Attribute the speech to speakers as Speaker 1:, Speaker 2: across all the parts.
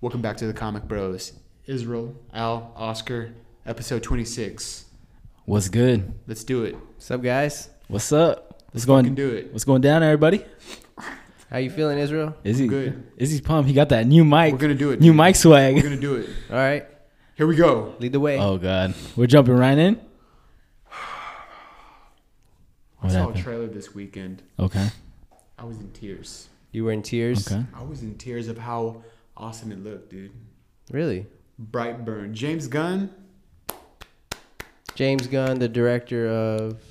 Speaker 1: Welcome back to the Comic Bros. Israel, Al, Oscar, episode 26.
Speaker 2: What's good?
Speaker 1: Let's do it.
Speaker 3: What's up, guys?
Speaker 2: What's up? What's going?
Speaker 1: Fucking do it.
Speaker 2: What's going down, everybody?
Speaker 3: How you feeling, Israel?
Speaker 2: Izzy,
Speaker 1: Good.
Speaker 2: Izzy's pumped. He got that new mic.
Speaker 1: We're gonna do it.
Speaker 2: New mic swag.
Speaker 1: We're gonna do it.
Speaker 3: All right,
Speaker 1: Here we go.
Speaker 3: lead the way.
Speaker 2: oh god, we're jumping right in.
Speaker 1: I
Speaker 2: What
Speaker 1: saw a
Speaker 2: happened?
Speaker 1: trailer this weekend.
Speaker 2: okay.
Speaker 1: I was in tears.
Speaker 3: You were in tears.
Speaker 2: Okay.
Speaker 1: I was in tears of how awesome it looked, dude.
Speaker 3: Really?
Speaker 1: Brightburn, James Gunn,
Speaker 3: James Gunn, the director of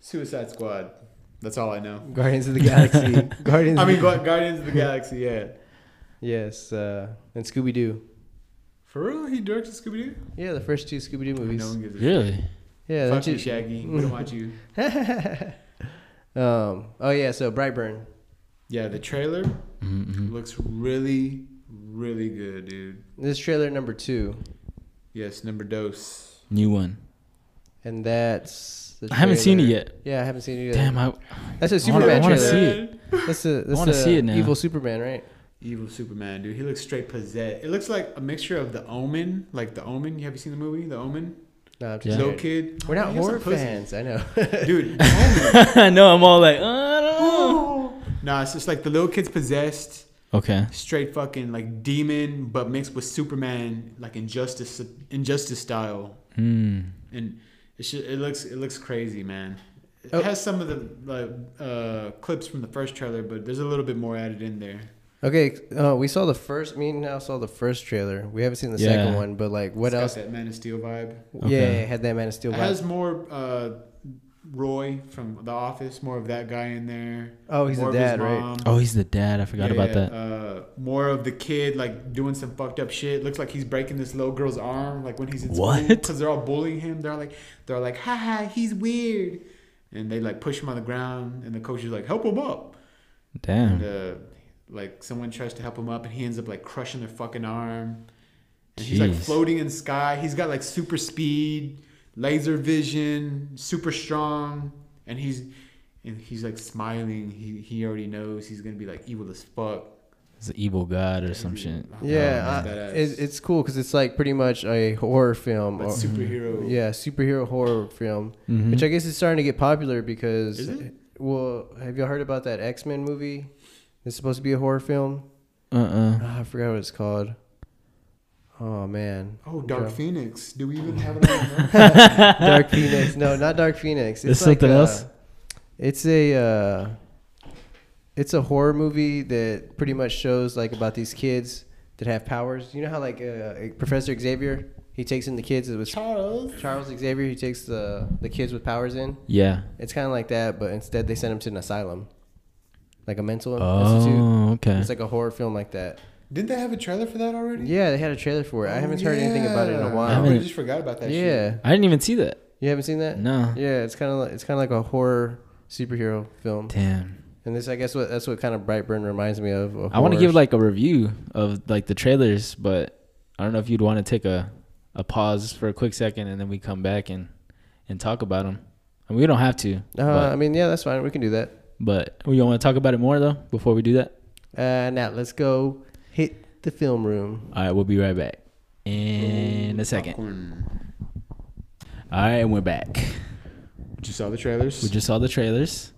Speaker 1: Suicide Squad. That's all I know.
Speaker 3: Guardians of the Galaxy. Guardians.
Speaker 1: I mean,
Speaker 3: of the-
Speaker 1: Gu- Guardians of the Galaxy. Yeah.
Speaker 3: yes, uh, and Scooby Doo.
Speaker 1: For real, he directed Scooby Doo.
Speaker 3: Yeah, the first two Scooby Doo movies.
Speaker 1: No one gives a shit.
Speaker 2: Really?
Speaker 3: Yeah,
Speaker 1: Fuck
Speaker 3: that's
Speaker 1: you, Shaggy. We don't want you.
Speaker 3: um. Oh yeah. So Brightburn.
Speaker 1: Yeah, the trailer
Speaker 2: Mm-hmm.
Speaker 1: looks really, really good, dude.
Speaker 3: This trailer number two,
Speaker 1: Yes, number dose.
Speaker 2: New one.
Speaker 3: and that's. The
Speaker 2: I haven't seen it
Speaker 3: trailer-
Speaker 2: yet.
Speaker 3: Yeah, I haven't seen it yet.
Speaker 2: Damn, I
Speaker 3: That's a
Speaker 2: I wanna-
Speaker 3: Superman
Speaker 2: I wanna
Speaker 3: trailer.
Speaker 2: see it.
Speaker 3: That's a. That's
Speaker 2: wanna
Speaker 3: a
Speaker 2: see it now.
Speaker 3: Evil Superman, right?
Speaker 1: Evil Superman, dude. He looks straight possessed. It looks like a mixture of The Omen, like The Omen. Have you seen the movie The Omen?
Speaker 3: No, I'm just
Speaker 2: Yeah.
Speaker 1: Little
Speaker 3: kidding.
Speaker 1: kid.
Speaker 3: We're not
Speaker 1: He has
Speaker 3: horror
Speaker 1: some pussy.
Speaker 3: fans. I know.
Speaker 1: dude. The Omen.
Speaker 2: I know. I'm all like, uh I don't know.
Speaker 1: nah, it's just like the little kid's possessed,
Speaker 2: Okay.
Speaker 1: straight fucking like demon, but mixed with Superman, like injustice, injustice style,
Speaker 2: Hmm.
Speaker 1: and it sh- it looks it looks crazy, man. It
Speaker 3: Oh.
Speaker 1: has some of the like uh, clips from the first trailer, but there's a little bit more added in there.
Speaker 3: Okay, uh, we saw the first. Me and now saw the first trailer. We haven't seen the second
Speaker 2: Yeah.
Speaker 3: one, but like, what
Speaker 1: It's got
Speaker 3: else?
Speaker 1: that Man of Steel vibe.
Speaker 3: Yeah,
Speaker 2: Okay.
Speaker 3: it had that Man of Steel
Speaker 1: It
Speaker 3: vibe.
Speaker 1: has more uh, Roy from The Office, more of that guy in there.
Speaker 3: oh, he's
Speaker 1: more
Speaker 3: a
Speaker 1: of his
Speaker 3: dad, right?
Speaker 1: mom.
Speaker 2: Oh, he's the dad. I forgot
Speaker 1: Yeah,
Speaker 2: about that.
Speaker 1: Uh, more of the kid like doing some fucked up shit. Looks like he's breaking this little girl's arm, like when he's in
Speaker 2: What?
Speaker 1: Because they're all bullying him. They're like, they're like, ha ha, he's weird, and they like push him on the ground, and the coach is like, help him up. And
Speaker 2: Damn.
Speaker 1: uh, like someone tries to help him up, and he ends up like crushing their fucking arm. And he's like
Speaker 2: Jeez.
Speaker 1: floating in sky. He's got like super speed, laser vision, super strong, and he's and he's like smiling. He he already knows he's gonna be like evil as fuck.
Speaker 2: It's an evil god or some shit.
Speaker 3: Yeah,
Speaker 1: Oh,
Speaker 3: uh,
Speaker 1: that's badass.
Speaker 3: it, it's cool because it's like pretty much a horror film.
Speaker 1: But
Speaker 2: Oh.
Speaker 3: or-
Speaker 1: superhero.
Speaker 3: yeah, superhero horror film,
Speaker 2: Mhm.
Speaker 3: which I guess is starting to get popular because.
Speaker 1: Is it?
Speaker 3: Well, have you all heard about that X Men movie? It's supposed to be a horror film.
Speaker 2: Uh-uh.
Speaker 3: Ah, I forgot what it's called. Oh man.
Speaker 1: Oh, Dark
Speaker 3: Yeah.
Speaker 1: Phoenix. Do we even have it? on there?
Speaker 3: Dark Phoenix. No, not Dark Phoenix.
Speaker 2: It's something
Speaker 3: a-
Speaker 2: else?
Speaker 3: It's a uh, it's a horror movie that pretty much shows like about these kids that have powers. You know how like uh, Professor Xavier he takes in the kids with
Speaker 1: Charles.
Speaker 3: Charles Xavier he takes the the kids with powers in.
Speaker 2: Yeah.
Speaker 3: It's kind of like that, but instead they send them to an asylum, like a mental institute.
Speaker 2: Oh, okay.
Speaker 3: It's like a horror film like that.
Speaker 1: Didn't they have a trailer for that already? Oh,
Speaker 3: Yeah, they had a trailer for it. I haven't heard anything about it in a
Speaker 1: I
Speaker 2: I
Speaker 3: while.
Speaker 2: haven't-
Speaker 1: just forgot about that. shit.
Speaker 3: Yeah,
Speaker 2: I didn't even see that.
Speaker 3: you haven't seen that?
Speaker 2: No.
Speaker 3: Yeah, it's kind of like, it's kind of like a horror superhero film,
Speaker 2: Damn.
Speaker 3: and this I guess what that's what kind of Brightburn reminds me of. a
Speaker 2: I want to
Speaker 3: horror
Speaker 2: give like a review of like the trailers, but I don't know if you'd want to take a, a pause for a quick second and then we come back and, and talk about them. I mean, we don't have to,
Speaker 3: Uh, I mean, yeah, that's fine. We can do that.
Speaker 2: but we don't want to talk about it more though before we do that.
Speaker 3: Uh, now let's go hit the film room.
Speaker 2: All right, we'll be right back in a second.
Speaker 1: Popcorn.
Speaker 2: All right, and we're back.
Speaker 1: But you saw the trailers.
Speaker 2: We just saw the trailers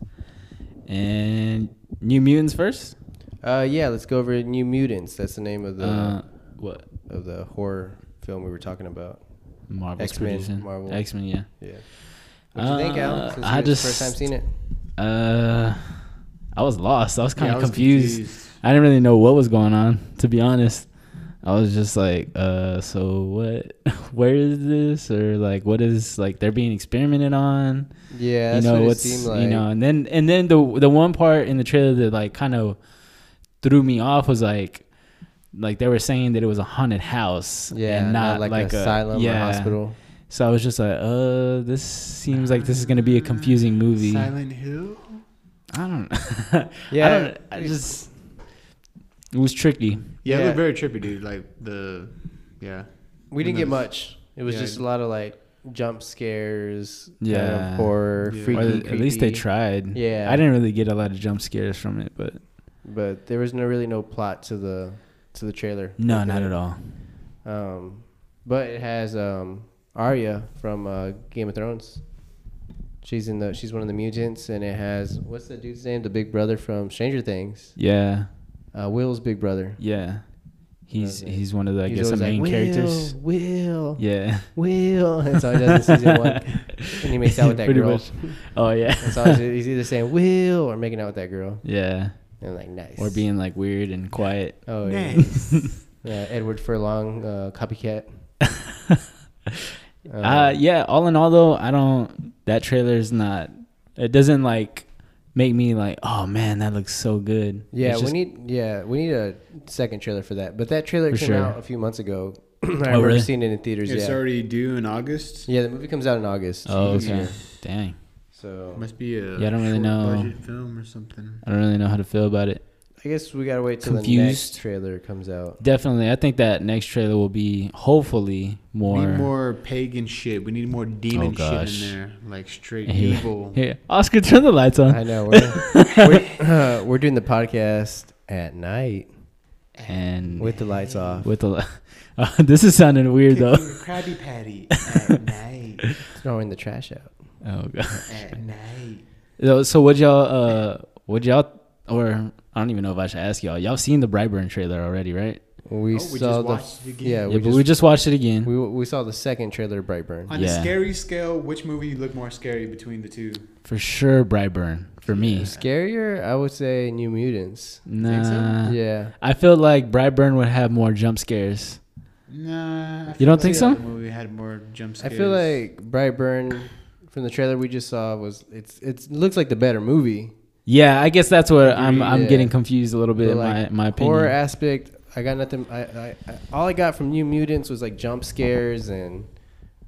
Speaker 2: and New Mutants first.
Speaker 3: Uh, yeah, let's go over New Mutants. That's the name of the
Speaker 2: Uh, what
Speaker 3: of the horror film we were talking about.
Speaker 2: Marvel's
Speaker 3: X-Men,
Speaker 2: producing?
Speaker 3: Marvel.
Speaker 2: X Men, yeah.
Speaker 3: Yeah. What do you think, Alan?
Speaker 2: Uh,
Speaker 3: Since
Speaker 2: I
Speaker 3: I just
Speaker 2: just-
Speaker 3: first time seen it.
Speaker 2: Uh, I was lost. I was kind
Speaker 1: Yeah,
Speaker 2: of
Speaker 1: I was
Speaker 2: confused. I didn't really know what was going on, to be honest. I was just like, uh, so what? Where is this? Or like, what is like they're being experimented on?
Speaker 3: Yeah, that's
Speaker 2: you know
Speaker 3: what it
Speaker 2: what's
Speaker 3: seemed like.
Speaker 2: you know, and then and then the the one part in the trailer that like kind of threw me off was like, like they were saying that it was a haunted house,
Speaker 3: yeah,
Speaker 2: and not, like,
Speaker 3: an
Speaker 2: a-
Speaker 3: asylum or
Speaker 2: yeah.
Speaker 3: hospital.
Speaker 2: So I was just like, uh, this seems like this is gonna be a confusing movie.
Speaker 1: Silent Hill.
Speaker 2: I don't.
Speaker 3: Yeah.
Speaker 2: I don't. I just. It was tricky.
Speaker 1: Yeah, it
Speaker 3: Yeah.
Speaker 1: looked very trippy, dude. Like the, yeah.
Speaker 3: We didn't
Speaker 1: Who
Speaker 3: get much. It was
Speaker 1: Yeah.
Speaker 3: just a lot of like jump scares, kind
Speaker 2: Yeah.
Speaker 3: of horror,
Speaker 1: Yeah.
Speaker 2: Or
Speaker 3: freaky.
Speaker 2: at least they
Speaker 3: creepy.
Speaker 2: tried.
Speaker 3: Yeah.
Speaker 2: I didn't really get a lot of jump scares from it, but
Speaker 3: But there was no really no plot to the to the trailer.
Speaker 2: No,
Speaker 3: Look
Speaker 2: not
Speaker 3: it
Speaker 2: at all.
Speaker 3: up. Um, but it has um, Arya from uh, Game of Thrones. She's in the. She's one of the mutants, and it has what's the dude's name? The big brother from Stranger Things.
Speaker 2: Yeah,
Speaker 3: Uh, Will's big brother.
Speaker 2: yeah. He's
Speaker 3: Okay.
Speaker 2: he's one of the I
Speaker 3: He's
Speaker 2: guess the
Speaker 3: always like,
Speaker 2: main characters.
Speaker 3: Will, Will,
Speaker 2: Yeah.
Speaker 3: Will. That's all he does in season one. And he makes out with that
Speaker 2: Pretty
Speaker 3: girl.
Speaker 2: much. Oh yeah.
Speaker 3: That's all he's, he's e-, either saying Will or making out with that girl.
Speaker 2: yeah.
Speaker 3: And like nice.
Speaker 2: Or being like weird and quiet.
Speaker 3: Oh yeah.
Speaker 1: Nice.
Speaker 3: Yeah, Edward Furlong, uh, copycat. Um,
Speaker 2: Uh, yeah. All in all, though, I don't. That trailer's not. It doesn't like make me like, oh man, that looks so good.
Speaker 3: yeah,
Speaker 2: It's just-
Speaker 3: we need yeah we need a second trailer for that. But that trailer
Speaker 2: For
Speaker 3: came
Speaker 2: sure. Oh,
Speaker 3: out a few months ago. I remember
Speaker 2: really?
Speaker 3: seeing it in theaters.
Speaker 1: it's
Speaker 3: yeah,
Speaker 1: already due in August.
Speaker 3: yeah, the movie comes out in August.
Speaker 2: Oh okay.
Speaker 1: Jeez.
Speaker 2: Dang.
Speaker 3: So
Speaker 1: Must be a
Speaker 2: Yeah, I don't really
Speaker 1: short
Speaker 2: know.
Speaker 1: budget film or something.
Speaker 2: I don't really know how to feel about it.
Speaker 3: I guess we gotta wait till the next
Speaker 2: Confused.
Speaker 3: trailer comes out.
Speaker 2: Definitely, I think that next trailer will be hopefully more. Oh,
Speaker 1: we need more pagan shit. We need more demon
Speaker 2: gosh.
Speaker 1: shit in there, like straight
Speaker 2: Hey,
Speaker 1: evil.
Speaker 2: hey, Oscar, turn the lights on.
Speaker 3: I know we're we're, uh, we're doing the podcast at night
Speaker 2: and
Speaker 3: with the lights off.
Speaker 2: with the, li- uh, this is sounding weird
Speaker 1: Cooking
Speaker 2: though.
Speaker 1: a Krabby Patty at night.
Speaker 3: throwing the trash out.
Speaker 2: Oh god.
Speaker 1: At night.
Speaker 2: So, so what y'all? Uh, what y'all? Or I don't even know if I should ask y'all. Y'all seen the Brightburn trailer already, right?
Speaker 3: We
Speaker 1: Oh, we
Speaker 3: saw
Speaker 1: just
Speaker 3: the
Speaker 1: watched it again.
Speaker 3: yeah
Speaker 2: Yeah,
Speaker 3: we
Speaker 2: but
Speaker 3: just,
Speaker 2: we just watched it again.
Speaker 3: we we saw the second trailer of Brightburn.
Speaker 1: On
Speaker 2: Yeah.
Speaker 1: a scary scale, which movie looked more scary between the two?
Speaker 2: for sure, Brightburn for me.
Speaker 3: Scarier, I would say New Mutants.
Speaker 1: Think so?
Speaker 2: Nah.
Speaker 3: yeah.
Speaker 2: I feel like Brightburn would have more jump scares.
Speaker 1: Nah. I
Speaker 2: You
Speaker 1: feel
Speaker 2: don't think
Speaker 1: like
Speaker 2: so?
Speaker 1: that Movie had more jump
Speaker 3: I
Speaker 1: scares.
Speaker 3: feel like Brightburn from the trailer we just saw was it's it's looks like the better movie.
Speaker 2: Yeah, I guess that's what I'm.
Speaker 3: Agreed,
Speaker 2: I'm
Speaker 3: yeah.
Speaker 2: getting confused a little bit.
Speaker 3: But,
Speaker 2: in
Speaker 3: like,
Speaker 2: my my opinion.
Speaker 3: Horror aspect, I got nothing I, I, I all I got from New Mutants was like jump scares and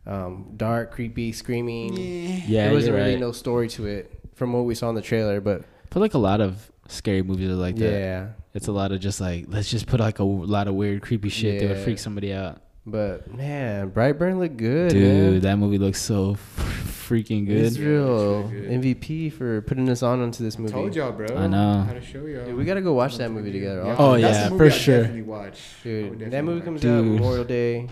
Speaker 3: um, dark, creepy, screaming.
Speaker 1: Yeah.
Speaker 2: yeah,
Speaker 3: there wasn't
Speaker 2: you're
Speaker 3: really
Speaker 2: right.
Speaker 3: no story to it from what we saw in the trailer, but
Speaker 2: I feel like a lot of scary movies are like that.
Speaker 3: yeah.
Speaker 2: It's a lot of just like let's just put like a w- lot of weird creepy shit that would
Speaker 3: Yeah.
Speaker 2: freak somebody out.
Speaker 3: But man, Brightburn looked good,
Speaker 2: Dude,
Speaker 3: man.
Speaker 2: that movie looks so f- freaking good.
Speaker 3: Israel
Speaker 1: Yeah, it's really good.
Speaker 3: MVP for putting us on onto this movie.
Speaker 1: Told y'all, bro.
Speaker 2: I know.
Speaker 1: How to show y'all.
Speaker 3: Dude, we gotta go watch that movie together.
Speaker 1: Yeah,
Speaker 2: Oh,
Speaker 1: that's
Speaker 2: yeah,
Speaker 1: the movie
Speaker 2: for
Speaker 1: I
Speaker 2: sure.
Speaker 1: definitely watch. I would
Speaker 3: Dude, that
Speaker 1: definitely
Speaker 3: movie
Speaker 1: watch.
Speaker 3: comes out
Speaker 2: Dude.
Speaker 3: Memorial Day.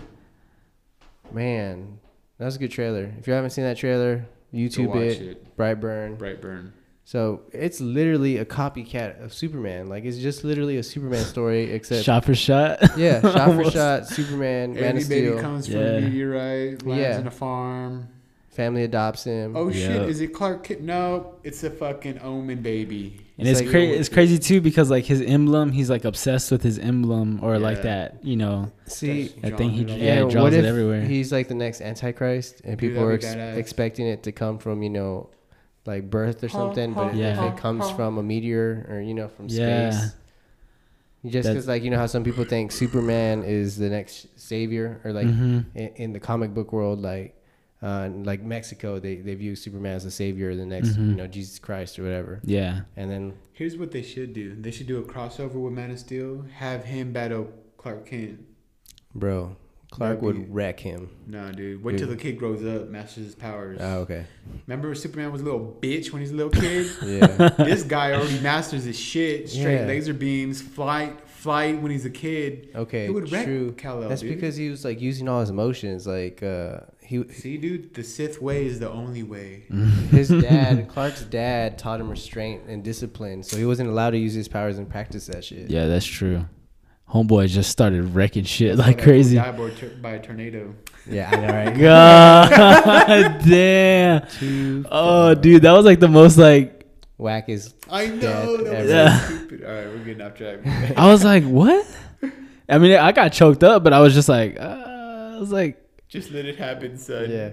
Speaker 3: Man, that was a good trailer. If you haven't seen that trailer,
Speaker 1: Go
Speaker 3: YouTube
Speaker 1: watch
Speaker 3: it,
Speaker 1: it.
Speaker 3: Brightburn.
Speaker 1: Brightburn.
Speaker 3: So it's literally a copycat of Superman. Like it's just literally a Superman story, except
Speaker 2: Shot for shot.
Speaker 3: yeah, shot for
Speaker 2: Almost.
Speaker 3: shot, Superman, Man
Speaker 1: Every
Speaker 3: of
Speaker 1: baby
Speaker 3: Steel,
Speaker 1: comes from
Speaker 2: Yeah.
Speaker 1: a meteorite, lands
Speaker 3: Yeah. Mm-hmm.
Speaker 1: in a farm.
Speaker 3: family adopts him.
Speaker 1: Oh
Speaker 2: Yeah.
Speaker 1: shit, is it Clark Kent? No, it's a fucking Omen baby.
Speaker 2: And
Speaker 3: It's
Speaker 2: it's,
Speaker 3: like-
Speaker 2: cra- it's crazy too because like his emblem, he's like obsessed with his emblem or like
Speaker 1: Yeah.
Speaker 2: that, you know,
Speaker 3: See,
Speaker 1: That's
Speaker 2: that thing he
Speaker 1: John,
Speaker 2: yeah,
Speaker 3: and
Speaker 2: he
Speaker 3: what
Speaker 2: draws
Speaker 3: if
Speaker 2: it everywhere.
Speaker 3: he's like the next Antichrist, and
Speaker 1: Dude,
Speaker 3: people are
Speaker 1: that'd be
Speaker 3: ex-
Speaker 1: badass.
Speaker 3: expecting it to come from you know, like birth or something, but
Speaker 2: Yeah.
Speaker 3: if it comes from a meteor or you know from
Speaker 2: Yeah.
Speaker 3: space, just
Speaker 2: That's-
Speaker 3: because like you know how some people think Superman is the next savior or like
Speaker 2: Mhm.
Speaker 3: in, in the comic book world, like uh, like Mexico, they they view Superman as the savior, or the next you
Speaker 2: Mhm.
Speaker 3: know Jesus Christ or whatever,
Speaker 2: Yeah.
Speaker 3: and then
Speaker 1: Here's what they should do. They should do a crossover with Man of Steel. Have him battle Clark Kent.
Speaker 3: bro, Clark
Speaker 1: That'd be-
Speaker 3: would wreck him.
Speaker 1: No, dude. Wait till the kid grows up, masters his powers.
Speaker 3: Oh, okay,
Speaker 1: Remember Superman was a little bitch when he's a little kid?
Speaker 3: yeah,
Speaker 1: this guy already masters his shit. Straight
Speaker 3: Yeah.
Speaker 1: laser beams, flight, flight when he's a kid.
Speaker 3: okay,
Speaker 1: It would wreck
Speaker 3: true.
Speaker 1: Kal-El,
Speaker 3: That's
Speaker 1: dude.
Speaker 3: because he was like using all his emotions. Like uh, he,
Speaker 1: See, dude, the Sith way is the only way.
Speaker 2: Mm-hmm.
Speaker 3: his dad, Clark's dad, taught him restraint and discipline, so he wasn't allowed to use his powers and practice that shit.
Speaker 2: Yeah, that's true. Homeboy just started wrecking shit like
Speaker 1: Like,
Speaker 2: crazy.
Speaker 1: Die by, a tur- by a tornado.
Speaker 3: Yeah, I know, right?
Speaker 2: God damn.
Speaker 3: Two
Speaker 2: Oh, dude, that was like the most like
Speaker 3: whack is
Speaker 1: I know.
Speaker 3: Dead
Speaker 1: That
Speaker 3: ever.
Speaker 1: was
Speaker 2: Yeah.
Speaker 1: so stupid. All right, we're getting off track.
Speaker 2: I was like, what? I mean, I got choked up, but I was just like, uh, I was like,
Speaker 1: Just let it happen, son.
Speaker 3: yeah.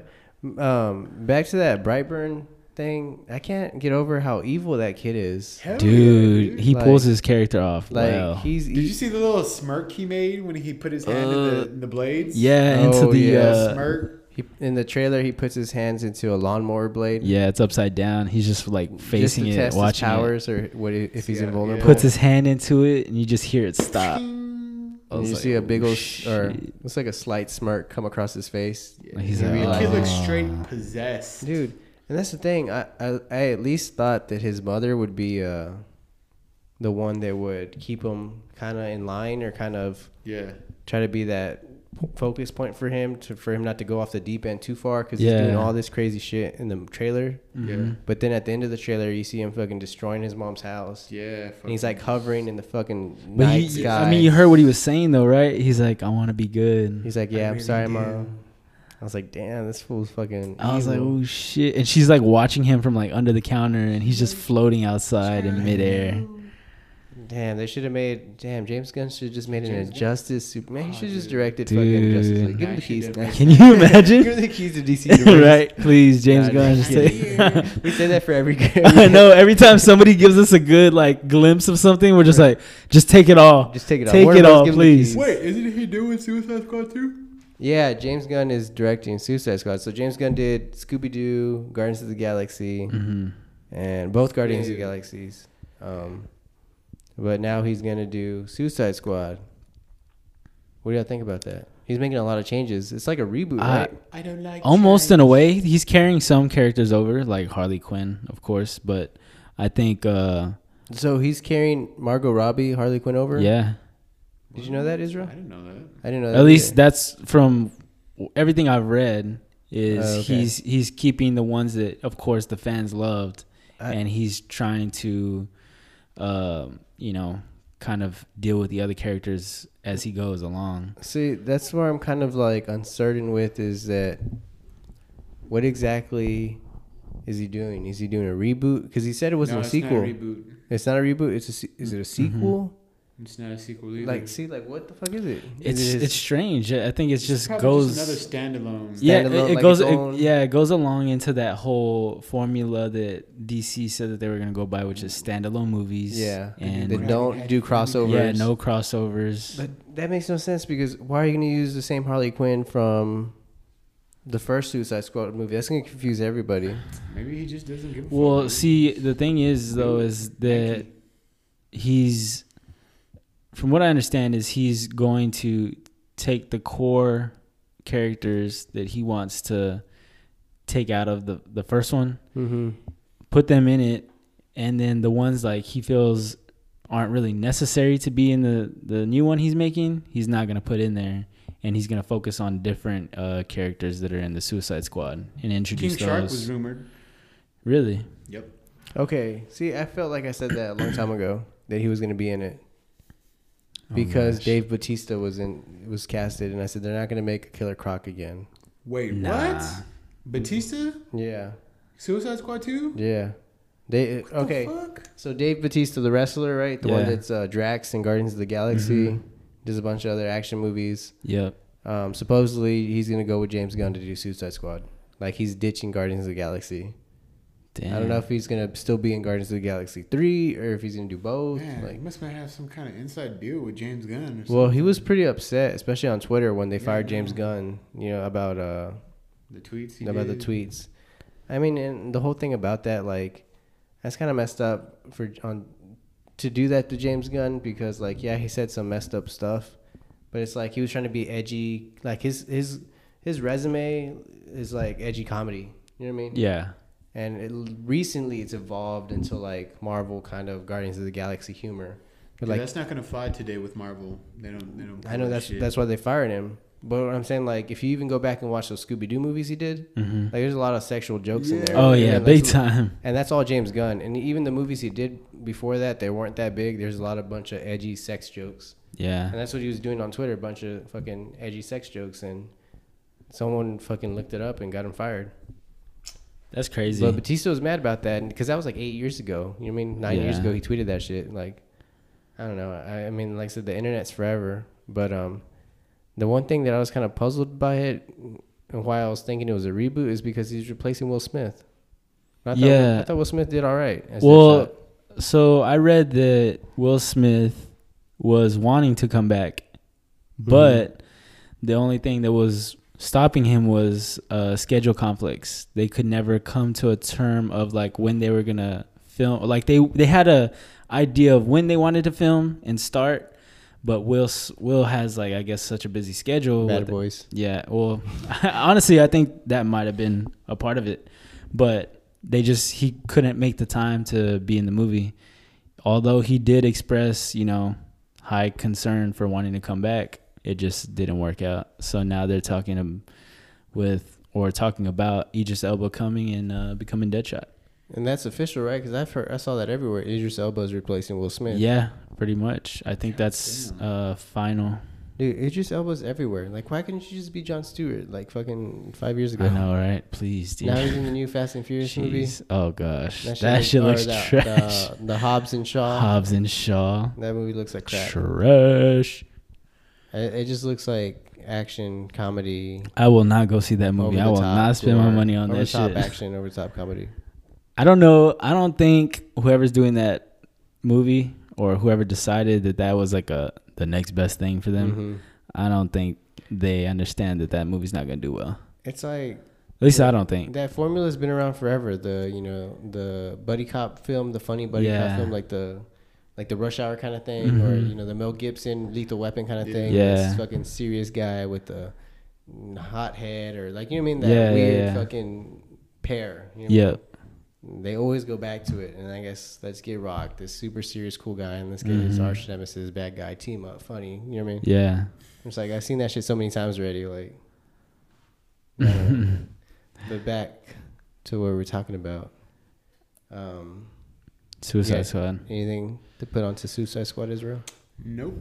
Speaker 3: Um, back to that Brightburn thing. I can't get over how evil that kid is.
Speaker 1: Hell yeah,
Speaker 2: dude, he
Speaker 3: Oh, Like-
Speaker 2: pulls his character off.
Speaker 3: Like
Speaker 2: wow.
Speaker 3: he's
Speaker 1: Did you see the little smirk he made when he put his hand in, the, in the blades?
Speaker 2: Uh, yeah,
Speaker 3: Oh,
Speaker 2: into the
Speaker 3: yeah.
Speaker 2: uh,
Speaker 1: smirk.
Speaker 3: he, in the trailer. He puts his hands into a lawnmower blade.
Speaker 2: yeah, it's upside down. He's just like facing
Speaker 3: just to
Speaker 2: it,
Speaker 3: test
Speaker 2: watching
Speaker 3: his
Speaker 2: it.
Speaker 3: powers or what if if he's
Speaker 1: Yeah,
Speaker 3: invulnerable.
Speaker 1: yeah.
Speaker 2: Puts his hand into it, and you just hear it stop. I
Speaker 3: And
Speaker 2: was
Speaker 3: you
Speaker 2: like,
Speaker 3: see a
Speaker 2: "Oh,
Speaker 3: big old, s- or
Speaker 2: shit."
Speaker 3: it's like a slight smirk come across his face.
Speaker 2: Like, he's
Speaker 3: You
Speaker 2: like,
Speaker 1: The
Speaker 3: realize-
Speaker 1: kid
Speaker 2: "Oh."
Speaker 1: looks straight possessed.
Speaker 3: Dude, and that's the thing. I, I, I at least thought that his mother would be uh, the one that would keep him kind of in line or kind of
Speaker 1: Yeah.
Speaker 3: try to be that p- focus point for him to for him not to go off the deep end too far because he's
Speaker 2: Yeah.
Speaker 3: doing all this crazy shit in the trailer.
Speaker 2: Mm-hmm.
Speaker 1: Yeah.
Speaker 3: But then at the end of the trailer, you see him fucking destroying his mom's house,
Speaker 1: Yeah. fuck.
Speaker 3: and he's like hovering in the fucking
Speaker 2: But
Speaker 3: night
Speaker 2: he,
Speaker 3: sky.
Speaker 2: I mean, you heard what he was saying though, right? He's like, I want to be good.
Speaker 3: he's like,
Speaker 1: I
Speaker 3: "Yeah, I'm
Speaker 1: really
Speaker 3: sorry,
Speaker 1: do.
Speaker 3: mom." I was like, "Damn, this fool's fucking."
Speaker 2: I was like,
Speaker 3: evil."
Speaker 2: oh shit. And she's like watching him from like under the counter and he's just floating outside in midair.
Speaker 3: Damn, they should have made. Damn, James Gunn should have just made an
Speaker 1: James Gunn?
Speaker 3: Injustice Superman. Man,
Speaker 1: Oh,
Speaker 3: he should have just
Speaker 1: dude.
Speaker 3: directed fucking Justice
Speaker 2: Dude.
Speaker 3: League. Give him
Speaker 1: Nah,
Speaker 3: the
Speaker 1: he
Speaker 3: keys.
Speaker 1: should
Speaker 3: man.
Speaker 2: Can you
Speaker 3: Give
Speaker 2: imagine?
Speaker 3: him the keys to DC. Universe.
Speaker 2: right? Please, James
Speaker 3: God,
Speaker 2: Gunn.
Speaker 3: just
Speaker 2: Just take-
Speaker 3: kidding. we say that for every game.
Speaker 2: I know. Every time somebody gives us a good like glimpse of something, we're just like, just take it all.
Speaker 3: Just take it all.
Speaker 2: Take
Speaker 3: Warner
Speaker 2: it
Speaker 3: Bros.
Speaker 2: all,
Speaker 3: give him the
Speaker 2: please.
Speaker 3: keys.
Speaker 1: Wait, isn't he doing Suicide Squad too?
Speaker 3: Yeah, James Gunn is directing Suicide Squad. So James Gunn did Scooby Doo, Guardians of the Galaxy,
Speaker 2: hmm
Speaker 3: and both Guardians of the
Speaker 1: Yeah.
Speaker 3: Galaxies. Um, but now he's gonna do Suicide Squad. What do y'all think about that? He's making a lot of changes. It's like a reboot,
Speaker 2: I-
Speaker 3: right?
Speaker 1: I don't like.
Speaker 2: Almost in a way, he's carrying some characters over, like Harley Quinn, of course. But I think, uh,
Speaker 3: So he's carrying Margot Robbie, Harley Quinn over.
Speaker 2: yeah,
Speaker 3: Did you know that,
Speaker 1: I
Speaker 3: Israel?
Speaker 1: didn't know that.
Speaker 3: I didn't know that.
Speaker 2: at least
Speaker 3: either.
Speaker 2: that's from everything I've read. Is
Speaker 3: Oh, okay.
Speaker 2: he's he's keeping the ones that, of course, the fans loved,
Speaker 3: I-
Speaker 2: and he's trying to, um, you know, kind of deal with the other characters as he goes along.
Speaker 3: See, that's where I'm kind of like uncertain with is that what exactly is he doing? Is he doing a reboot? Because he said it wasn't
Speaker 1: No,
Speaker 3: a
Speaker 1: it's
Speaker 3: sequel.
Speaker 1: Not a reboot.
Speaker 3: it's not a reboot. It's a se- is it a
Speaker 2: Mm-hmm.
Speaker 3: sequel?
Speaker 1: It's not a sequel either.
Speaker 3: Like, see, like what the fuck is it?
Speaker 2: It's
Speaker 3: Is it
Speaker 2: it's strange. I think it just
Speaker 1: probably
Speaker 2: goes
Speaker 1: just another standalone.
Speaker 2: yeah, it,
Speaker 3: standalone,
Speaker 2: it
Speaker 3: like
Speaker 2: goes
Speaker 3: its
Speaker 2: it-
Speaker 3: own-
Speaker 2: yeah, it goes along into that whole formula that DC said that they were gonna go by, which is standalone movies.
Speaker 3: yeah,
Speaker 2: and
Speaker 3: they don't do crossovers.
Speaker 2: yeah, no crossovers.
Speaker 3: But that makes no sense because why are you going to use the same Harley Quinn from the first Suicide Squad movie? That's going to confuse everybody.
Speaker 1: Maybe he just doesn't give. A
Speaker 2: well,
Speaker 1: fuck.
Speaker 2: see, the thing is though is that
Speaker 1: Nike.
Speaker 2: he's, from what I understand, is he's going to take the core characters that he wants to take out of the the first one
Speaker 3: Mm-hmm.
Speaker 2: put them in it and then the ones like he feels aren't really necessary to be in the the new one he's making he's not going to put in there and he's going to focus on different uh characters that are in the suicide squad and introduce
Speaker 1: King Shark was
Speaker 2: those
Speaker 1: rumored.
Speaker 2: really
Speaker 1: Yep.
Speaker 3: Okay. See, I felt like I said that a long time ago that he was going to be in it.
Speaker 2: Oh,
Speaker 3: because
Speaker 2: gosh.
Speaker 3: Dave Batista was in was casted, and I said they're not gonna make Killer Croc again.
Speaker 1: Wait,
Speaker 2: Nah.
Speaker 1: what? Batista?
Speaker 3: Yeah,
Speaker 1: Suicide Squad 2?
Speaker 3: yeah. They okay.
Speaker 1: The fuck?
Speaker 3: So Dave Batista, the wrestler, right? The one
Speaker 2: Yeah. Mm-hmm.
Speaker 3: that's uh, Drax in Guardians of the Galaxy, does a bunch of other action movies.
Speaker 2: yep
Speaker 3: Um, supposedly he's gonna go with James Gunn to do Suicide Squad. Like he's ditching Guardians of the Galaxy.
Speaker 2: Damn.
Speaker 3: I don't know if he's gonna still be in Guardians of the Galaxy three or if he's gonna do both.
Speaker 1: Man,
Speaker 3: like,
Speaker 1: he must have some kind of inside deal with James Gunn. Or something.
Speaker 3: well, he was pretty upset, especially on Twitter when they fired James Gunn. You know about uh,
Speaker 1: the tweets he
Speaker 3: about
Speaker 1: did.
Speaker 3: the tweets. I mean, and the whole thing about that, like, that's kind of messed up for on to do that to James Gunn because, like, yeah, he said some messed up stuff, but it's like he was trying to be edgy. Like his his his resume is like edgy comedy. You know what I mean?
Speaker 2: yeah
Speaker 3: And it, recently, it's evolved into like Marvel kind of Guardians of the Galaxy humor. But
Speaker 1: Dude,
Speaker 3: like,
Speaker 1: that's not gonna fly today with Marvel. They don't. They don't.
Speaker 3: I know
Speaker 1: pull
Speaker 3: that's
Speaker 1: shit.
Speaker 3: that's why they fired him. But what I'm saying, like, if you even go back and watch those Scooby Doo movies he did,
Speaker 2: Mhm.
Speaker 3: like, there's a lot of sexual jokes in there.
Speaker 2: oh
Speaker 3: And
Speaker 2: yeah
Speaker 3: that's-
Speaker 2: big time
Speaker 3: and that's all James Gunn. And even the movies he did before that, they weren't that big. There's a lot of bunch of edgy sex jokes, and
Speaker 2: yeah
Speaker 3: that's what he was doing on Twitter, a bunch of fucking edgy sex jokes, and someone fucking looked it up and got him fired.
Speaker 2: that's crazy
Speaker 3: But Batista was mad about that because that was like eight years ago. You know what I mean? Nine years
Speaker 2: Yeah.
Speaker 3: ago, he tweeted that shit. Like, I don't know. I, I mean, like I said, the internet's forever. But um, the one thing that I was kind of puzzled by it and why I was thinking it was a reboot is because he's replacing Will Smith. And I thought,
Speaker 2: Yeah.
Speaker 3: I thought Will Smith did all right. as uh,
Speaker 2: Well,
Speaker 3: Deadshot.
Speaker 2: so I read that Will Smith was wanting to come back, but the only thing that was stopping him was uh, schedule conflicts. They could never come to a term of like when they were gonna film. Like they they had a idea of when they wanted to film and start, but Will S- Will has like I guess such a busy schedule.
Speaker 3: Bad
Speaker 2: with-
Speaker 3: Boys.
Speaker 2: yeah, well, honestly, I think that might have been a part of it, but they just he couldn't make the time to be in the movie. although he did express, you know, high concern for wanting to come back, it just didn't work out. So now they're talking um, with or talking about Idris Elba coming and uh, becoming Deadshot.
Speaker 3: And that's official, right? Because I've heard, I saw that everywhere. Idris Elba's replacing Will Smith.
Speaker 2: Yeah, pretty much. I think that's uh, final.
Speaker 3: Dude, Idris Elba's everywhere. Like, why couldn't you just be John Stewart like fucking five years ago?
Speaker 2: I know, right? Please, dude.
Speaker 3: Now he's in the new Fast and Furious movie.
Speaker 2: Jeez. Oh gosh, that shit,
Speaker 3: or
Speaker 2: looks
Speaker 3: the-
Speaker 2: trash.
Speaker 3: The, the Hobbs and Shaw.
Speaker 2: Hobbs and Shaw,
Speaker 3: That movie looks like crap.
Speaker 2: trash.
Speaker 3: It, it just looks like action comedy.
Speaker 2: I will not go see that movie.
Speaker 3: over
Speaker 2: I
Speaker 3: the
Speaker 2: will
Speaker 3: top,
Speaker 2: not spend my
Speaker 3: or
Speaker 2: money on
Speaker 3: over
Speaker 2: that
Speaker 3: the top
Speaker 2: shit.
Speaker 3: action, over the top comedy.
Speaker 2: I don't know. I don't think whoever's doing that movie or whoever decided that that was like a the next best thing for them.
Speaker 3: Mhm.
Speaker 2: I don't think they understand that that movie's not gonna do well.
Speaker 3: It's like
Speaker 2: At least I don't think.
Speaker 3: that formula's been around forever. The you know the buddy cop film, the funny buddy
Speaker 2: Yeah.
Speaker 3: cop film, like the like the Rush Hour kind of thing, or
Speaker 2: Mhm.
Speaker 3: you know the Mel Gibson Lethal Weapon kind of
Speaker 1: Yeah.
Speaker 3: thing.
Speaker 2: Yeah.
Speaker 3: this fucking serious guy with the hot head, or like you know what I mean. That
Speaker 2: Yeah, yeah,
Speaker 3: weird
Speaker 2: yeah.
Speaker 3: fucking pair. You know what I
Speaker 2: Yep.
Speaker 3: mean? They always go back to it, and I guess let's get Rock, this super serious cool guy, and let's get his
Speaker 2: Mhm.
Speaker 3: arch nemesis, bad guy, team up, funny. You know what I mean?
Speaker 2: Yeah.
Speaker 3: It's like I've seen that shit so many times already. Like, but back to what we were talking about. Um,
Speaker 2: Suicide
Speaker 3: Yeah.
Speaker 2: Squad.
Speaker 3: anything to put onto Suicide Squad, Israel?
Speaker 1: Nope.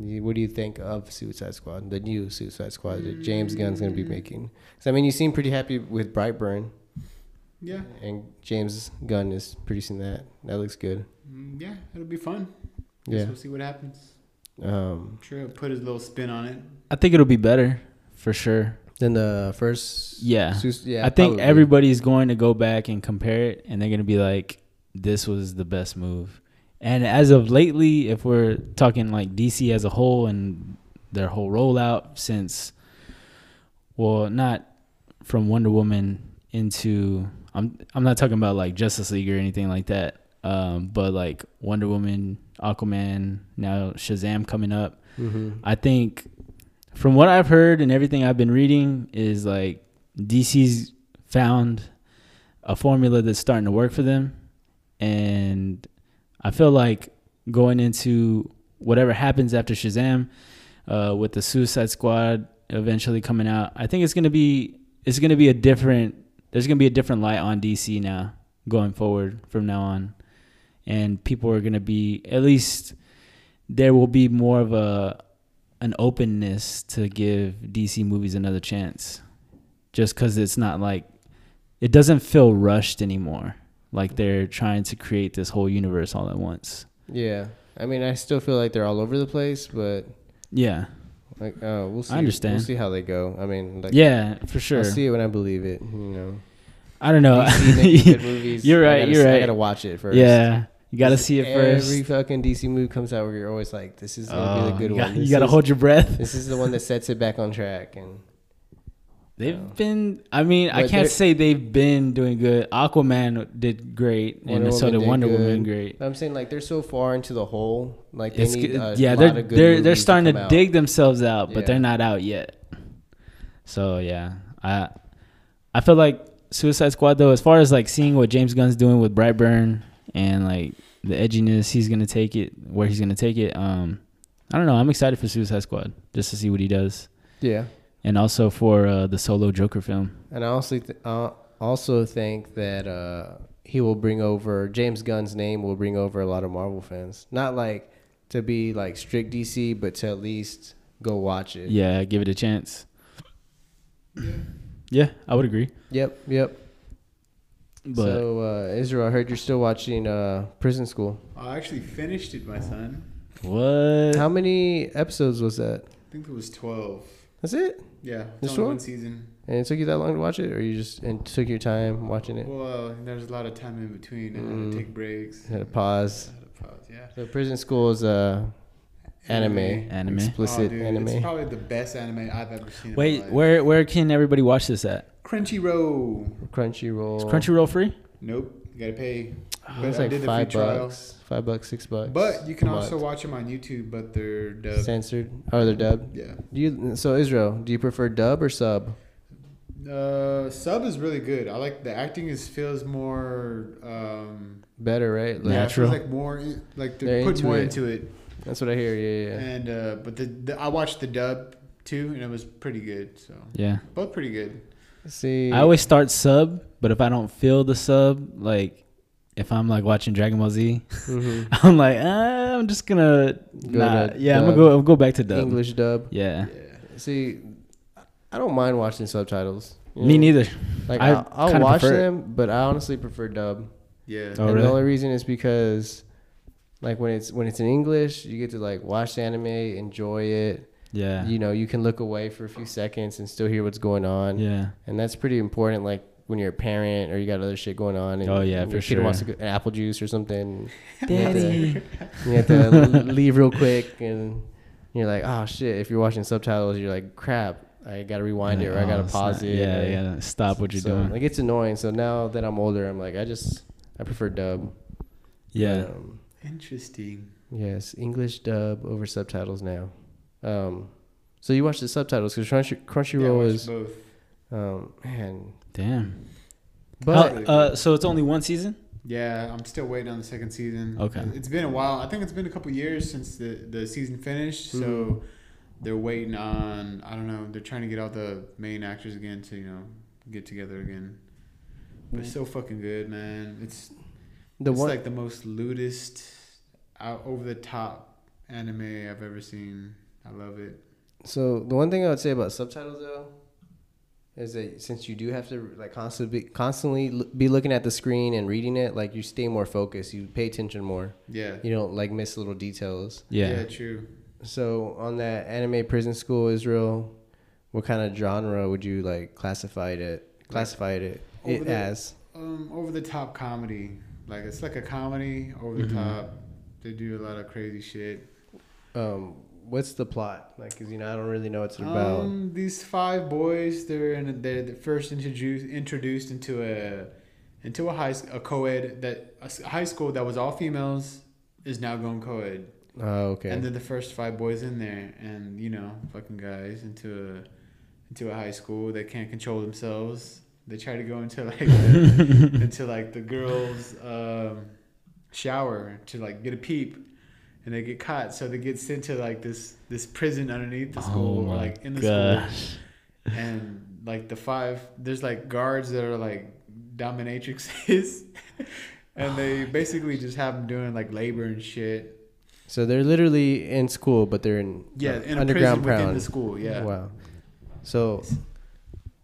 Speaker 3: You- What do you think of Suicide Squad, the new Suicide Squad that James Gunn's gonna be
Speaker 2: Mm.
Speaker 3: making? Because I mean, you seem pretty happy with Brightburn,
Speaker 1: Yeah.
Speaker 3: and James Gunn is producing that. That looks good.
Speaker 1: Mm, Yeah. It'll be fun. Guess
Speaker 3: Yeah.
Speaker 1: We'll see what happens. I'm
Speaker 3: Um,
Speaker 1: sure he'll put his little spin on it.
Speaker 2: I think it'll be better for sure.
Speaker 3: then the first,
Speaker 2: Yeah.
Speaker 3: Suic- yeah,
Speaker 2: I think
Speaker 3: probably.
Speaker 2: everybody's going to go back and compare it, and they're going to be like, "This was the best move." And as of lately, if we're talking like DC as a whole and their whole rollout since, well, not from Wonder Woman into I'm I'm not talking about like Justice League or anything like that, um, but like Wonder Woman, Aquaman, now Shazam coming up.
Speaker 3: Mhm.
Speaker 2: I think from what I've heard and everything I've been reading is like DC's found a formula that's starting to work for them and I feel like going into whatever happens after Shazam uh, with the Suicide Squad eventually coming out, I think it's going to be it's going to be a different there's going to be a different light on DC now going forward from now on. And people are going to be at least there will be more of a an openness to give DC movies another chance, just because it's not like it doesn't feel rushed anymore. Like they're trying to create this whole universe all at once.
Speaker 3: yeah. I mean, I still feel like they're all over the place, but
Speaker 2: Yeah,
Speaker 3: Like, oh, we'll see.
Speaker 2: understand.
Speaker 3: We'll see how they go. I mean, like,
Speaker 2: yeah, for sure.
Speaker 3: I'll see it when I believe it. You know,
Speaker 2: I don't know.
Speaker 3: DC making good movies.
Speaker 2: You're
Speaker 3: I
Speaker 2: right,
Speaker 3: gotta
Speaker 2: you're
Speaker 3: s- I
Speaker 2: right.
Speaker 3: gotta watch it first.
Speaker 2: yeah, you gotta see it first.
Speaker 3: Every fucking DC movie comes out where you're always like, this is gonna
Speaker 2: Oh,
Speaker 3: be the good
Speaker 2: you
Speaker 3: one.
Speaker 2: got-
Speaker 3: This
Speaker 2: you gotta
Speaker 3: is-
Speaker 2: hold your breath.
Speaker 3: This is the one that sets it back on track. And
Speaker 2: They've
Speaker 3: Yeah.
Speaker 2: been. I mean, I
Speaker 3: But
Speaker 2: can't
Speaker 3: they're-
Speaker 2: say they've been doing good. Aquaman did great,
Speaker 3: Wonder
Speaker 2: and so
Speaker 3: Woman
Speaker 2: did
Speaker 3: did
Speaker 2: Wonder
Speaker 3: good.
Speaker 2: Woman great.
Speaker 3: but I'm saying like they're so far into the hole. Like they
Speaker 2: It's
Speaker 3: need
Speaker 2: good-
Speaker 3: a
Speaker 2: yeah,
Speaker 3: uh, lot
Speaker 2: they're
Speaker 3: of good
Speaker 2: they're they're
Speaker 3: movies
Speaker 2: starting to,
Speaker 3: come out.
Speaker 2: dig themselves out, but
Speaker 3: Yeah.
Speaker 2: they're not out yet. So yeah, I I feel like Suicide Squad though, as far as like seeing what James Gunn's doing with Brightburn and like the edginess he's gonna take it, where he's gonna take it. Um, I don't know. I'm excited for Suicide Squad just to see what he does,
Speaker 3: Yeah,
Speaker 2: and also for uh, the solo Joker film.
Speaker 3: and I also th- uh, also think that uh, he will bring over James Gunn's name will bring over a lot of Marvel fans. Not like to be like strict DC, but to at least go watch it.
Speaker 2: Yeah, give it a chance. Yeah, I would agree.
Speaker 3: Yep. Yep.
Speaker 2: But
Speaker 3: so uh, Israel, I heard you're still watching uh, Prison School.
Speaker 1: I actually finished it, my son.
Speaker 2: what?
Speaker 3: How many episodes was that?
Speaker 1: I think it was 12.
Speaker 3: That's it.
Speaker 1: Yeah. it's
Speaker 3: This
Speaker 1: only
Speaker 3: one?
Speaker 1: one season.
Speaker 3: And it took you that long to watch it, or you just and took your time watching it?
Speaker 1: Well, there's a lot of time in between. I had
Speaker 3: Mm.
Speaker 1: to take breaks.
Speaker 3: Had a pause.
Speaker 1: I had to pause, yeah.
Speaker 3: So Prison School is uh, anime,
Speaker 2: Anime.
Speaker 3: explicit
Speaker 1: Oh, dude, It's
Speaker 3: anime.
Speaker 1: probably the best anime I've ever seen. in my
Speaker 2: Wait,
Speaker 1: life.
Speaker 2: where where can everybody watch this at?
Speaker 1: Crunchyroll.
Speaker 3: Crunchyroll.
Speaker 2: Is Crunchyroll free?
Speaker 1: Nope, you gotta pay.
Speaker 3: Oh,
Speaker 1: But
Speaker 3: it's
Speaker 1: I
Speaker 3: like
Speaker 1: did a
Speaker 3: five
Speaker 1: free trial.
Speaker 3: bucks, five bucks, six bucks.
Speaker 1: But you can
Speaker 3: a
Speaker 1: also
Speaker 3: month.
Speaker 1: watch them on YouTube, but they're dubbed.
Speaker 3: censored or they're dubbed.
Speaker 1: Yeah.
Speaker 3: Do you so Israel? Do you prefer dub or sub?
Speaker 1: Uh, sub is really good. I like the acting is feels more um,
Speaker 3: better, right? Like,
Speaker 1: yeah, it feels
Speaker 2: Natural.
Speaker 1: like more in- like they're,
Speaker 3: They're
Speaker 1: putting
Speaker 3: into
Speaker 1: more
Speaker 3: it.
Speaker 1: into it.
Speaker 3: That's what I hear. Yeah, yeah.
Speaker 1: And uh, but the, the I watched the dub too, and it was pretty good. So
Speaker 2: Yeah.
Speaker 1: both pretty good.
Speaker 3: See,
Speaker 2: I always start sub, but if I don't feel the sub, like if I'm like watching Dragon Ball Z,
Speaker 3: Mhm.
Speaker 2: I'm like, ah, I'm just gonna
Speaker 3: Go
Speaker 2: nah.
Speaker 3: to
Speaker 2: yeah, I'm
Speaker 3: dub.
Speaker 2: gonna go I'll go back to dub.
Speaker 3: English dub.
Speaker 2: Yeah.
Speaker 3: See, I don't mind watching subtitles. you
Speaker 2: Me
Speaker 3: know?
Speaker 2: neither.
Speaker 3: Like
Speaker 2: I
Speaker 3: I, I'll,
Speaker 2: kinda
Speaker 3: watch
Speaker 2: prefer it.
Speaker 3: them, but I honestly prefer dub.
Speaker 1: Yeah.
Speaker 2: Oh,
Speaker 3: and
Speaker 2: really?
Speaker 3: the only reason is because, like when it's when it's in English, you get to like watch the anime, enjoy it.
Speaker 2: Yeah.
Speaker 3: You know, you can look away for a few seconds and still hear what's going on,
Speaker 2: Yeah.
Speaker 3: and that's pretty important. Like when you're a parent or you got other shit going on. And
Speaker 2: Oh, yeah,
Speaker 3: and your
Speaker 2: for
Speaker 3: kid Wants to
Speaker 2: sure.
Speaker 3: get an apple juice or something.
Speaker 2: Daddy.
Speaker 3: You have to leave real quick, and you're like, oh shit. If you're watching subtitles, you're like, crap. I gotta rewind it, or I
Speaker 2: Oh,
Speaker 3: gotta
Speaker 2: it's
Speaker 3: pause
Speaker 2: not-
Speaker 3: it.
Speaker 2: Yeah,
Speaker 3: or-
Speaker 2: yeah. Stop what you're
Speaker 3: so,
Speaker 2: doing.
Speaker 3: Like it's annoying. So now that I'm older, I'm like, I just I prefer dub.
Speaker 2: yeah.
Speaker 3: But, um,
Speaker 1: Interesting.
Speaker 3: yes, English dub over subtitles now. Um, so you watch the subtitles because Crunchy,
Speaker 1: Yeah, I
Speaker 3: Crunchyroll
Speaker 1: watched
Speaker 3: is
Speaker 1: both.
Speaker 3: um, man.
Speaker 2: Damn.
Speaker 3: But
Speaker 2: How- uh, so it's only one season?
Speaker 1: Yeah, I'm still waiting on the second season.
Speaker 2: Okay.
Speaker 1: It's been a while. I think it's been a couple years since the, the season finished. So
Speaker 3: Mhm.
Speaker 1: they're waiting on, I don't know, they're trying to get all the main actors again to, you know, get together again. But it's so fucking good, man. It's,
Speaker 3: the
Speaker 1: it's
Speaker 3: one
Speaker 1: like the most lewdest, out, over the top anime I've ever seen. I love it.
Speaker 3: so the one thing I would say about subtitles though is that since you do have to like constantly constantly l- be looking at the screen and reading it, like you stay more focused, you pay attention more.
Speaker 1: Yeah.
Speaker 3: You don't like miss little details.
Speaker 2: Yeah.
Speaker 1: true.
Speaker 3: So on that anime prison school Israel, what kind of genre would you like classify it? Classify it,
Speaker 1: Over
Speaker 3: it
Speaker 1: the-
Speaker 3: as
Speaker 1: Um, over the top comedy. Like, it's like a comedy, over the
Speaker 2: Mhm.
Speaker 1: top. They do a lot of crazy shit.
Speaker 3: um, what's the plot? Like, 'cause, you know, I don't really know what it's about.
Speaker 1: Um, these five boys, they're in they're the first introduced introduced into a into a high s- a co-ed that a s- high school that was all females is now going co-ed.
Speaker 3: oh, okay.
Speaker 1: And they're the first five boys in there and you know, fucking guys into a into a high school that can't control themselves. They try to go into like the, into like the girls um, shower to like get a peep and they get caught so they get sent to like this this prison underneath the
Speaker 2: Oh
Speaker 1: school or
Speaker 2: my
Speaker 1: like in the school
Speaker 2: gosh.
Speaker 1: and like the five there's like guards that are like dominatrixes and they basically just have them doing like labor and shit
Speaker 3: so they're literally in school, but they're in
Speaker 1: yeah
Speaker 3: uh,
Speaker 1: in a
Speaker 3: underground
Speaker 1: prison within the
Speaker 3: ground.
Speaker 1: school yeah
Speaker 3: Wow. So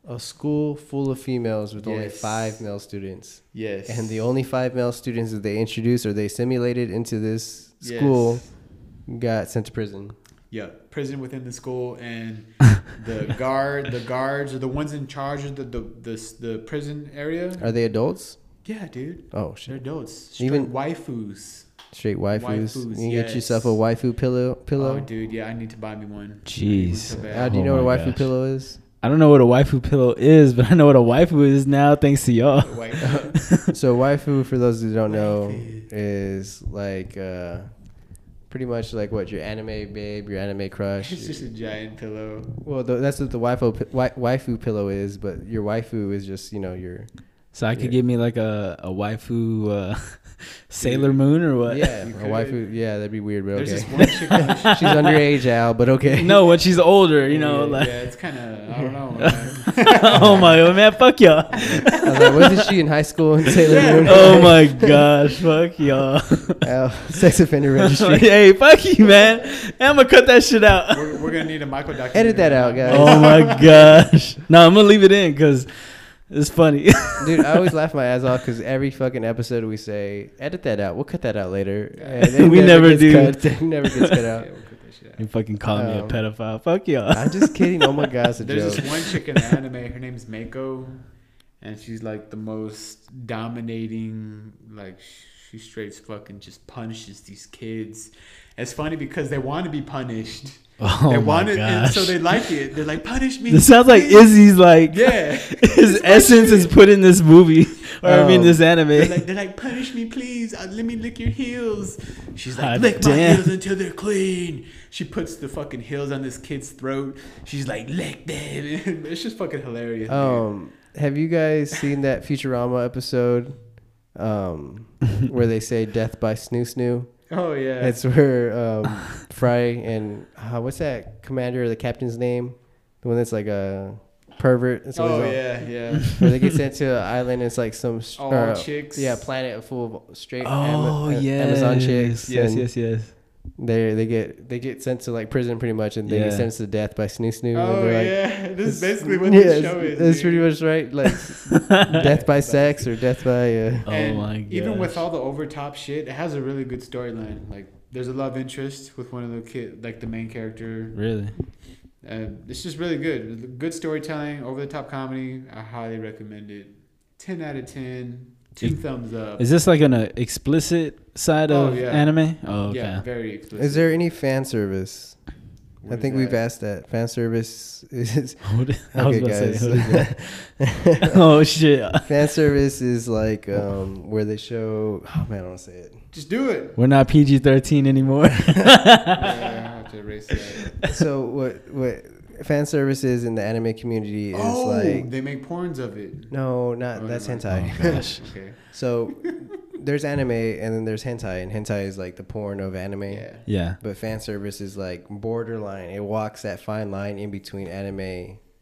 Speaker 3: a school full of females with only
Speaker 1: Yes.
Speaker 3: five male students,
Speaker 1: yes
Speaker 3: and the only five male students that they introduced or they simulated into this school
Speaker 1: yes.
Speaker 3: got sent to prison.
Speaker 1: yeah prison within the school and the guard the guards are the ones in charge of the the, the, the prison area
Speaker 3: Are they adults?
Speaker 1: yeah dude
Speaker 3: Oh
Speaker 1: they're
Speaker 3: shit!
Speaker 1: adults straight
Speaker 3: Even-
Speaker 1: waifus
Speaker 3: Straight waifus.
Speaker 1: Waifus,
Speaker 3: you get yourself a
Speaker 1: yes.
Speaker 3: waifu pillow.
Speaker 1: oh
Speaker 3: Pillow.
Speaker 1: dude yeah i need to buy me one I need one so
Speaker 2: Jeez.
Speaker 1: bad.
Speaker 3: Uh, do you
Speaker 2: Oh
Speaker 3: know
Speaker 2: my
Speaker 3: what a waifu
Speaker 2: gosh.
Speaker 3: pillow is?
Speaker 2: I don't know what a waifu pillow is, but I know what a waifu is now thanks to y'all.
Speaker 1: Waifu.
Speaker 3: so waifu, for those who don't know,
Speaker 1: Waifu.
Speaker 3: is like uh, pretty much like what your anime babe, your anime crush.
Speaker 1: It's just a giant pillow.
Speaker 3: well, th- that's what the waifu pi- wai- waifu pillow is, but your waifu is just you know your
Speaker 2: So I could
Speaker 3: Yeah.
Speaker 2: give me like a, a waifu uh, Sailor Moon or what?
Speaker 3: yeah,
Speaker 1: You
Speaker 3: a
Speaker 1: could.
Speaker 3: waifu. Yeah, that'd be weird, but
Speaker 1: There's
Speaker 3: okay.
Speaker 1: this one chick. that-
Speaker 3: She's underage, Al, but okay.
Speaker 2: No, when she's older, you know,
Speaker 1: yeah,
Speaker 2: like
Speaker 1: yeah, it's kind of I don't know. man.
Speaker 2: oh my god, man, fuck y'all.
Speaker 3: I was like, wasn't she in high school in Sailor Moon?
Speaker 2: Oh my gosh, fuck y'all.
Speaker 3: Al, sex offender registry.
Speaker 2: hey, fuck you, man. I'm gonna cut that shit out.
Speaker 1: We're, we're gonna need a Michael documentary.
Speaker 3: Edit that out, guys.
Speaker 2: Oh my gosh. No, I'm gonna leave it in because it's funny.
Speaker 3: Dude, I always laugh my ass off because every fucking episode we say, edit that out. We'll cut that out later. And it
Speaker 2: We never
Speaker 3: gets
Speaker 2: do.
Speaker 3: Cut. It never gets cut
Speaker 1: Yeah,
Speaker 3: out.
Speaker 1: we'll cut that shit out.
Speaker 2: you fucking calling me a
Speaker 3: Um,
Speaker 2: pedophile. Fuck y'all.
Speaker 3: I'm just kidding. Oh my god, it's a
Speaker 1: There's
Speaker 3: joke.
Speaker 1: this one chick in the anime. Her name's Mako, and she's like the most dominating. Like she straight fucking just punishes these kids. It's funny because they want to be punished.
Speaker 2: Oh
Speaker 1: they
Speaker 2: my
Speaker 1: want it, and
Speaker 2: gosh.
Speaker 1: so they like it. They're like, punish me.
Speaker 2: This sounds like Izzy's like
Speaker 1: Yeah.
Speaker 2: his essence is put in this movie or I mean
Speaker 3: Oh.
Speaker 2: this
Speaker 1: Um, They're
Speaker 2: anime.
Speaker 1: like, they're like, punish me, please. Uh, let me lick your heels. She's like,
Speaker 2: Hot
Speaker 1: lick my
Speaker 2: damn.
Speaker 1: heels until they're clean. She puts the fucking heels on this kid's throat. She's like, lick
Speaker 2: Oh.
Speaker 1: them. it's just fucking hilarious. dude.
Speaker 3: Um, have you guys seen that Futurama episode um, where they say "death by snoo snoo."
Speaker 1: Oh yeah.
Speaker 3: It's where um, Fry and uh, what's that commander or the captain's name? The one that's like a pervert. That's what he's
Speaker 1: oh
Speaker 3: on.
Speaker 1: yeah, yeah.
Speaker 3: Where they get sent to an island. It's like some sh-
Speaker 1: All
Speaker 3: or, uh,
Speaker 1: chicks.
Speaker 3: Yeah, planet full of straight
Speaker 2: Oh
Speaker 3: Ama- uh,
Speaker 2: yes.
Speaker 3: Amazon chicks.
Speaker 2: Yes,
Speaker 3: and
Speaker 2: yes, yes.
Speaker 3: They they get they get sent to like prison pretty much, and they
Speaker 2: Yeah.
Speaker 3: get sentenced to death by snoo snoo.
Speaker 1: Oh
Speaker 3: and they're uh, like,
Speaker 1: yeah. This is basically what
Speaker 3: yeah,
Speaker 1: this
Speaker 3: it's-
Speaker 1: show is.
Speaker 3: That's
Speaker 1: dude.
Speaker 3: pretty much right. Like death by sex or death by. Uh,
Speaker 2: Oh
Speaker 1: and
Speaker 2: my god.
Speaker 1: even with all the overtop shit, it has a really good storyline. Like there's a love interest with one of the kid, like the main character.
Speaker 2: really.
Speaker 1: Uh, it's just really good. Good storytelling, over the top comedy. I highly recommend it. Ten out of ten. Two
Speaker 2: Is-
Speaker 1: thumbs up.
Speaker 2: Is this like an uh, explicit side
Speaker 1: Oh,
Speaker 2: of
Speaker 1: yeah.
Speaker 2: anime? Oh, okay.
Speaker 1: Yeah, very explicit.
Speaker 3: is there any fan service?
Speaker 1: What
Speaker 3: I
Speaker 1: is
Speaker 3: think we've
Speaker 1: that?
Speaker 3: asked that. Fan service is
Speaker 2: What is- I was
Speaker 3: okay,
Speaker 2: about to
Speaker 3: guys.
Speaker 2: say, what is that? oh shit.
Speaker 3: fan service is like um, where they show. Oh man, I don't want to say it.
Speaker 1: Just do it.
Speaker 2: We're not PG thirteen anymore.
Speaker 1: yeah, I have to erase that.
Speaker 3: So what what fan service is in the anime community is
Speaker 1: oh,
Speaker 3: like
Speaker 1: they make porns of it.
Speaker 3: no, not
Speaker 1: Oh,
Speaker 3: that's
Speaker 1: never
Speaker 3: hentai.
Speaker 2: gosh.
Speaker 1: Okay.
Speaker 3: so there's anime and then there's hentai, and hentai is like the porn of anime.
Speaker 1: Yeah.
Speaker 2: yeah.
Speaker 3: But fan service is like borderline. It walks that fine line in between anime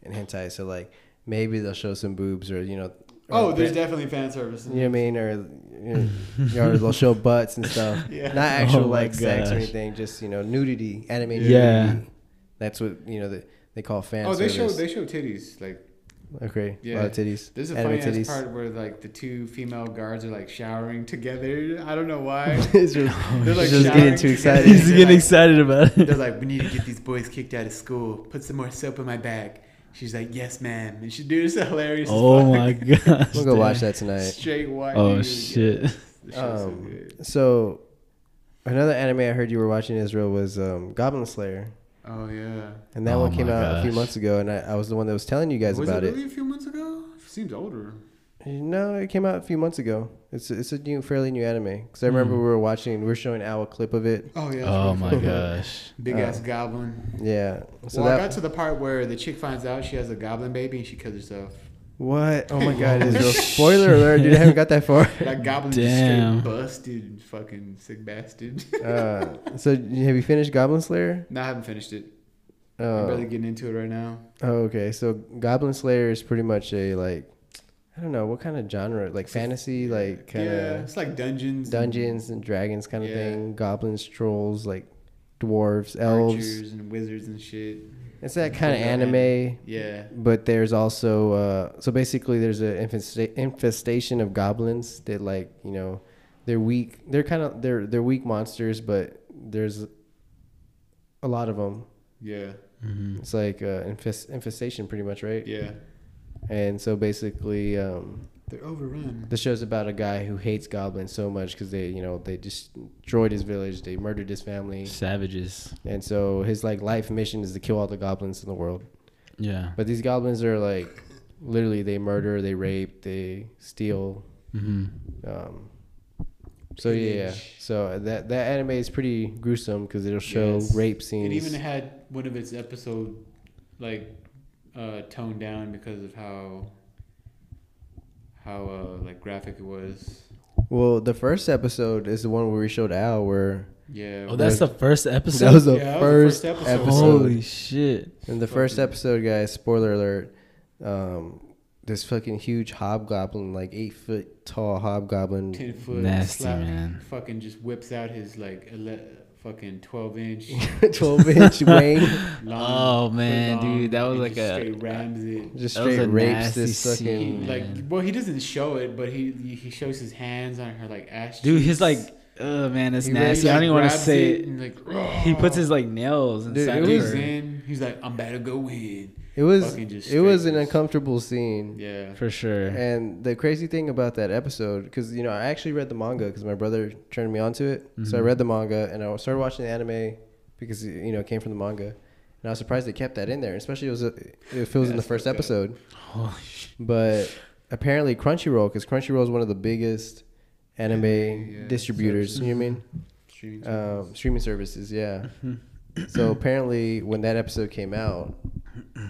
Speaker 3: and hentai. So like maybe they'll show some boobs or you know.
Speaker 1: Oh,
Speaker 3: or
Speaker 1: there's definitely fan service.
Speaker 3: You know what I mean? Or you know, or they'll show butts and stuff.
Speaker 1: Yeah.
Speaker 3: Not actual
Speaker 2: Oh my
Speaker 3: like sex or
Speaker 2: gosh.
Speaker 3: anything, just you know, nudity, anime
Speaker 2: Yeah.
Speaker 3: nudity. That's what you know they, they call fan
Speaker 1: Oh, they show
Speaker 3: service.
Speaker 1: they show titties. Like
Speaker 3: okay. A
Speaker 1: Yeah.
Speaker 3: lot of titties.
Speaker 1: there's a
Speaker 3: anime
Speaker 1: funny
Speaker 3: titties.
Speaker 1: ass part where like the two female guards are like showering together. I don't know why.
Speaker 3: It's just,
Speaker 1: They're like
Speaker 3: just
Speaker 1: showering
Speaker 3: getting too
Speaker 1: together.
Speaker 3: excited.
Speaker 2: He's
Speaker 1: They're
Speaker 2: getting
Speaker 1: like-
Speaker 2: excited about it.
Speaker 1: They're like, we need to get these boys kicked out of school. Put some more soap in my bag. She's like, yes, ma'am. And she dude, it's hilarious. as
Speaker 2: Oh
Speaker 1: fuck.
Speaker 2: my gosh.
Speaker 3: We'll go watch
Speaker 2: dude.
Speaker 3: that tonight.
Speaker 1: Straight white.
Speaker 2: Oh,
Speaker 1: dude.
Speaker 2: shit.
Speaker 1: Yes. The show's so
Speaker 3: Um,
Speaker 1: good.
Speaker 3: so another anime I heard you were watching Israel was um, Goblin Slayer.
Speaker 1: Oh yeah.
Speaker 3: And that
Speaker 2: Oh
Speaker 3: one came
Speaker 2: my
Speaker 3: out a few
Speaker 2: gosh.
Speaker 3: months ago and I, I was the one that was telling you guys
Speaker 1: Was
Speaker 3: about
Speaker 1: it
Speaker 3: it.
Speaker 1: really a few months ago? Seems older.
Speaker 3: No, it came out a few months ago. It's it's a new, fairly new anime. Cause I
Speaker 2: Hmm.
Speaker 3: remember we were watching, we were showing Al a clip of it.
Speaker 1: Oh yeah.
Speaker 2: Oh my gosh.
Speaker 1: Big
Speaker 3: Uh,
Speaker 1: ass goblin.
Speaker 3: Yeah. So
Speaker 1: well, I
Speaker 3: that
Speaker 1: got to the part where the chick finds out she has a goblin baby and she kills herself.
Speaker 3: what? Oh my god! Is real spoiler alert, dude. I haven't got that far.
Speaker 1: That goblin
Speaker 2: Damn.
Speaker 1: just straight busted, fucking sick bastard.
Speaker 3: Uh, so have you finished Goblin Slayer?
Speaker 1: no, I haven't finished it. I'm
Speaker 3: Uh,
Speaker 1: barely getting into it right now.
Speaker 3: oh, okay. So Goblin Slayer is pretty much a like, I don't know what kind of genre, like fantasy, like kind
Speaker 1: yeah,
Speaker 3: of
Speaker 1: it's like dungeons, and
Speaker 3: dungeons and dragons kind of
Speaker 1: Yeah.
Speaker 3: thing. Goblins, trolls, like dwarves, elves.
Speaker 1: archers and wizards and shit.
Speaker 3: It's that kind of
Speaker 1: Yeah.
Speaker 3: anime.
Speaker 1: Yeah.
Speaker 3: but there's also uh, so basically there's an infesta- infestation of goblins that like you know they're weak they're kind of they're they're weak monsters but there's a lot of them
Speaker 1: Yeah.
Speaker 2: Mhm.
Speaker 3: it's like uh, infest- infestation pretty much right
Speaker 1: Yeah.
Speaker 3: and so basically um,
Speaker 1: They're overrun.
Speaker 3: the show's about a guy who hates goblins so much because they you know they just destroyed his village they murdered his family
Speaker 2: Savages.
Speaker 3: and so his like life mission is to kill all the goblins in the world
Speaker 2: Yeah.
Speaker 3: But these goblins are like literally they murder, they rape, they steal.
Speaker 2: hmm
Speaker 3: Um, so yeah, yeah.
Speaker 1: Pillage.
Speaker 3: So uh, that that anime is pretty gruesome because it'll show
Speaker 1: Yes.
Speaker 3: rape
Speaker 1: It
Speaker 3: scenes.
Speaker 1: even had one of its episode like uh, toned down because of how how uh, like graphic it was.
Speaker 3: well, the first episode is the one where we showed Al where
Speaker 1: Yeah.
Speaker 2: Oh, that's the first episode.
Speaker 3: that was the,
Speaker 1: Yeah, that was
Speaker 3: first,
Speaker 1: the first
Speaker 3: episode.
Speaker 1: episode.
Speaker 2: Holy shit.
Speaker 3: And the first
Speaker 1: Fucking-
Speaker 3: episode, guys, spoiler alert. Um, this fucking huge hobgoblin, like eight foot tall hobgoblin,
Speaker 1: ten foot
Speaker 2: Nasty
Speaker 1: slap-
Speaker 2: man.
Speaker 1: Fucking just whips out his like ele- fucking twelve inch
Speaker 3: twelve inch wing,
Speaker 1: long.
Speaker 2: Oh, man,
Speaker 1: foot long,
Speaker 2: dude, that was
Speaker 1: and
Speaker 2: like
Speaker 1: um, just
Speaker 2: a-
Speaker 1: straight rams it.
Speaker 3: just
Speaker 2: That was
Speaker 3: straight
Speaker 2: a
Speaker 3: rapes this
Speaker 2: nasty
Speaker 3: fucking.
Speaker 1: He,
Speaker 2: Mm.
Speaker 1: like
Speaker 2: Man.
Speaker 1: well, he doesn't show it, but he he shows his hands on her like ass.
Speaker 2: Dude,
Speaker 1: cheeks.
Speaker 2: he's like, oh man, that's
Speaker 1: He really,
Speaker 2: nasty. I
Speaker 1: like,
Speaker 2: don't even want to
Speaker 1: grabs
Speaker 2: say
Speaker 1: it
Speaker 2: it.
Speaker 1: and, like,
Speaker 2: He puts his like nails
Speaker 3: Dude, it
Speaker 2: inside
Speaker 1: He's
Speaker 2: of her.
Speaker 1: in. He's like, I'm about to go in.
Speaker 3: It was
Speaker 1: Fucking just
Speaker 3: it was
Speaker 1: straight
Speaker 3: an
Speaker 1: just-
Speaker 3: uncomfortable scene.
Speaker 1: Yeah.
Speaker 2: For sure.
Speaker 3: And the crazy thing about that episode, because you know I actually read the manga because my brother turned me onto it, so
Speaker 2: Mm-hmm.
Speaker 3: I read the manga and I started watching the anime because you know it came from the manga, and I was surprised they kept that in there, especially it was if it was in the
Speaker 1: That's
Speaker 3: first
Speaker 1: fucked up.
Speaker 3: episode.
Speaker 2: Holy shit.
Speaker 3: But apparently Crunchyroll, because Crunchyroll is one of the biggest anime
Speaker 1: Yeah,
Speaker 3: distributors. You know what I mean?
Speaker 1: Streaming
Speaker 2: Uh, Mm-hmm.
Speaker 3: um, streaming services. Yeah. so apparently, when that episode came out,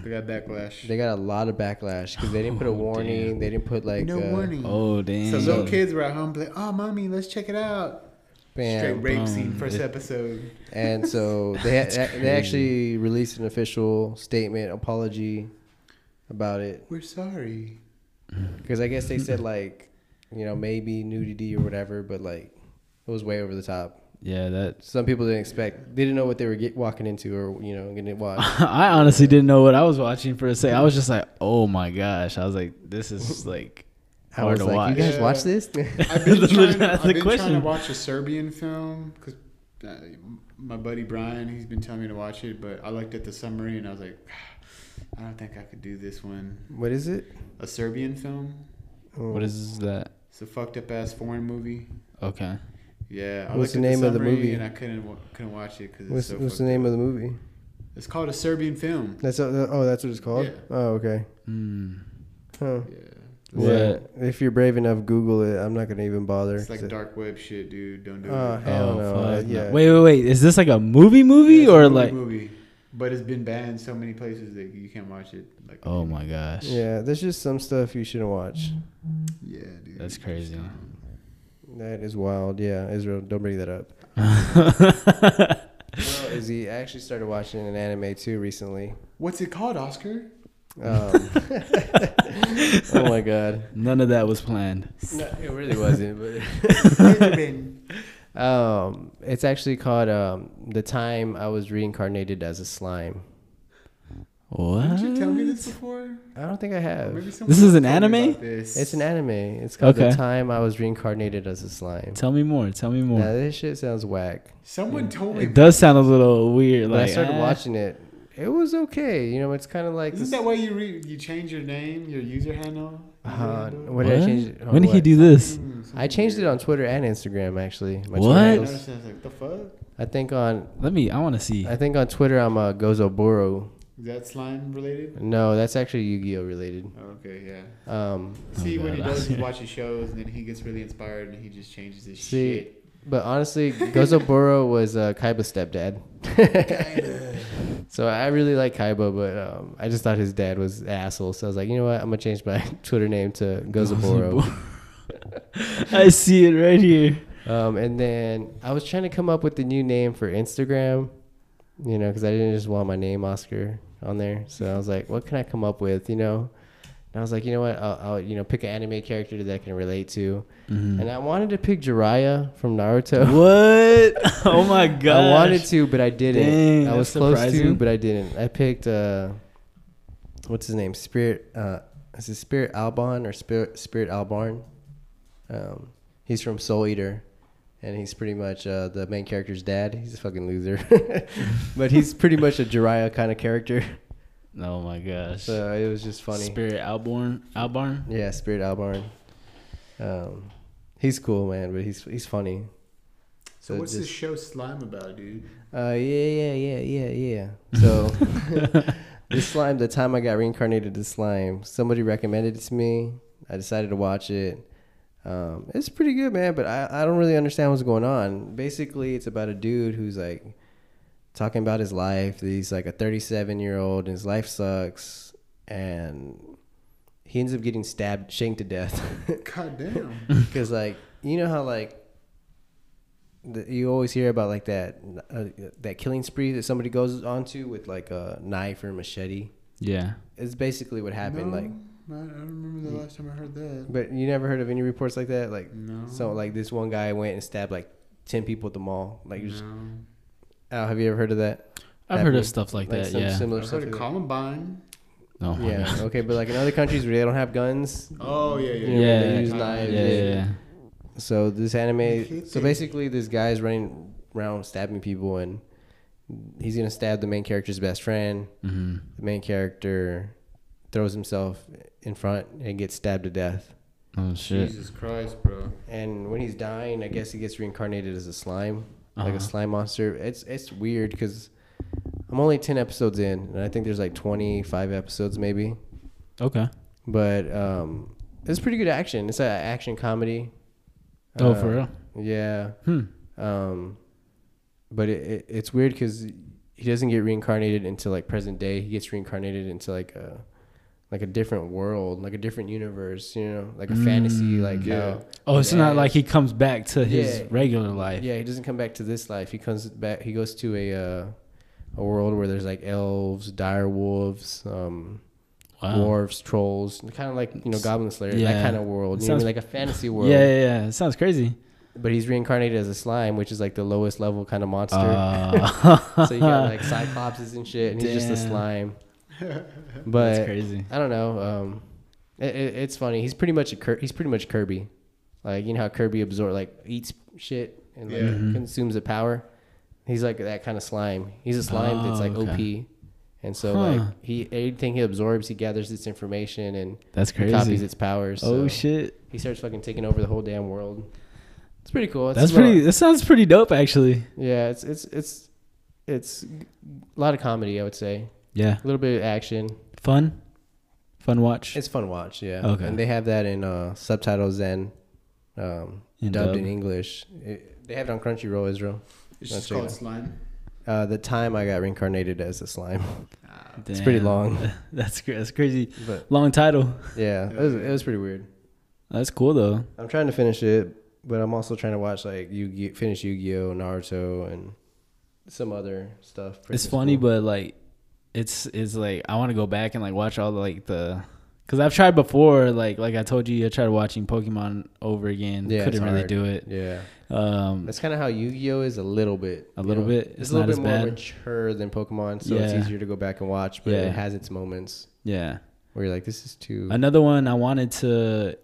Speaker 1: They got backlash.
Speaker 3: They got a lot of backlash because they didn't put a
Speaker 2: Oh,
Speaker 3: warning.
Speaker 2: damn.
Speaker 3: They didn't put like
Speaker 1: no
Speaker 3: uh,
Speaker 1: warning.
Speaker 2: Oh damn.
Speaker 1: so little kids were at home like, oh mommy, let's check it out. Straight
Speaker 3: Bam.
Speaker 1: rape
Speaker 2: boom.
Speaker 1: scene first
Speaker 2: It-
Speaker 1: episode.
Speaker 3: And so they had,
Speaker 2: That's
Speaker 3: they actually released an official statement apology about it
Speaker 1: We're sorry.
Speaker 3: because I guess they said like you know maybe nudity or whatever, but like it was way over the top.
Speaker 2: Yeah, that.
Speaker 3: Some people didn't expect. They didn't know what they were get, walking into or you know going to watch.
Speaker 2: I honestly didn't know what I was watching for a second. I was just like, "Oh my gosh!" I was like, "This is like
Speaker 3: I
Speaker 2: Hard
Speaker 3: was
Speaker 2: to
Speaker 3: like, you
Speaker 2: watch.
Speaker 3: guys
Speaker 1: Yeah.
Speaker 3: watch this?
Speaker 1: I've been,
Speaker 2: That's
Speaker 1: trying,
Speaker 2: the
Speaker 1: I've been trying to
Speaker 2: question.
Speaker 1: watch a Serbian film because uh, my buddy Brian, he's been telling me to watch it, but I looked at the summary and I was like, "Ah, I don't think I could do this one.
Speaker 3: what is it?
Speaker 1: A Serbian film?
Speaker 2: what is that?"
Speaker 1: It's a fucked up ass foreign movie.
Speaker 2: Okay.
Speaker 1: Yeah, I
Speaker 3: What's
Speaker 1: looked
Speaker 3: the
Speaker 1: at
Speaker 3: name of the
Speaker 1: summary
Speaker 3: movie?
Speaker 1: And I couldn't wa- couldn't watch it because it's
Speaker 3: What's,
Speaker 1: so.
Speaker 3: what's
Speaker 1: What's
Speaker 3: the name of the movie?
Speaker 1: It's called a Serbian film.
Speaker 3: That's uh, oh, that's what it's called.
Speaker 1: Yeah.
Speaker 3: Oh, okay.
Speaker 2: Hmm.
Speaker 3: Huh.
Speaker 1: Yeah,
Speaker 2: What?
Speaker 3: Yeah. If you're brave enough, Google it. I'm not gonna even bother.
Speaker 1: it's like
Speaker 3: It's a-
Speaker 1: dark web shit, dude. Don't do
Speaker 3: Oh,
Speaker 1: it.
Speaker 3: hell no. Uh,
Speaker 2: fuck no.
Speaker 3: yeah.
Speaker 2: Wait, wait, wait. Is this like a movie movie
Speaker 1: Yeah, it's a
Speaker 2: or
Speaker 1: movie
Speaker 2: like?
Speaker 1: movie? But it's been banned so many places that you can't watch it. Like
Speaker 2: Oh my gosh.
Speaker 3: Yeah, there's just some stuff you shouldn't watch.
Speaker 1: yeah, dude.
Speaker 2: That's crazy.
Speaker 3: That is wild. Yeah, Israel, don't bring that up. Well, Izzy, I actually started watching an anime too recently.
Speaker 1: What's it called, Oscar?
Speaker 3: Um, oh my god.
Speaker 2: None of that was planned.
Speaker 3: No, it really wasn't.
Speaker 1: Benjamin.
Speaker 3: But um, it's actually called um, "The Time I Was Reincarnated as a Slime."
Speaker 2: What?
Speaker 1: Didn't you tell me this before?
Speaker 3: I don't think I have.
Speaker 1: Maybe someone
Speaker 2: This
Speaker 1: else
Speaker 2: is an
Speaker 1: told me
Speaker 2: anime?
Speaker 1: about This.
Speaker 3: It's an anime. It's called
Speaker 2: Okay.
Speaker 3: "The Time I Was Reincarnated as a Slime."
Speaker 2: Tell me more. Tell me more.
Speaker 3: Now this shit sounds whack.
Speaker 1: Someone told me.
Speaker 2: it does sound a little weird.
Speaker 3: When
Speaker 2: Like
Speaker 3: I started
Speaker 2: ah.
Speaker 3: watching it, it was okay. You know, it's kind of like
Speaker 1: Isn't
Speaker 3: this-
Speaker 1: that why you re- you change your name, your user handle?
Speaker 3: Uh,
Speaker 1: User handle?
Speaker 3: what did I
Speaker 2: What?
Speaker 3: change it? on
Speaker 2: When did he
Speaker 3: what?
Speaker 2: do this?
Speaker 1: Mm, something
Speaker 3: I changed it
Speaker 1: weird.
Speaker 3: on Twitter and Instagram actually. My Twitter
Speaker 2: What?
Speaker 1: I
Speaker 3: handles.
Speaker 1: noticed, I was like, the fuck?
Speaker 3: I think on
Speaker 2: Let me. I want to see.
Speaker 3: I think on Twitter I'm uh, Gozoburo.
Speaker 1: Is that slime related?
Speaker 3: No, that's actually Yu-Gi-Oh related.
Speaker 1: Oh, okay, yeah.
Speaker 3: Um,
Speaker 1: See, what he
Speaker 2: God.
Speaker 1: does, he watches shows, and then he gets really inspired, and he just changes his
Speaker 3: See,
Speaker 1: shit.
Speaker 3: but honestly, Gozoburo was uh, Kaiba's stepdad. so I really like Kaiba, but um, I just thought his dad was an asshole. So I was like, you know what? I'm gonna change my Twitter name to Gozoburo.
Speaker 2: I see it right here.
Speaker 3: Um, and then I was trying to come up with the new name for Instagram, you know, because I didn't just want my name Oscar on there. So I was like, what can I come up with, you know? And I was like, you know what? I'll, I'll you know pick an anime character that I can relate to. And I wanted to pick Jiraiya from Naruto.
Speaker 2: What? Oh my god.
Speaker 3: I wanted to, but I didn't.
Speaker 2: Dang,
Speaker 3: I was
Speaker 2: that's
Speaker 3: close to,
Speaker 2: surprising.
Speaker 3: but I didn't. I picked uh, what's his name? Spirit. Uh, is it Spirit Albarn or Spirit Spirit Albarn? Um, he's from Soul Eater, and he's pretty much uh, the main character's dad. He's a fucking loser, but he's pretty much a Jiraiya kind of character.
Speaker 2: Oh my gosh.
Speaker 3: So it was just funny.
Speaker 2: Spirit Alborn. Alborn.
Speaker 3: Yeah, Spirit Albarn. Um, he's cool, man, but he's he's funny.
Speaker 1: So,
Speaker 3: So
Speaker 1: what's
Speaker 3: just-
Speaker 1: this show slime about, dude?
Speaker 3: Uh, yeah, yeah, yeah, yeah, yeah. So, the slime. The time I got reincarnated to slime, somebody recommended it to me. I decided to watch it. Um, it's pretty good, man. But I, I don't really understand what's going on. Basically, it's about a dude who's like talking about his life. that He's like a 37 year old, and his life sucks. And he ends up getting stabbed, shanked to death.
Speaker 1: God damn.
Speaker 3: Because like you know how like the, you always hear about like that uh, that killing spree that somebody goes onto with like a knife or machete.
Speaker 2: Yeah.
Speaker 3: It's basically what happened.
Speaker 1: No,
Speaker 3: Like,
Speaker 1: I I don't remember the last time I heard that.
Speaker 3: but you never heard of any reports like that. Like,
Speaker 1: No.
Speaker 3: so like this one guy went and stabbed like ten people at the mall. Like, you just,
Speaker 1: no.
Speaker 3: oh, have you ever heard of that?
Speaker 2: I've
Speaker 3: That
Speaker 2: heard
Speaker 3: movie.
Speaker 2: of stuff like, that.
Speaker 3: some
Speaker 2: Yeah.
Speaker 1: I
Speaker 3: similar
Speaker 1: heard
Speaker 3: stuff.
Speaker 1: of
Speaker 3: like that.
Speaker 1: Columbine.
Speaker 2: oh my
Speaker 3: yeah.
Speaker 2: gosh.
Speaker 3: Okay, but like in other countries where they don't have guns,
Speaker 1: Oh yeah, yeah.
Speaker 3: You know,
Speaker 2: Yeah.
Speaker 3: they use
Speaker 2: Yeah.
Speaker 3: knives.
Speaker 2: Yeah. yeah.
Speaker 3: So this
Speaker 1: I
Speaker 3: anime,
Speaker 1: hate
Speaker 3: so
Speaker 1: it.
Speaker 3: basically this guy's running around stabbing people, and he's gonna stab the main character's best friend.
Speaker 2: Mm-hmm.
Speaker 3: The main character throws himself in front and gets stabbed to death.
Speaker 2: Oh shit.
Speaker 1: Jesus Christ, bro.
Speaker 3: And when he's dying, I guess he gets reincarnated as a slime, like
Speaker 2: Uh-huh.
Speaker 3: a slime monster. It's it's weird because I'm only ten episodes in, and I think there's like twenty five episodes maybe. uh,
Speaker 2: Okay.
Speaker 3: But um, it's pretty good action. It's an action comedy.
Speaker 2: oh,
Speaker 3: Uh,
Speaker 2: for real.
Speaker 3: Yeah.
Speaker 2: Hmm.
Speaker 3: Um, but it, it, it's weird because he doesn't get reincarnated into like present day. He gets reincarnated into like a like a different world, like a different universe. You know, like a fantasy.
Speaker 2: Mm,
Speaker 3: Like
Speaker 1: yeah.
Speaker 3: how
Speaker 2: Oh, it's
Speaker 3: Yeah.
Speaker 2: not like he comes back to his
Speaker 3: Yeah.
Speaker 2: regular life.
Speaker 3: yeah, he doesn't come back to this life. He comes back. He goes to a uh, a world where there's like elves, dire wolves, um,
Speaker 2: Wow.
Speaker 3: dwarves, trolls, kind of like you know Goblin Slayer, that
Speaker 2: Yeah.
Speaker 3: kind of world. You know,
Speaker 2: Sounds-
Speaker 3: what I mean? like a fantasy world.
Speaker 2: Yeah, yeah, yeah. It sounds crazy.
Speaker 3: But he's reincarnated as a slime, which is like the lowest level kind of monster.
Speaker 2: Ah. Uh,
Speaker 3: so you got like cyclopses and shit, and he's just a
Speaker 2: Damn.
Speaker 3: slime.
Speaker 2: that's
Speaker 3: But
Speaker 2: crazy.
Speaker 3: I don't know. Um, it, it, it's funny. He's pretty much a Cur- he's pretty much Kirby. Like you know how Kirby absorb like eats shit and like
Speaker 1: Yeah.
Speaker 2: Mhm.
Speaker 3: consumes the power. He's like that kind of slime. He's a slime that's
Speaker 2: Oh,
Speaker 3: like
Speaker 2: okay.
Speaker 3: OP. And so
Speaker 2: Huh.
Speaker 3: like he anything he absorbs, he gathers this information and
Speaker 2: That's
Speaker 3: he copies
Speaker 2: crazy.
Speaker 3: its powers.
Speaker 2: Oh
Speaker 3: so
Speaker 2: shit.
Speaker 3: He starts fucking taking over the whole damn world. It's pretty cool. It's
Speaker 2: That's
Speaker 3: a little-
Speaker 2: pretty. That sounds pretty dope, actually.
Speaker 3: Yeah, it's it's it's it's a lot of comedy, I would say.
Speaker 2: Yeah.
Speaker 3: A little bit of action.
Speaker 2: Fun. Fun watch.
Speaker 3: It's fun watch, yeah.
Speaker 2: Okay.
Speaker 3: And they have that in uh, subtitles and um,
Speaker 2: In
Speaker 3: dubbed
Speaker 2: dub.
Speaker 3: in English. It, they have it on Crunchyroll, Israel.
Speaker 1: It's
Speaker 3: That's
Speaker 1: just called
Speaker 3: right.
Speaker 1: slime.
Speaker 3: Uh, the time I got reincarnated as a slime,
Speaker 1: Ah,
Speaker 3: it's pretty
Speaker 2: Damn.
Speaker 3: long,
Speaker 2: That's cra- that's crazy.
Speaker 3: but
Speaker 2: Long title.
Speaker 3: yeah, it was, it was pretty weird.
Speaker 2: That's cool though.
Speaker 3: I'm trying to finish it, but I'm also trying to watch like Yu finish Yu-Gi-Oh, Naruto, and some other stuff.
Speaker 2: it's funny, but like, it's it's like I want to go back and like watch all the like the. Cause I've tried before, like like I told you, I tried watching Pokemon over again.
Speaker 3: Yeah, it's
Speaker 2: Couldn't really
Speaker 3: hard.
Speaker 2: do it.
Speaker 3: yeah,
Speaker 2: Um,
Speaker 3: that's kind of how Yu-Gi-Oh is a little bit,
Speaker 2: A
Speaker 3: you
Speaker 2: little bit.
Speaker 3: It's,
Speaker 2: It's
Speaker 3: a
Speaker 2: not
Speaker 3: little bit
Speaker 2: as
Speaker 3: more
Speaker 2: bad.
Speaker 3: mature than Pokemon, so it's
Speaker 2: Yeah.
Speaker 3: easier to go back and watch. But
Speaker 2: Yeah.
Speaker 3: it has its moments
Speaker 2: yeah.
Speaker 3: where you're like, this is too.
Speaker 2: Another one I wanted to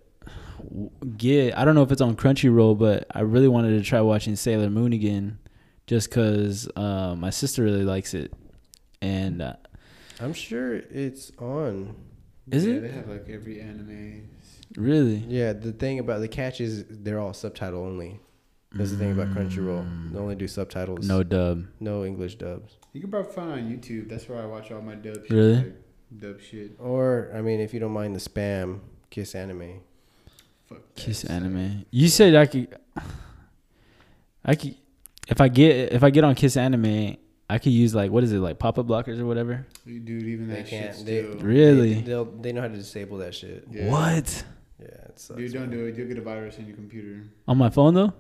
Speaker 2: get. I don't know if it's on Crunchyroll, but I really wanted to try watching Sailor Moon again, just because um, my sister really likes it. And uh,
Speaker 3: I'm sure it's on.
Speaker 2: is
Speaker 1: yeah,
Speaker 2: it
Speaker 1: They have like every anime.
Speaker 2: really?
Speaker 3: Yeah, the thing about the catch is they're all subtitle only. That's the thing about Crunchyroll. They only do subtitles.
Speaker 2: No dub.
Speaker 3: no English dubs.
Speaker 1: You can probably find it on YouTube. That's where I watch all my dub. Shit,
Speaker 2: Really?
Speaker 1: like, dub shit.
Speaker 3: Or I mean, if you don't mind the spam, Kiss Anime.
Speaker 1: Fuck. that
Speaker 2: Kiss
Speaker 1: shit.
Speaker 2: anime. You said I could. I could. If I get if I get on Kiss Anime, I could use like what is it like pop up blockers or whatever.
Speaker 1: You Dude, even
Speaker 3: They
Speaker 1: that shit
Speaker 3: can't-
Speaker 1: still.
Speaker 3: they- They,
Speaker 2: Really?
Speaker 3: they'll they know how to disable that shit.
Speaker 1: Yeah.
Speaker 2: What
Speaker 3: Yeah, it sucks.
Speaker 1: Dude, don't
Speaker 3: man.
Speaker 1: do it. You'll get a virus in your computer.
Speaker 2: on my phone though?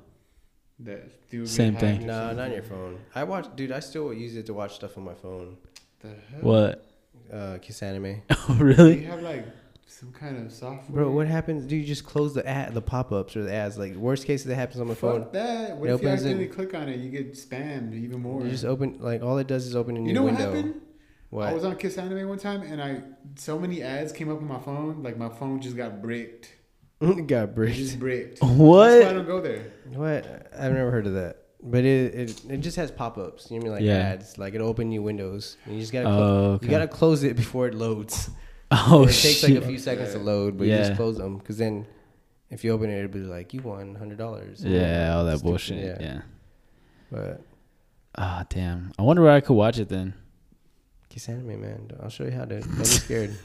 Speaker 1: That dude.
Speaker 2: Same thing.
Speaker 3: No, not on your phone. I watch, dude. I still use it to watch stuff on my phone.
Speaker 1: The hell?
Speaker 2: What?
Speaker 3: Uh, Kiss Anime.
Speaker 2: Oh
Speaker 1: Do
Speaker 2: really?
Speaker 1: you have like some kind of software?
Speaker 3: Bro, what happens? Do you just close the ad, the pop ups or the ads? Like worst case, that happens on my
Speaker 1: Fuck
Speaker 3: phone.
Speaker 1: that. What
Speaker 3: It
Speaker 1: if you
Speaker 3: opens in-
Speaker 1: accidentally click on it? You get spammed even more.
Speaker 3: You just open like all it does is open a new
Speaker 1: You know what
Speaker 3: window.
Speaker 1: happened?
Speaker 3: What?
Speaker 1: I was on Kiss Anime one time, and I so many ads came up on my phone. Like my phone just got bricked.
Speaker 3: Got
Speaker 1: It
Speaker 3: bricked.
Speaker 1: just bricked. That's why I
Speaker 2: What?
Speaker 1: don't go there.
Speaker 3: What? I've never heard of that. But it it, it just has pop ups. You know what I mean like
Speaker 2: Yeah.
Speaker 3: ads? Like it'll open new windows. And you just gotta clo-
Speaker 2: Oh,
Speaker 3: you gotta close it before it loads.
Speaker 2: Oh
Speaker 3: it takes
Speaker 2: shit!
Speaker 3: like a few seconds to load, but you just
Speaker 2: Yeah.
Speaker 3: close them because then if you open it, it'll be like you won hundred dollars.
Speaker 2: yeah, all that
Speaker 3: Stupid,
Speaker 2: bullshit.
Speaker 3: yeah.
Speaker 2: Yeah.
Speaker 3: But
Speaker 2: Ah, damn. I wonder where I could watch it then.
Speaker 3: Kiss Anime, man. I'll show you how to. Don't be scared.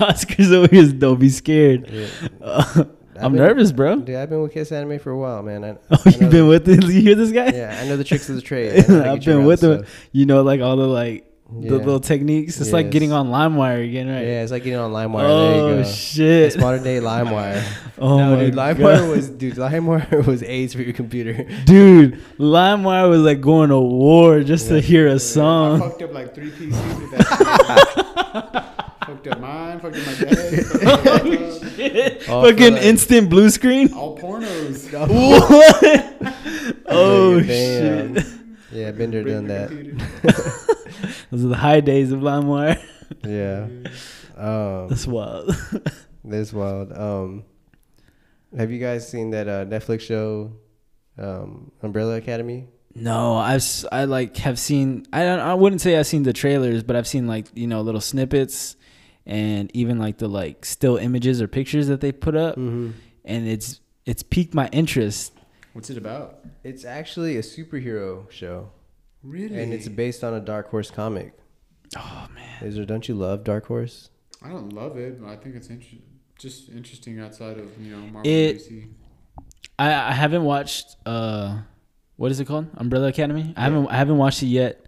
Speaker 2: Oscar's over here. Don't be scared.
Speaker 3: Yeah. I've
Speaker 2: I'm
Speaker 3: been-
Speaker 2: nervous, bro.
Speaker 3: Dude, I've been with Kiss Anime for a while, man. I,
Speaker 2: Oh,
Speaker 3: I know-
Speaker 2: you've been with it. You hear this guy?
Speaker 3: Yeah, I know the tricks of the trade. I know how to
Speaker 2: I've
Speaker 3: get you
Speaker 2: been
Speaker 3: around
Speaker 2: with him.
Speaker 3: stuff.
Speaker 2: You know, like all the like the
Speaker 3: Yeah.
Speaker 2: little techniques. It's like getting
Speaker 3: Yes.
Speaker 2: on LimeWire again, right?
Speaker 3: Yeah, it's like getting on LimeWire.
Speaker 2: Oh
Speaker 3: there you go.
Speaker 2: shit!
Speaker 3: It's modern day LimeWire.
Speaker 2: oh
Speaker 3: no,
Speaker 2: my
Speaker 3: dude,
Speaker 2: god,
Speaker 3: LimeWire was dude. LimeWire was AIDS for your computer.
Speaker 2: dude, LimeWire was like going to war just to hear a
Speaker 1: I
Speaker 2: song.
Speaker 1: fucked up like three PCs with that. shit. fucked up mine. Fucked up my dad. Fucked up my laptop,
Speaker 3: All for
Speaker 2: Fucking
Speaker 3: like-
Speaker 2: instant blue screen.
Speaker 1: all pornos.
Speaker 2: what? oh
Speaker 3: Damn.
Speaker 2: shit!
Speaker 3: Yeah, Bender
Speaker 1: Break
Speaker 3: done
Speaker 1: your
Speaker 3: that.
Speaker 1: computer.
Speaker 2: Those are the high days of LimeWire.
Speaker 3: Yeah. Um,
Speaker 2: That's wild.
Speaker 3: this wild. Um, have you guys seen that uh, Netflix show, um, Umbrella Academy?
Speaker 2: No, I've s- I like have seen. I don't. I wouldn't say I've seen the trailers, but I've seen like you know little snippets, and even like the like still images or pictures that they put up,
Speaker 3: Mm-hmm.
Speaker 2: and it's it's piqued my interest.
Speaker 1: What's it about?
Speaker 3: It's actually a superhero show,
Speaker 1: Really?
Speaker 3: and it's based on a Dark Horse comic.
Speaker 2: Oh man,
Speaker 3: Is there? Don't you love Dark Horse?
Speaker 1: I don't love it, but I think it's interesting. Just interesting outside of you know Marvel
Speaker 2: It-
Speaker 1: DC.
Speaker 2: I I haven't watched uh, what is it called? Umbrella Academy. I haven't I haven't watched it yet,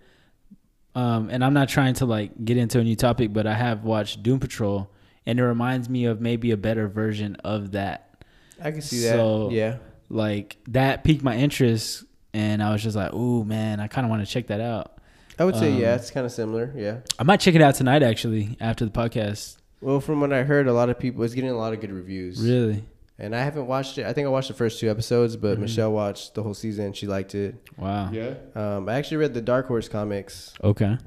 Speaker 2: um, and I'm not trying to like get into a new topic, but I have watched Doom Patrol, and it reminds me of maybe a better version of that.
Speaker 3: I can see
Speaker 2: So-
Speaker 3: that. Yeah.
Speaker 2: Like that piqued my interest, and I was just like, "Ooh, man, I kind of want to check that out."
Speaker 3: I would say yeah,
Speaker 2: Um,
Speaker 3: it's kind of similar. Yeah.
Speaker 2: I might check it out tonight, actually, after the podcast.
Speaker 3: Well, from what I heard, a lot of people it's getting a lot of good reviews.
Speaker 2: Really?
Speaker 3: And I haven't watched it. I think I watched the first two episodes, but
Speaker 2: Mm-hmm.
Speaker 3: Michelle watched the whole season. She liked it.
Speaker 2: Wow.
Speaker 1: Yeah.
Speaker 3: Um, I actually read the Dark Horse comics.
Speaker 2: Okay.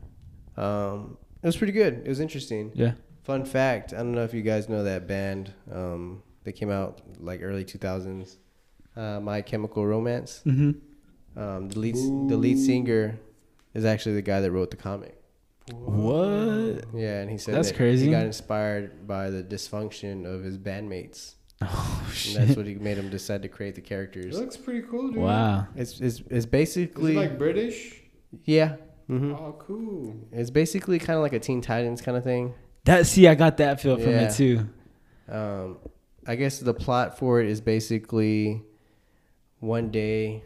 Speaker 3: Um, it was pretty good. It was interesting.
Speaker 2: Yeah.
Speaker 3: Fun fact: I don't know if you guys know that band. Um, they came out like early two thousands. Uh, My Chemical Romance.
Speaker 2: Mm-hmm.
Speaker 3: Um, the lead the lead singer is actually the guy that wrote the comic.
Speaker 2: What?
Speaker 3: Yeah, and he said
Speaker 2: That's
Speaker 3: that
Speaker 2: crazy.
Speaker 3: He got inspired by the dysfunction of his bandmates.
Speaker 2: Oh
Speaker 3: And
Speaker 2: shit!
Speaker 3: that's what he made him decide to create the
Speaker 1: It
Speaker 3: characters.
Speaker 1: looks pretty cool, dude.
Speaker 2: wow.
Speaker 3: It's it's it's
Speaker 1: Is it
Speaker 3: basically
Speaker 1: like British?
Speaker 3: yeah. hmm
Speaker 1: Oh, cool.
Speaker 3: It's basically kind of like a Teen Titans kind of thing.
Speaker 2: That see, I got that feel from
Speaker 3: Yeah.
Speaker 2: it too.
Speaker 3: Um, I guess the plot for it is basically one day,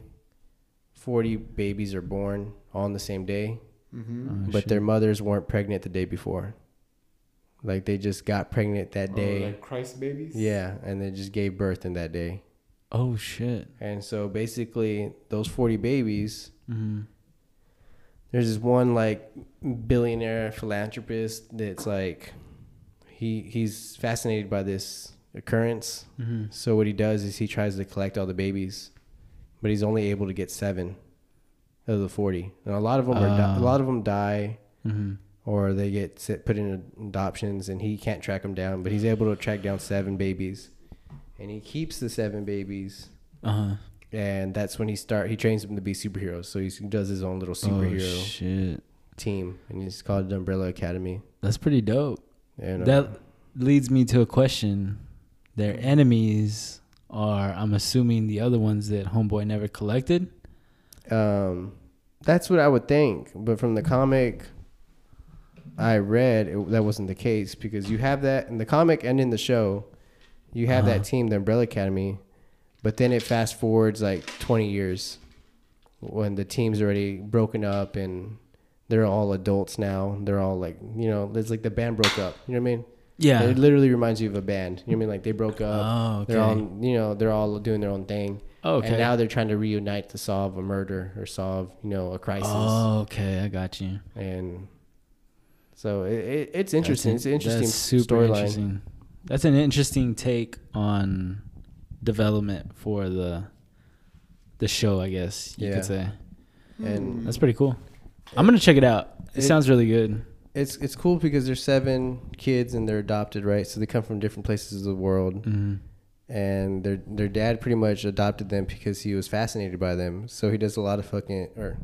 Speaker 3: forty babies are born all on the same day,
Speaker 1: Mm-hmm.
Speaker 2: Oh,
Speaker 3: but
Speaker 2: shit.
Speaker 3: their mothers weren't pregnant the day before. Like they just got pregnant that day.
Speaker 1: Oh, like Christ babies.
Speaker 3: yeah, and they just gave birth in that day.
Speaker 2: oh shit.
Speaker 3: And so basically, those 40 babies,
Speaker 2: Mm-hmm.
Speaker 3: there's this one like billionaire philanthropist that's like, he he's fascinated by this occurrence.
Speaker 2: Mm-hmm.
Speaker 3: So what he does is he tries to collect all the babies, but he's only able to get seven of the 40, and a lot of them are di-
Speaker 2: Ah.
Speaker 3: a lot of them die.
Speaker 2: Mm-hmm.
Speaker 3: Or they get sit, put in adoptions, and he can't track them down. But he's able to track down seven babies, and he keeps the seven babies,
Speaker 2: Uh huh.
Speaker 3: and that's when he start he trains them to be superheroes. So he does his own little
Speaker 2: Oh
Speaker 3: superhero
Speaker 2: shit.
Speaker 3: team, and he's called the Umbrella Academy.
Speaker 2: That's pretty dope.
Speaker 3: And uh,
Speaker 2: That leads me to a question. Their enemies are, I'm assuming, the other ones that Homeboy never collected.
Speaker 3: um, that's what I would think. But from the comic I read, it, that wasn't the case because you have that in the comic and in the show, you have
Speaker 2: Uh-huh.
Speaker 3: that team, the Umbrella Academy, but then it fast forwards like twenty years when the team's already broken up and they're all adults now. They're all like you know, it's like the band broke up. You know what I mean?
Speaker 2: Yeah.
Speaker 3: It literally reminds you of a band. You know what I mean? Like they broke up.
Speaker 2: Oh, okay. Oh,
Speaker 3: They're all you know, they're all doing their own thing.
Speaker 2: okay.
Speaker 3: And now they're trying to reunite to solve a murder or solve, you know, a crisis.
Speaker 2: oh, okay. I got you.
Speaker 3: And so it, it, it's interesting.
Speaker 2: That's
Speaker 3: it's an interesting
Speaker 2: that's super
Speaker 3: storyline.
Speaker 2: interesting. That's an interesting take on development for the the show, I guess you
Speaker 3: Yeah.
Speaker 2: could say.
Speaker 3: And
Speaker 2: That's pretty cool. I'm gonna check it out. It,
Speaker 3: It-
Speaker 2: sounds really good.
Speaker 3: it's it's cool because there's seven kids and they're adopted, right? So they come from different places of the world.
Speaker 2: hmm
Speaker 3: And their their dad pretty much adopted them because he was fascinated by them. So he does a lot of fucking or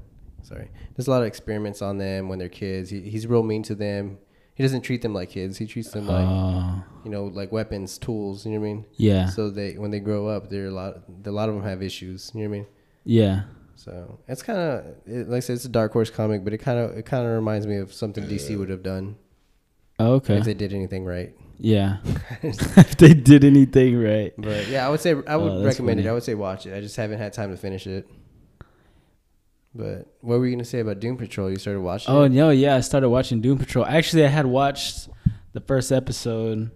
Speaker 3: sorry. Does a lot of experiments on them when they're kids. He, he's real mean to them. He doesn't treat them like kids. He treats them like
Speaker 2: Oh,
Speaker 3: you know, like weapons, tools, you know what I mean?
Speaker 2: yeah,
Speaker 3: So they when they grow up, they're a lot. A lot of them have issues. You know what I mean?
Speaker 2: yeah.
Speaker 3: So it's kind of it, like I said, it's a dark horse comic, but it kind of it kind of reminds me of something DC would have done
Speaker 2: Oh, Okay,
Speaker 3: if they did anything right.
Speaker 2: yeah. if they did anything right,
Speaker 3: But yeah, I would say I would
Speaker 2: Oh, that's
Speaker 3: recommend
Speaker 2: funny.
Speaker 3: it. I would say watch it. I just haven't had time to finish it. But what were you gonna say about Doom Patrol? You started watching.
Speaker 2: Oh
Speaker 3: it?
Speaker 2: no, yeah, I started watching Doom Patrol. Actually, I had watched the first episode.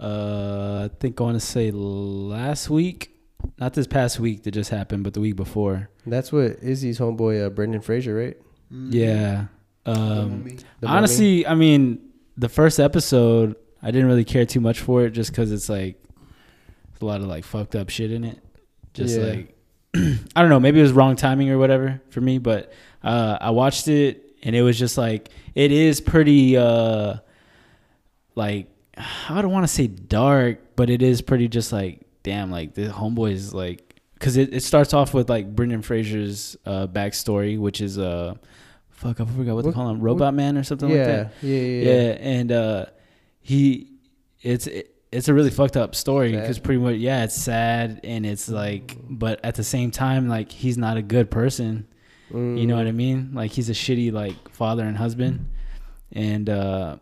Speaker 2: Uh, I think I want to say last week, not this past week that just happened, but the week before.
Speaker 3: that's what Izzy's homeboy uh, Brendan Fraser, right?
Speaker 2: Mm.
Speaker 3: Mm-hmm.
Speaker 1: Mhm.
Speaker 2: Yeah.
Speaker 1: The
Speaker 2: Um,
Speaker 1: Mummy.
Speaker 3: The mummy?
Speaker 2: honestly, I mean, the first episode, I didn't really care too much for it, just because it's like it's a lot of like fucked up shit in it. Just
Speaker 3: Yeah.
Speaker 2: like I don't know, maybe it was wrong timing or whatever for me, but uh, I watched it and it was just like it is pretty uh, like I don't want to say dark, but it is pretty just like damn, like the homeboy is like because it, it starts off with like Brendan Fraser's uh, backstory, which is uh, fuck, I forgot what,
Speaker 3: What-
Speaker 2: they call him, Robot Man or something like that.
Speaker 3: yeah, yeah,
Speaker 2: Yeah,
Speaker 3: yeah, yeah.
Speaker 2: and uh, he, it's it, it's a really fucked up story
Speaker 3: Sad.
Speaker 2: because pretty much yeah, it's sad and it's like, but at the same time, like he's not a good person. You know what I
Speaker 3: Mm.
Speaker 2: mean? Like he's a shitty like father and husband, and uh,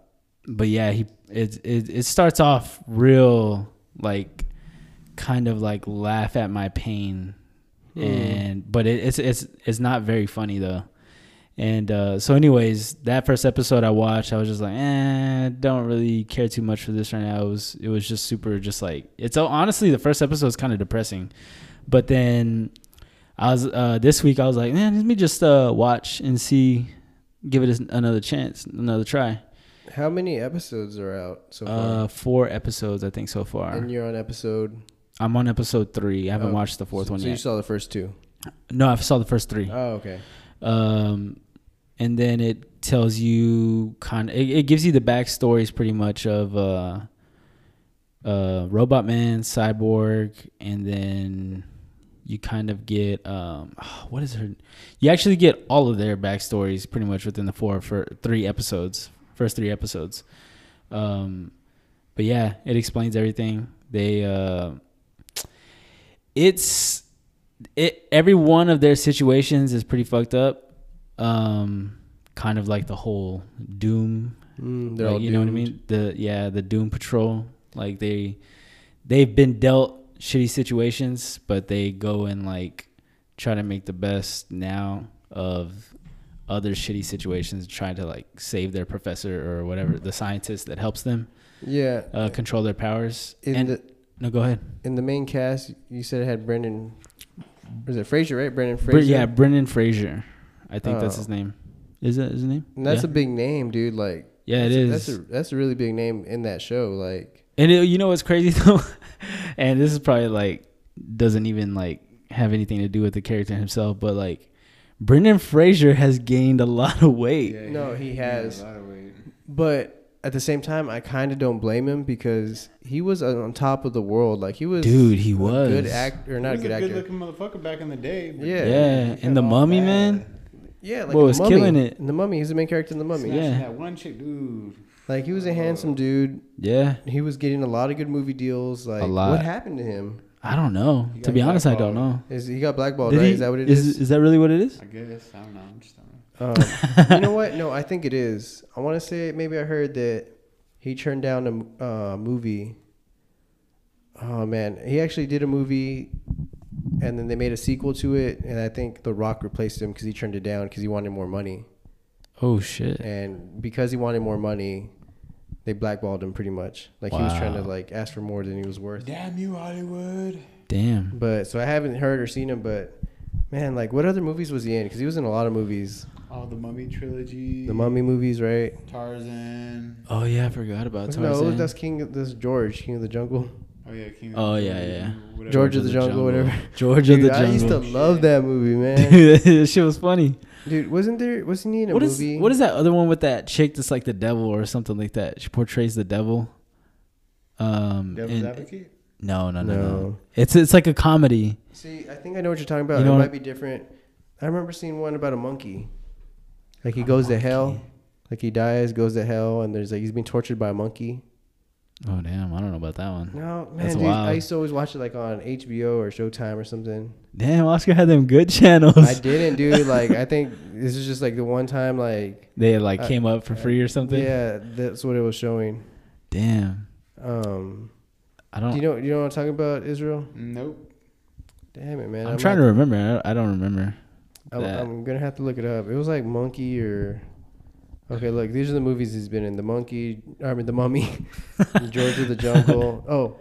Speaker 2: but yeah, he it it it starts off real like kind of like laugh at my pain,
Speaker 3: Mm.
Speaker 2: and but it, it's it's it's not very funny though, And uh, so, anyways, that first episode I watched, I was just like, eh, don't really care too much for this right now. It was, it was just super, just like it's honestly the first episode is kind of depressing, but then I was uh, this week I was like, man, let me just uh, watch and see, give it another chance, another try.
Speaker 3: How many episodes are out so far?
Speaker 2: Uh, four episodes I think so far.
Speaker 3: and you're on episode.
Speaker 2: I'm on episode three. I haven't
Speaker 3: Oh,
Speaker 2: watched the fourth
Speaker 3: so,
Speaker 2: one
Speaker 3: So you
Speaker 2: yet.
Speaker 3: saw the first two.
Speaker 2: No, I saw the first three.
Speaker 3: Oh, okay.
Speaker 2: um, and then it tells you kind it, it gives you the backstories pretty much of uh, uh, Robot Man, Cyborg, and then you kind of get um, what is her? You actually get all of their backstories pretty much within the four for three episodes, first three episodes. Um, but yeah, it explains everything. They uh, it's it every one of their situations is pretty fucked up. Um, kind of like the whole Doom.
Speaker 3: Mm, they're
Speaker 2: like,
Speaker 3: all
Speaker 2: you know what I
Speaker 3: doomed.
Speaker 2: mean? The yeah, the Doom Patrol. Like they they've been dealt shitty situations, but they go and like try to make the best now of other shitty situations, trying to like save their professor or whatever the scientist that helps them
Speaker 3: Yeah.
Speaker 2: uh, control their powers.
Speaker 3: in
Speaker 2: and
Speaker 3: the
Speaker 2: no, go ahead.
Speaker 3: in the main cast, you said it had Brendan. Was it Fraser? Right, Brendan
Speaker 2: Br-
Speaker 3: Fraser.
Speaker 2: yeah, Brendan Fraser. I think that's
Speaker 3: Oh.
Speaker 2: his name. Is that his name?
Speaker 3: And that's
Speaker 2: yeah.
Speaker 3: a big name, dude. Like.
Speaker 2: yeah, it
Speaker 3: that's
Speaker 2: is.
Speaker 3: A, that's a that's a really big name in that show. Like.
Speaker 2: and it, you know what's crazy though, and this is probably like doesn't even like have anything to do with the character himself, but like Brendan Fraser has gained a lot of weight.
Speaker 1: Yeah,
Speaker 3: No, he
Speaker 1: had
Speaker 3: has.
Speaker 1: a lot of weight.
Speaker 3: But at the same time, I kind of don't blame him because he was on top of the world. Like he was,
Speaker 2: Dude, he was.
Speaker 3: a good actor or not a
Speaker 1: He was
Speaker 3: good actor.
Speaker 1: looking motherfucker back in the day. but
Speaker 3: Yeah.
Speaker 2: Yeah,
Speaker 1: he
Speaker 2: and the
Speaker 1: got all
Speaker 2: Mummy
Speaker 1: fat.
Speaker 2: man.
Speaker 3: yeah, like
Speaker 2: Well,
Speaker 3: in
Speaker 2: it's
Speaker 3: the mummy.
Speaker 2: killing it.
Speaker 3: In the mummy, he's the main character in the mummy.
Speaker 1: Smashing
Speaker 2: Yeah.
Speaker 1: that one chick, dude.
Speaker 3: Like he was a
Speaker 1: Oh.
Speaker 3: handsome dude.
Speaker 2: Yeah,
Speaker 3: He was getting a lot of good movie deals. Like
Speaker 2: lot.
Speaker 3: what happened to him?
Speaker 2: I don't know.
Speaker 1: He
Speaker 2: To
Speaker 1: got
Speaker 2: be honest, I don't
Speaker 1: blackballed.
Speaker 2: know.
Speaker 3: Is he got blackballed?
Speaker 2: Did
Speaker 3: Oh, right?
Speaker 2: he-
Speaker 3: is that what it is?
Speaker 2: Is that really what it is?
Speaker 1: I guess I don't know. I'm just don't know.
Speaker 3: Um, you know what? No, I think it is. I want to say maybe I heard that he turned down a uh, movie. Oh man, he actually did a movie, and then they made a sequel to it, and I think The Rock replaced him because he turned it down because he wanted more money,
Speaker 2: Oh shit.
Speaker 3: and because he wanted more money, they blackballed him pretty much. Like he was trying to
Speaker 2: Wow.
Speaker 3: like ask for more than he was worth.
Speaker 1: Damn you, Hollywood.
Speaker 2: Damn.
Speaker 3: But so I haven't heard or seen him, but. Man, like, what other movies was he in? Because he was in a lot of movies.
Speaker 1: Oh, the Mummy trilogy.
Speaker 3: The Mummy movies, right?
Speaker 1: Tarzan.
Speaker 2: Oh yeah, I forgot about
Speaker 3: No,
Speaker 2: Tarzan.
Speaker 3: that's King. That's George, King of the Jungle.
Speaker 1: Oh yeah, King.
Speaker 2: Oh, yeah, yeah.
Speaker 1: whatever.
Speaker 3: George of the Jungle, whatever.
Speaker 2: George of
Speaker 3: Dude,
Speaker 2: the
Speaker 3: I
Speaker 2: Jungle.
Speaker 3: used to love that movie, man.
Speaker 2: Dude, that shit was funny.
Speaker 3: Dude, wasn't there? Wasn't he in a
Speaker 2: What is
Speaker 3: movie?
Speaker 2: what is that other one with that chick that's like the devil or something like that? She portrays the devil. Um,
Speaker 1: Devil's
Speaker 2: and-
Speaker 1: Advocate.
Speaker 2: no, no, no, no,
Speaker 3: No.
Speaker 2: It's it's like a comedy.
Speaker 3: See, I think I know what you're talking about.
Speaker 2: You know
Speaker 3: it
Speaker 2: what-
Speaker 3: might be different. I remember seeing one about a monkey. Like he goes to hell, like he dies, goes to hell, and there's like he's being tortured by a monkey.
Speaker 2: Oh damn, I don't know about that one.
Speaker 3: No, man,
Speaker 2: That's
Speaker 3: dude, I
Speaker 2: wild.
Speaker 3: used to always watch it like on HBO or Showtime or something.
Speaker 2: Damn, Oscar had them good channels.
Speaker 3: I didn't, dude. Like I think this is just like the one time, like
Speaker 2: they like
Speaker 3: I-
Speaker 2: came up for free or something.
Speaker 3: yeah, that's what it was showing.
Speaker 2: Damn,
Speaker 3: Um,
Speaker 2: I
Speaker 3: do
Speaker 2: don't.
Speaker 3: you know? do You know what I'm talking about, Israel?
Speaker 1: Nope.
Speaker 3: Damn it, man!
Speaker 2: I'm trying to remember. I don't, I don't remember.
Speaker 3: I'm,
Speaker 2: that.
Speaker 3: I'm gonna have to look it up. It was like Monkey or. Okay, look. These are the movies he's been in: The Monkey, I mean, The Mummy, George of the Jungle. Oh,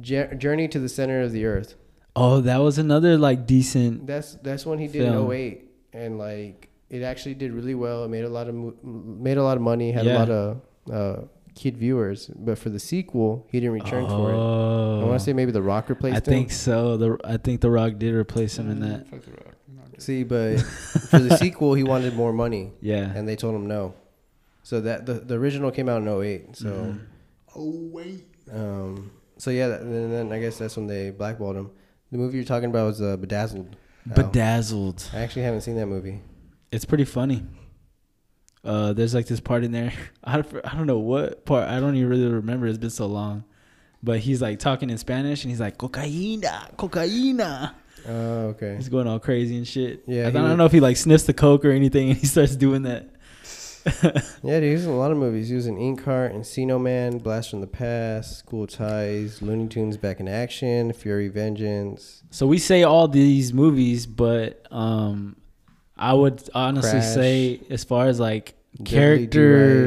Speaker 3: Jer- Journey to the Center of the Earth.
Speaker 2: Oh, that was another like decent.
Speaker 3: That's that's one he did
Speaker 2: Film.
Speaker 3: in 08. and like it actually did really well. It made a lot of mo- made a lot of money, had a
Speaker 2: Yeah.
Speaker 3: lot of uh, kid viewers. But for the sequel, he didn't return for it. I
Speaker 2: Oh,
Speaker 3: want to say maybe The Rock replaced
Speaker 2: I
Speaker 3: him.
Speaker 2: think so. The I think The Rock did replace him in that.
Speaker 1: Mm, Fuck the rock. I'm not doing
Speaker 3: See, but for the sequel, he wanted more money.
Speaker 2: Yeah.
Speaker 3: and they told him no. So that the, the original came out in 08. So
Speaker 1: it. Oh wait.
Speaker 3: um so yeah, that, and then I guess that's when they blackballed him. The movie you're talking about was uh, Bedazzled. Ow.
Speaker 2: Bedazzled.
Speaker 3: I actually haven't seen that movie.
Speaker 2: It's pretty funny. Uh, there's like this part in there. I don't, I don't know what part. I don't even really remember. It's been so long. But he's like talking in Spanish and he's like, cocaína, cocaína.
Speaker 3: Oh, okay.
Speaker 2: He's going all crazy and shit.
Speaker 3: Yeah,
Speaker 2: I,
Speaker 3: he
Speaker 2: don't, I
Speaker 3: was-
Speaker 2: don't know if he like sniffs the coke or anything and he starts doing that.
Speaker 3: Yeah, dude, he was in a lot of movies. He was in Inkheart, Encino Man, Blast from the Past, School Ties, Looney Tunes Back in Action, Fury Vengeance.
Speaker 2: So we say all these movies, but um, I would honestly
Speaker 3: Crash.
Speaker 2: say, as far as like
Speaker 3: Definitely do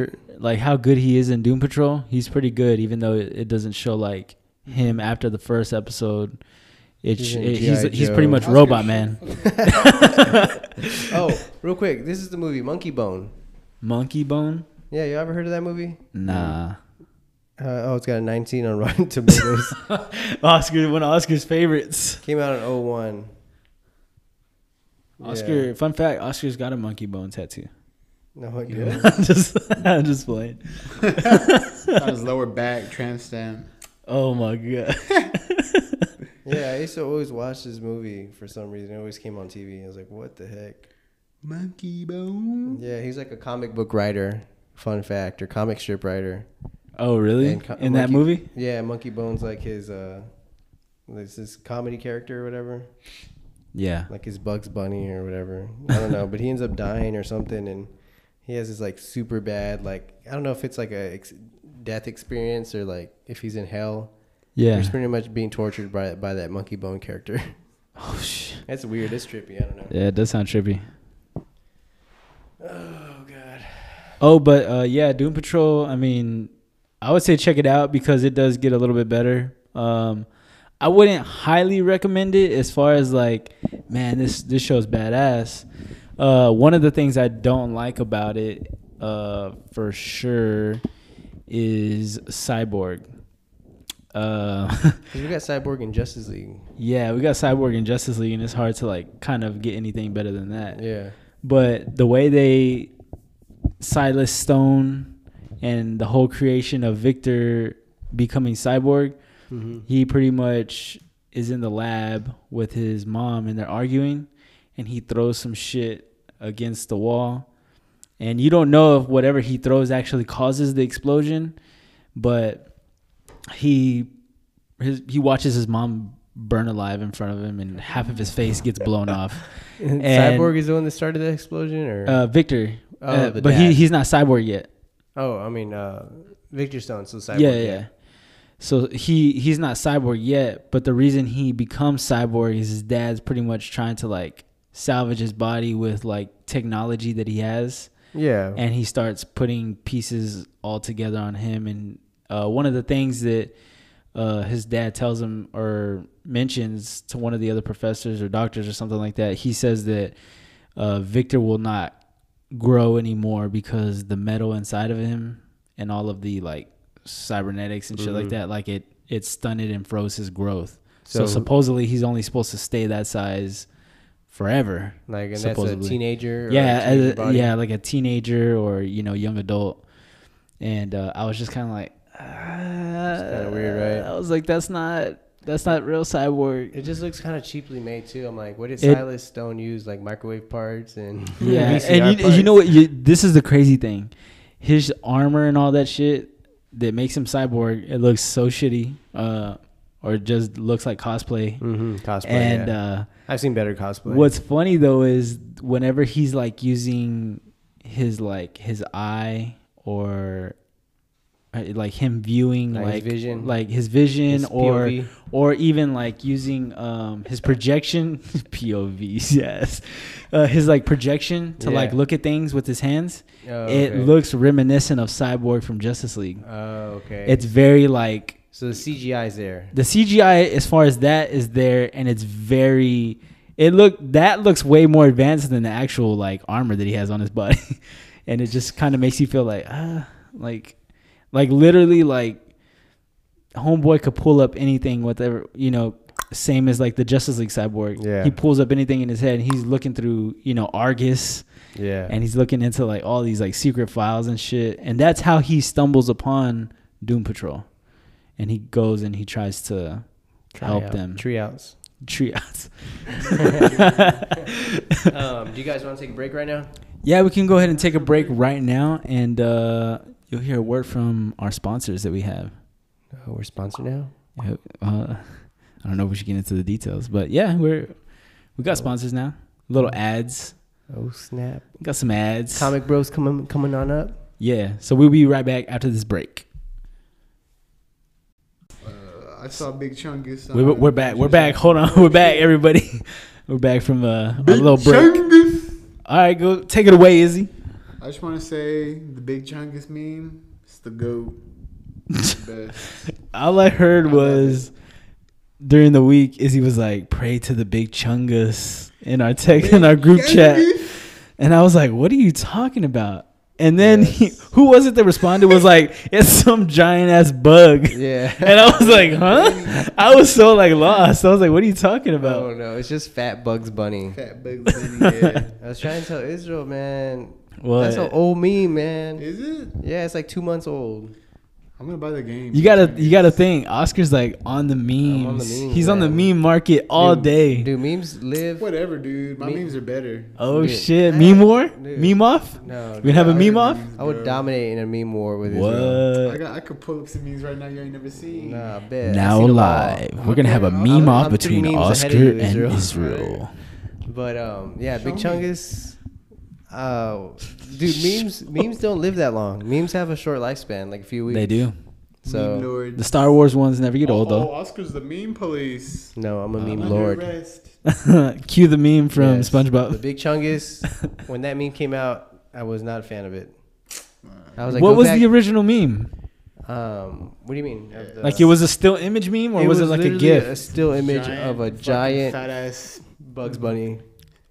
Speaker 2: character, like how good he is in Doom Patrol, he's pretty good. Even though it, it doesn't show like him after the first episode, it
Speaker 3: Mm-hmm. He's
Speaker 2: he's it,
Speaker 3: in
Speaker 2: he's,
Speaker 3: G.I.
Speaker 2: he's
Speaker 3: Joe.
Speaker 2: pretty much
Speaker 1: I was
Speaker 2: Robot
Speaker 1: gonna-
Speaker 2: Man,
Speaker 3: oh, real quick, this is the movie Monkey Bone.
Speaker 2: Monkey Bone.
Speaker 3: Yeah, you ever heard of that movie?
Speaker 2: Nah,
Speaker 3: Uh, oh, it's got a 19 on Rotten Tomatoes.
Speaker 2: Oscar one of Oscar's favorites.
Speaker 3: Came out in 01.
Speaker 2: Oscar, fun fact: Oscar's got a monkey bone tattoo.
Speaker 3: Yeah. No, it didn't.
Speaker 2: I'm just, I'm just playing.
Speaker 1: On his lower back, tramp stamp.
Speaker 2: Oh my god.
Speaker 3: Yeah, I used to always watch this movie for some reason. It always came on TV. I was like, what the heck?
Speaker 1: Monkey bone.
Speaker 3: Yeah, he's like a comic book writer. Fun fact, or comic strip writer.
Speaker 2: Oh really?
Speaker 3: And co-
Speaker 2: In that
Speaker 3: monkey-
Speaker 2: movie?
Speaker 3: Yeah, Monkey Bone's like his uh, this his comedy character or whatever,
Speaker 2: Yeah.
Speaker 3: like his Bugs Bunny or whatever. I don't know, but he ends up dying or something, and he has this like super bad like I don't know if it's like a ex- death experience or like if he's in hell.
Speaker 2: Yeah.
Speaker 3: He's pretty much being tortured by by that Monkey Bone character.
Speaker 2: Oh shit.
Speaker 3: That's weird. It's trippy. I don't know.
Speaker 2: Yeah, it does sound trippy.
Speaker 3: Oh god.
Speaker 2: Oh, but uh, yeah, Doom Patrol. I mean, I would say check it out because it does get a little bit better. Um, I wouldn't highly recommend it as far as like, man, this this show's badass. Uh, one of the things I don't like about it, uh, for sure, is Cyborg. Uh,
Speaker 3: 'Cause we got Cyborg in Justice League.
Speaker 2: yeah, we got Cyborg in Justice League, and it's hard to like kind of get anything better than that
Speaker 3: Yeah.
Speaker 2: but the way they Silas Stone and the whole creation of Victor becoming cyborg,
Speaker 3: Mm-hmm.
Speaker 2: he pretty much is in the lab with his mom and they're arguing and he throws some shit against the wall and you don't know if whatever he throws actually causes the explosion but he his, he watches his mom burn alive in front of him and half of his face gets blown off
Speaker 3: And
Speaker 2: And-
Speaker 3: Cyborg is the one that started the explosion, or
Speaker 2: uh, Victor.
Speaker 3: Oh,
Speaker 2: uh,
Speaker 3: the
Speaker 2: but he
Speaker 3: dad.
Speaker 2: he's not cyborg yet.
Speaker 3: oh, I mean, uh, Victor Stone. So Cyborg.
Speaker 2: yeah, yeah, yeah. So he he's not cyborg yet, but the reason he becomes cyborg is his dad's pretty much trying to like salvage his body with like technology that he has,
Speaker 3: Yeah.
Speaker 2: and he starts putting pieces all together on him. And uh, one of the things that uh, his dad tells him or mentions to one of the other professors or doctors or something like that, he says that uh, Victor will not grow anymore because the metal inside of him and all of the like cybernetics and shit like that, like it it stunted and froze his growth. So,
Speaker 3: Mm-hmm. So-
Speaker 2: supposedly he's only supposed to stay that size forever.
Speaker 3: Like, and that's
Speaker 2: supposedly.
Speaker 3: a teenager. Or
Speaker 2: yeah,
Speaker 3: a teenager
Speaker 2: as a,
Speaker 3: body.
Speaker 2: yeah, like a teenager or you know young adult. And uh, I was just kind of like,
Speaker 3: kinda
Speaker 2: uh,
Speaker 3: weird, right?
Speaker 2: I was like, that's not that's not real cyborg.
Speaker 3: It just looks kind of cheaply made too. I'm like, what did
Speaker 2: It-
Speaker 3: Silas Stone use? Like microwave parts and
Speaker 2: Yeah,
Speaker 3: VCR
Speaker 2: and you,
Speaker 3: parts?
Speaker 2: you know what? You, this is the crazy thing. His armor and all that shit that makes him cyborg. It looks so shitty, uh, or just looks like cosplay.
Speaker 3: Mhm, cosplay.
Speaker 2: and
Speaker 3: yeah.
Speaker 2: uh,
Speaker 3: I've seen better cosplay.
Speaker 2: what's funny though is whenever he's like using his like his eye or uh, like him viewing
Speaker 3: Like
Speaker 2: like,
Speaker 3: his vision.
Speaker 2: like his vision
Speaker 3: His
Speaker 2: or
Speaker 3: POV.
Speaker 2: or even like using um his projection POV yes uh, his like projection to like
Speaker 3: Yeah.
Speaker 2: look at things with his hands
Speaker 3: Oh,
Speaker 2: it
Speaker 3: okay.
Speaker 2: looks reminiscent of Cyborg from Justice League
Speaker 3: Oh, okay.
Speaker 2: it's very like
Speaker 3: so the CGI's there.
Speaker 2: the CGI as far as that is there and it's very it look that looks way more advanced than the actual like armor that he has on his body. and it just kind of makes you feel like ah like like literally like homeboy could pull up anything whatever you know same as like the Justice League cyborg.
Speaker 3: Yeah.
Speaker 2: He pulls up anything in his head and he's looking through, you know, Argus
Speaker 3: Yeah.
Speaker 2: and he's looking into like all these like secret files and shit and that's how he stumbles upon doom patrol and he goes and he tries to help them
Speaker 3: Tree outs.
Speaker 2: trios
Speaker 3: um, do you guys want to take a break right now?
Speaker 2: yeah we can go ahead and take a break right now and uh you'll hear a word from our sponsors that we have
Speaker 3: Oh, we're sponsored now.
Speaker 2: uh, i don't know if we should get into the details but yeah we're we got sponsors now little ads
Speaker 3: Oh snap!
Speaker 2: got some ads
Speaker 3: Comic Bros coming coming on up.
Speaker 2: yeah so we'll be right back after this break
Speaker 1: Uh, I saw Big Chungus. on-
Speaker 2: We're,
Speaker 3: Um,
Speaker 2: we're back. We're back. Hold on. We're back, everybody. We're back from uh, a
Speaker 1: Big
Speaker 2: little break.
Speaker 1: Chungus.
Speaker 2: All right, go take it away, Izzy.
Speaker 1: I just want to say the big chungus meme. It's the goat. It's the best.
Speaker 2: All I heard
Speaker 1: I love
Speaker 2: was during the week, Izzy was like, "Pray to the big chungus" in our tech in our group chat, and I was like, "What are you talking about?" And then he,
Speaker 3: Yes.
Speaker 2: who was it that responded was like, "It's some giant ass bug,"
Speaker 3: Yeah.
Speaker 2: and I was like, "Huh?" I was so like lost. I was like, "What are you talking about?"
Speaker 3: Oh no, it's just fat Bugs Bunny.
Speaker 1: Fat Bugs Bunny. Yeah.
Speaker 3: I was trying to tell Israel, man.
Speaker 2: What?
Speaker 3: That's an old meme, man.
Speaker 1: Is it?
Speaker 3: Yeah, it's like two months old.
Speaker 1: I'm gonna buy the game.
Speaker 2: You gotta, you gotta think. Oscar's like on the memes.
Speaker 3: on the memes,
Speaker 2: He's on the
Speaker 3: man.
Speaker 2: meme market all
Speaker 3: Dude,
Speaker 2: day.
Speaker 3: Do memes live?
Speaker 1: Whatever, dude. My
Speaker 3: Me-
Speaker 1: memes are better.
Speaker 2: oh
Speaker 3: dude.
Speaker 2: shit,
Speaker 3: I-
Speaker 2: meme war,
Speaker 3: dude.
Speaker 2: meme off.
Speaker 3: No.
Speaker 2: We have a
Speaker 1: I
Speaker 2: meme
Speaker 1: love
Speaker 2: off.
Speaker 1: memes,
Speaker 3: I would
Speaker 1: bro.
Speaker 3: dominate in a meme war with Israel.
Speaker 1: I,
Speaker 2: What?
Speaker 1: got, I could pull up some memes right now you ain't never seen.
Speaker 3: Nah, I bet. I
Speaker 2: Now
Speaker 3: seen 'em all.
Speaker 2: live, we're gonna have a
Speaker 1: I'm- I'm-
Speaker 2: meme off
Speaker 3: I'm three
Speaker 2: between
Speaker 3: memes ahead
Speaker 2: Oscar
Speaker 3: of you,
Speaker 2: and
Speaker 3: Israel.
Speaker 2: Israel.
Speaker 3: But um, yeah, Big
Speaker 1: Show me.
Speaker 3: Chungus. Oh, dude, memes memes don't live that long. Memes have a short lifespan, like a few weeks.
Speaker 2: They do.
Speaker 1: meme
Speaker 3: So
Speaker 1: lord.
Speaker 2: The Star Wars ones never get old
Speaker 1: oh,
Speaker 2: though.
Speaker 1: Oscar's the meme police.
Speaker 3: no, I'm a
Speaker 2: Uh,
Speaker 3: meme
Speaker 1: Under
Speaker 3: lord.
Speaker 1: arrest.
Speaker 2: Cue the meme from
Speaker 3: Oh. Yes. The
Speaker 2: SpongeBob.
Speaker 3: Big Chungus. when that meme came out, I was not a fan of it. I was like,
Speaker 2: what
Speaker 3: go
Speaker 2: was
Speaker 3: back-
Speaker 2: the original meme?
Speaker 3: Um, what do you mean? Of the-
Speaker 2: Like it was a still image meme, or was it like a
Speaker 3: literally
Speaker 2: GIF?
Speaker 3: A still image of a giant
Speaker 1: fat ass
Speaker 3: Bugs Bunny.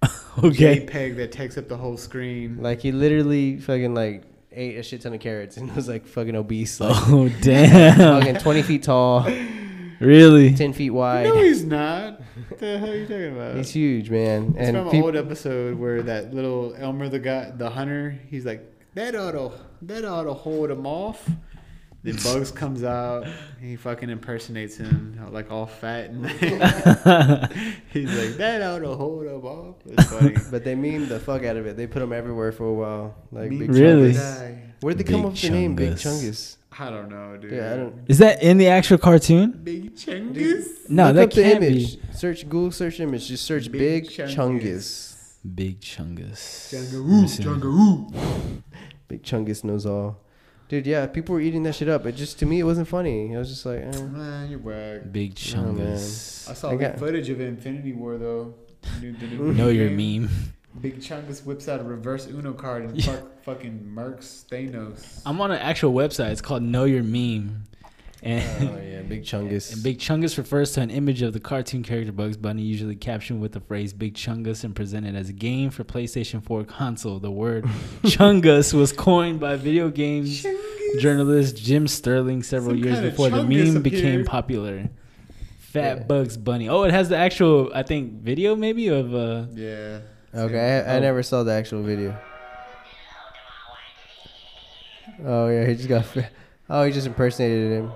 Speaker 2: okay.
Speaker 1: JPEG that takes up the whole screen.
Speaker 3: Like he literally fucking like ate a shit ton of carrots and was like fucking obese, like
Speaker 2: Oh damn!
Speaker 3: fucking twenty feet tall,
Speaker 2: really?
Speaker 3: ten feet wide.
Speaker 1: No, he's not. What the hell are you talking about?
Speaker 3: He's huge, man.
Speaker 1: it's
Speaker 3: and
Speaker 1: from an
Speaker 3: peop-
Speaker 1: old episode where that little Elmer, the guy, the hunter, he's like, that oughta, that oughta hold him off. Then Bugs comes out, he fucking impersonates him, like all fat, and he's like, that oughta hold him off. It's funny.
Speaker 3: but they meme the fuck out of it. They put him everywhere for a while. Like
Speaker 1: Me
Speaker 3: Big
Speaker 1: too,
Speaker 2: Really?
Speaker 3: Chungus.
Speaker 1: die.
Speaker 3: Where'd they come
Speaker 2: Big
Speaker 3: up with the name Big
Speaker 2: Chungus.
Speaker 3: Chungus?
Speaker 1: I don't know, dude.
Speaker 3: Yeah, I don't.
Speaker 2: Is that in the actual cartoon?
Speaker 1: Big Chungus.
Speaker 2: No,
Speaker 3: Look
Speaker 2: that
Speaker 3: up the
Speaker 2: can't
Speaker 3: image. Search Google search image. Just search Big,
Speaker 1: Big
Speaker 3: Chungus.
Speaker 1: Chungus.
Speaker 2: be Big Chungus.
Speaker 1: Jungle woo, Jungle woo.
Speaker 3: Big Chungus knows all. Dude, yeah, people were eating that shit up. It just to me, it wasn't funny. I was just like, eh.
Speaker 1: Oh, Man, you're whack.
Speaker 2: Big
Speaker 3: Oh, man.
Speaker 1: I
Speaker 2: Chungus.
Speaker 1: saw
Speaker 3: I
Speaker 1: the
Speaker 3: got-
Speaker 1: footage of Infinity War though. New- the new
Speaker 2: know your
Speaker 1: game.
Speaker 2: meme.
Speaker 1: Big Chungus whips out a reverse Uno card and
Speaker 2: Yeah.
Speaker 1: fuck fucking Mercs Thanos.
Speaker 2: I'm on an actual website. It's called Know Your Meme, and.
Speaker 3: Oh yeah, Big Chungus.
Speaker 2: And Big Chungus refers to an image of the cartoon character Bugs Bunny, usually captioned with the phrase Big Chungus and presented as a game for PlayStation 4 console. The word Chungus was coined by video games journalist Jim Sterling several
Speaker 1: Some
Speaker 2: years
Speaker 1: kinda
Speaker 2: before the
Speaker 1: Chungus
Speaker 2: meme became
Speaker 1: appeared.
Speaker 2: popular. Fat
Speaker 3: Yeah.
Speaker 2: Bugs Bunny. Oh, it has the actual, I think, video maybe of. Uh,
Speaker 1: Yeah.
Speaker 3: Okay, I, I
Speaker 2: Oh.
Speaker 3: never saw the actual video. Oh yeah, he just got. Fa- oh, he just impersonated him.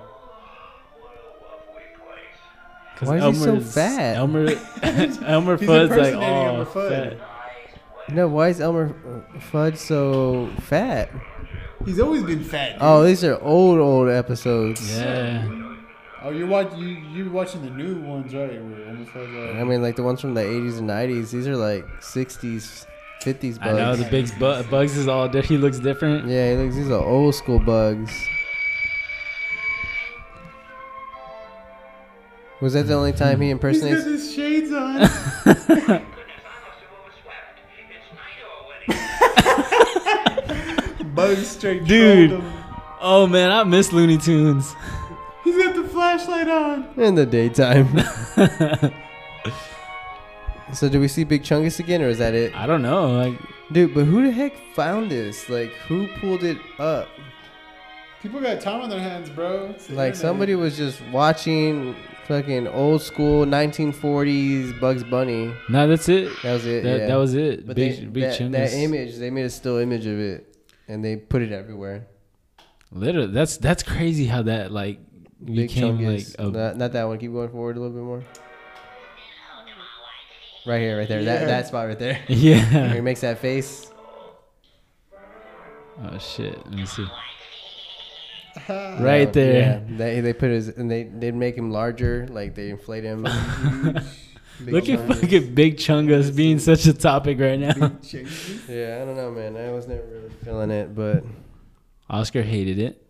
Speaker 3: Why is he so
Speaker 2: Elmer's-
Speaker 3: fat?
Speaker 2: Elmer, Elmer
Speaker 1: He's
Speaker 2: Fudd's like,
Speaker 1: impersonating
Speaker 2: oh,
Speaker 1: Elmer Fudd."
Speaker 2: fat.
Speaker 3: No, why is Elmer uh, Fudd so fat?
Speaker 1: He's always been fat. Dude.
Speaker 3: Oh, these are old old episodes.
Speaker 2: Yeah.
Speaker 1: Oh, you're watching. You, you're watching the new ones, right? Where Elmer Fudd's
Speaker 3: I
Speaker 1: like,
Speaker 3: mean, like the ones from the 80s and 90s. These are like 60s, 50s bugs.
Speaker 2: I know the big bu- Bugs is all different. He looks different.
Speaker 3: Yeah, he looks, these are old school bugs. Was that the only time he
Speaker 1: He's got
Speaker 3: impersonates?
Speaker 1: his shades on. Bugs straight
Speaker 2: Dude.
Speaker 1: trolled him.
Speaker 2: Oh man, I miss Looney Tunes.
Speaker 1: He's got the flashlight on.
Speaker 3: In the daytime. so, do we see Big Chungus again, or is that it?
Speaker 2: I don't know. Like,
Speaker 3: Dude, but who the heck found this? Like, who pulled it up?
Speaker 1: People got time on their hands, bro. It's the
Speaker 3: Like,
Speaker 1: internet.
Speaker 3: somebody was just watching fucking old school 1940s Bugs Bunny.
Speaker 2: no, that's it.
Speaker 3: That was it.
Speaker 2: That,
Speaker 3: yeah.
Speaker 2: that was it.
Speaker 3: But
Speaker 2: big
Speaker 3: they,
Speaker 2: big
Speaker 3: that,
Speaker 2: Chungus.
Speaker 3: that image, they made a still image of it, and they put it everywhere.
Speaker 2: Literally, that's that's crazy how that like
Speaker 3: Big
Speaker 2: became like
Speaker 3: Chungus.
Speaker 2: a,
Speaker 3: not, not that one. Keep going forward a little bit more. Right here, right there.
Speaker 1: Yeah.
Speaker 3: That that spot right there. Where he
Speaker 2: yeah.
Speaker 3: makes that face.
Speaker 2: Oh shit. Let me see.
Speaker 1: Ha.
Speaker 2: Right there.
Speaker 3: Yeah. They they put his and they they make him larger. Like they inflate him. Big
Speaker 2: Look at
Speaker 3: Chungus.
Speaker 2: fucking Big Chungus being such a topic right now.
Speaker 1: Big changes.
Speaker 3: Yeah, I don't know, man. I was never really feeling it, but
Speaker 2: Oscar hated it.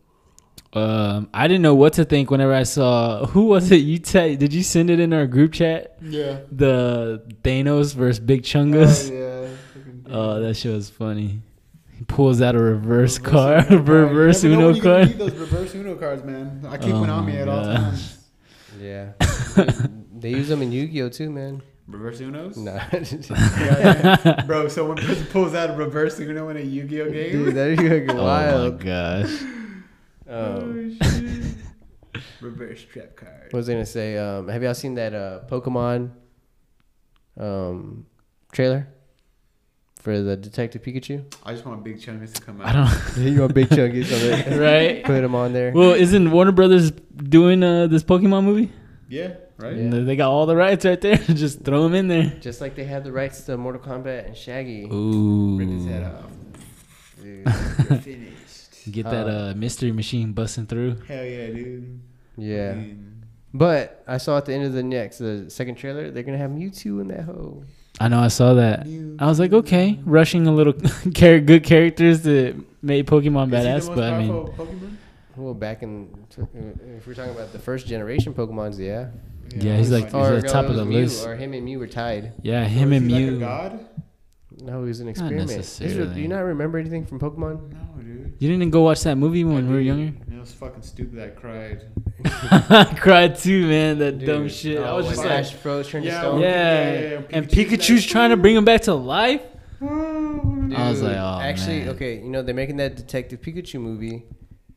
Speaker 2: Um, I didn't know what to think whenever I saw who was it you te- did you send it in our group chat
Speaker 1: Yeah.
Speaker 2: the Thanos versus Big
Speaker 1: Oh,
Speaker 2: Chungus.
Speaker 1: yeah. Fucking-
Speaker 2: Oh, that shit was funny. He pulls out a reverse car, reverse
Speaker 1: You never know when
Speaker 2: Uno
Speaker 1: you're gonna
Speaker 2: card.
Speaker 1: need those reverse Uno cards, man. I keep
Speaker 2: Oh
Speaker 1: one on me
Speaker 2: my
Speaker 1: at all
Speaker 2: God.
Speaker 1: times.
Speaker 3: Yeah. Dude, they use them in Yu-Gi-Oh too, man.
Speaker 1: Reverse Unos?
Speaker 3: No.
Speaker 1: Yeah, yeah. Bro, so when person pulls out a reverse Uno in a Yu-Gi-Oh game,
Speaker 3: Dude, that'd be like
Speaker 2: Oh my
Speaker 3: wild.
Speaker 2: gosh.
Speaker 3: Um,
Speaker 1: shit. reverse trap card.
Speaker 3: what was I gonna say? Um, have y'all seen that uh, Pokemon um, trailer for the Detective Pikachu?
Speaker 1: I just want Big Chungus to come out.
Speaker 2: I don't
Speaker 3: you want big chunkies of it,
Speaker 2: right.
Speaker 3: Put them on there.
Speaker 2: Well, isn't Warner Brothers doing uh, this Pokemon movie?
Speaker 1: Yeah, right?
Speaker 2: And They got all the rights right there. Just throw them in there.
Speaker 3: Just like they had the rights to Mortal Kombat and Shaggy.
Speaker 2: Ooh.
Speaker 1: Rip his head off.
Speaker 3: Dude.
Speaker 1: You're finished.
Speaker 2: Get that
Speaker 3: Uh,
Speaker 2: uh, mystery machine busting through.
Speaker 1: Hell yeah, dude. I
Speaker 3: Yeah.
Speaker 1: mean,
Speaker 3: But I saw at the end of the next, the second trailer, they're gonna have Mewtwo in that hoe.
Speaker 2: I know. I saw that.
Speaker 1: you- uh,
Speaker 2: I was like, okay, rushing a little char- good characters that made Pokemon
Speaker 1: Is he the
Speaker 2: badass,
Speaker 1: most
Speaker 2: but I mean,
Speaker 1: powerful Pokemon?
Speaker 3: Well, back in if we're talking about the first generation Pokemon's, yeah.
Speaker 2: Yeah, he's
Speaker 1: I'm
Speaker 2: like-
Speaker 1: fine.
Speaker 2: he's at the top
Speaker 3: it
Speaker 2: of
Speaker 3: was
Speaker 2: the
Speaker 3: Mew,
Speaker 2: list.
Speaker 3: Or him and Mew were tied.
Speaker 2: yeah,
Speaker 1: So
Speaker 2: him
Speaker 1: is
Speaker 2: and
Speaker 1: he
Speaker 2: Mew.
Speaker 1: Like a god?
Speaker 3: No, he was an experiment. Is there- do
Speaker 2: necessarily.
Speaker 3: you not remember anything from Pokemon?
Speaker 1: No, dude.
Speaker 2: you didn't go watch that movie when we were younger?
Speaker 1: It was fucking stupid. I cried.
Speaker 2: I cried too, man. That dumb
Speaker 3: Dude,
Speaker 2: shit.
Speaker 3: oh,
Speaker 2: I was
Speaker 3: when
Speaker 2: just
Speaker 1: my
Speaker 2: like,
Speaker 3: Ash froze, turned
Speaker 1: Yeah,
Speaker 3: to stone.
Speaker 1: when-
Speaker 2: yeah.
Speaker 1: yeah, yeah,
Speaker 2: And
Speaker 1: Pikachu's like,
Speaker 2: Pikachu's trying to bring him back to life. I was
Speaker 3: Dude,
Speaker 2: like, oh,
Speaker 3: actually,
Speaker 2: man.
Speaker 3: okay, you know they're making that Detective Pikachu movie.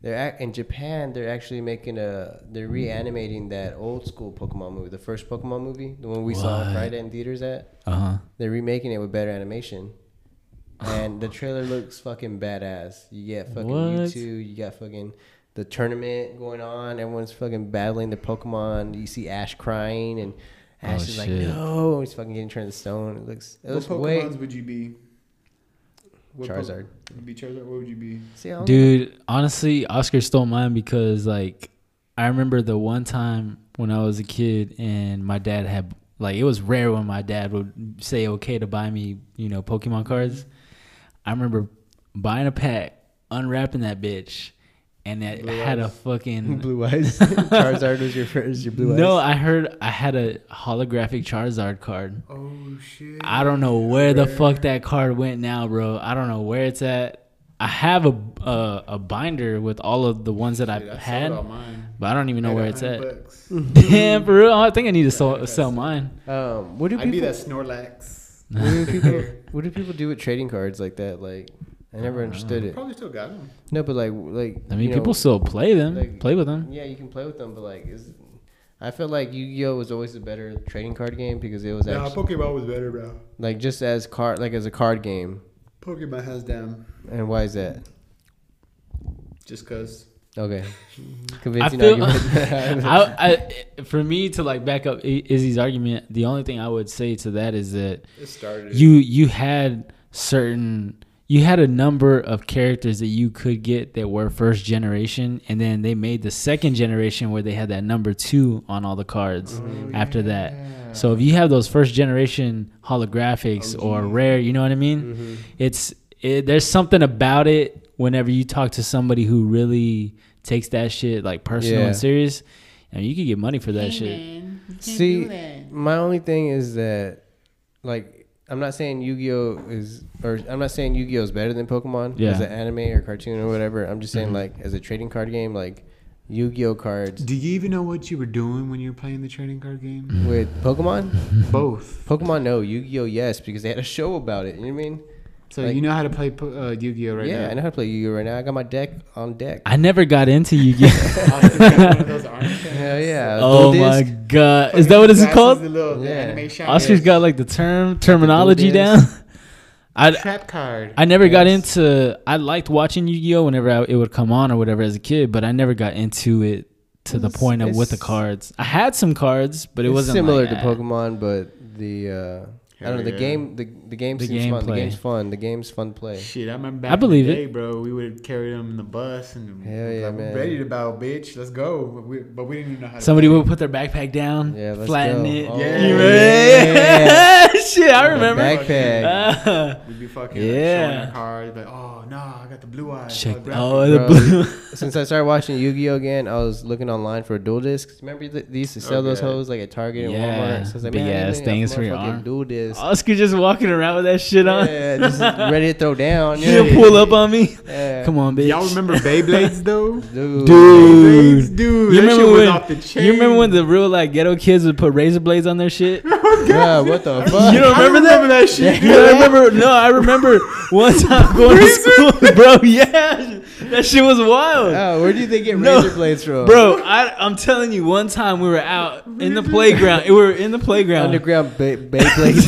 Speaker 3: They're ac in Japan. They're actually making a. They're reanimating that old school Pokemon movie, the first Pokemon movie, the one we saw
Speaker 2: What?
Speaker 3: on Friday in theaters. At
Speaker 2: Uh huh.
Speaker 3: they're remaking it with better animation, and the trailer looks fucking badass. You get fucking
Speaker 2: What?
Speaker 3: Mewtwo. You got fucking the tournament going on. Everyone's fucking battling the Pokemon. You see Ash crying and. Ash
Speaker 2: Oh,
Speaker 3: is like,
Speaker 2: shit.
Speaker 3: no, he's fucking getting turned to stone. It looks, it
Speaker 1: What
Speaker 3: looks
Speaker 1: Pokemons
Speaker 3: way
Speaker 1: would you be? What po-
Speaker 3: Charizard.
Speaker 1: You'd be Charizard. What would you be?
Speaker 3: See, I don't
Speaker 2: Dude, honestly, Oscar stole mine because like I remember the one time when I was a kid and my dad had like it was rare when my dad would say okay to buy me, you know, Pokemon cards. I remember buying a pack, unwrapping that bitch, and that
Speaker 1: Blue
Speaker 2: had a
Speaker 1: eyes.
Speaker 2: fucking
Speaker 3: Blue eyes. Charizard was your first. Your blue
Speaker 2: No,
Speaker 3: eyes.
Speaker 2: I heard I had a holographic Charizard card.
Speaker 1: Oh shit.
Speaker 2: I don't know where the
Speaker 1: Rare.
Speaker 2: fuck that card went now, bro. I don't know where it's at. I have a uh, a binder with all of the ones that I've
Speaker 1: Dude, I sold
Speaker 2: had,
Speaker 1: all mine.
Speaker 2: but I don't even know
Speaker 1: Made
Speaker 2: where
Speaker 1: a
Speaker 2: it's at.
Speaker 1: hundred bucks.
Speaker 2: Damn, for real, I think I need to sell,
Speaker 1: that's-
Speaker 2: sell mine.
Speaker 3: Um, what do
Speaker 1: I'd be
Speaker 3: people?
Speaker 1: that Snorlax.
Speaker 3: What do people? What do people do with trading cards like that? Like, I never understood it.
Speaker 1: Probably still got them.
Speaker 3: No, but like, like.
Speaker 2: I
Speaker 3: you
Speaker 2: mean,
Speaker 3: know,
Speaker 2: people still play them,
Speaker 3: like-
Speaker 2: play with them.
Speaker 3: Yeah, you can play with them, but like, is I feel like Yu-Gi-Oh was always the better trading card game because it was
Speaker 1: Nah,
Speaker 3: actually
Speaker 1: Pokeball was better, bro.
Speaker 3: like just as card like as a card game.
Speaker 1: Pokemon has down.
Speaker 3: And why is that?
Speaker 1: Just cause.
Speaker 3: Okay,
Speaker 2: I
Speaker 3: convincing
Speaker 2: feel,
Speaker 3: argument.
Speaker 2: I, I, for me to like back up I- Izzy's argument, the only thing I would say to that is that
Speaker 1: It started.
Speaker 2: you you had certain you had a number of characters that you could get that were first generation and then they made the second generation where they had that number 2 on all the cards
Speaker 3: Oh,
Speaker 2: after that so if you have those first generation holographics
Speaker 3: Oh,
Speaker 2: or rare you know what i mean
Speaker 3: Mm-hmm.
Speaker 2: it's it, there's something about it whenever you talk to somebody who really takes that shit like personal
Speaker 3: Yeah.
Speaker 2: and serious and you could get money for that shit
Speaker 3: See, my only thing is that, like, I'm not saying Yu-Gi-Oh is, or I'm not saying Yu-Gi-Oh is better than Pokemon
Speaker 2: Yeah. Mm-hmm.
Speaker 3: as an anime or cartoon or whatever. I'm just saying, like, as a trading card game, like, Yu-Gi-Oh cards
Speaker 1: Do you even know what you were doing when you were playing the trading card game?
Speaker 3: with Pokemon.
Speaker 2: Mhm.
Speaker 1: Both.
Speaker 3: Pokemon, no. Yu-Gi-Oh, yes, because they had a show about it. You know what I mean?
Speaker 1: So
Speaker 3: Like-
Speaker 1: you know how to play po- uh, Yu-Gi-Oh right
Speaker 3: yeah, I know
Speaker 1: now.
Speaker 3: how to play Yu-Gi-Oh right now. I got my deck on deck.
Speaker 2: i never got into yu-gi-oh
Speaker 3: Hell yeah!
Speaker 2: Oh
Speaker 3: Dual
Speaker 2: my
Speaker 3: disc.
Speaker 2: god. Is that what it's called?
Speaker 1: The little,
Speaker 3: Yeah.
Speaker 1: the anime shop.
Speaker 2: Oscar's got like the term terminology down.
Speaker 3: disc.
Speaker 2: I
Speaker 1: trap card.
Speaker 2: I never got
Speaker 3: Yes.
Speaker 2: into I liked watching Yu-Gi-Oh whenever I, it would come on or whatever as a kid, but I never got into it to the
Speaker 3: It's-
Speaker 2: point of with the
Speaker 3: it's-
Speaker 2: cards. I had some cards, but it
Speaker 3: It's
Speaker 2: wasn't
Speaker 3: similar
Speaker 2: like,
Speaker 3: to
Speaker 2: ah.
Speaker 3: Pokemon, but the uh, I don't know the
Speaker 1: Hell yeah.
Speaker 3: game. The the game
Speaker 2: The
Speaker 3: seems fun. The
Speaker 2: gameplay.
Speaker 3: game's fun. The game's fun to play.
Speaker 1: Shit, I remember
Speaker 2: I
Speaker 1: back
Speaker 2: believe
Speaker 1: in
Speaker 2: it.
Speaker 1: the day, bro. We would carry them in the bus and
Speaker 3: Hell yeah,
Speaker 1: like, we
Speaker 3: man.
Speaker 1: ready to battle, bitch. Let's go. But we, but we didn't even know how.
Speaker 2: Somebody
Speaker 1: to
Speaker 2: would put their backpack down,
Speaker 3: Yeah, let's
Speaker 2: flatten
Speaker 3: go.
Speaker 2: it.
Speaker 3: Oh,
Speaker 2: yeah, you
Speaker 3: yeah.
Speaker 2: ready? Shit, I
Speaker 3: The
Speaker 2: remember.
Speaker 3: backpack.
Speaker 2: Ah.
Speaker 1: play. We'd be fucking yeah.
Speaker 2: Yeah.
Speaker 1: showing our cards, like, oh no, I got the blue eyes. uh,
Speaker 2: Check.
Speaker 1: holographic.
Speaker 2: Oh, the
Speaker 3: Bro.
Speaker 2: blue.
Speaker 3: Since I started watching Yu-Gi-Oh again, I was looking online for dual discs. Remember th- they used to sell those
Speaker 1: Okay.
Speaker 3: hoes like at Target and
Speaker 2: Yeah,
Speaker 3: Walmart. So I was like,
Speaker 2: big
Speaker 3: man,
Speaker 2: ass
Speaker 3: I
Speaker 2: things for your
Speaker 3: motherfucking
Speaker 2: arm.
Speaker 3: Dual disc. is.
Speaker 2: Oscar just walking around with that shit on.
Speaker 3: Yeah, just ready to throw down.
Speaker 2: You gonna pull up on me?
Speaker 3: Yeah.
Speaker 2: Come on, bitch.
Speaker 1: Y'all remember Beyblades though?
Speaker 3: Dude.
Speaker 2: Dude.
Speaker 1: Beyblades, dude.
Speaker 2: You
Speaker 1: that
Speaker 2: remember
Speaker 1: shit was
Speaker 2: when?
Speaker 1: off the chain.
Speaker 2: You remember when the real like ghetto kids would put razor blades on their shit? you
Speaker 3: Bruh, what the fuck?
Speaker 2: don't
Speaker 1: I
Speaker 2: remember that?
Speaker 1: remember that shit.
Speaker 2: Dude, I remember. No, I remember one time going to school, bro. Yeah, that shit was wild.
Speaker 3: Oh, where do you think it
Speaker 2: No.
Speaker 3: razor blades from?
Speaker 2: Bro, I, I'm telling you, one time we were out in the playground. We were in the playground.
Speaker 3: Underground ba- Beyblades.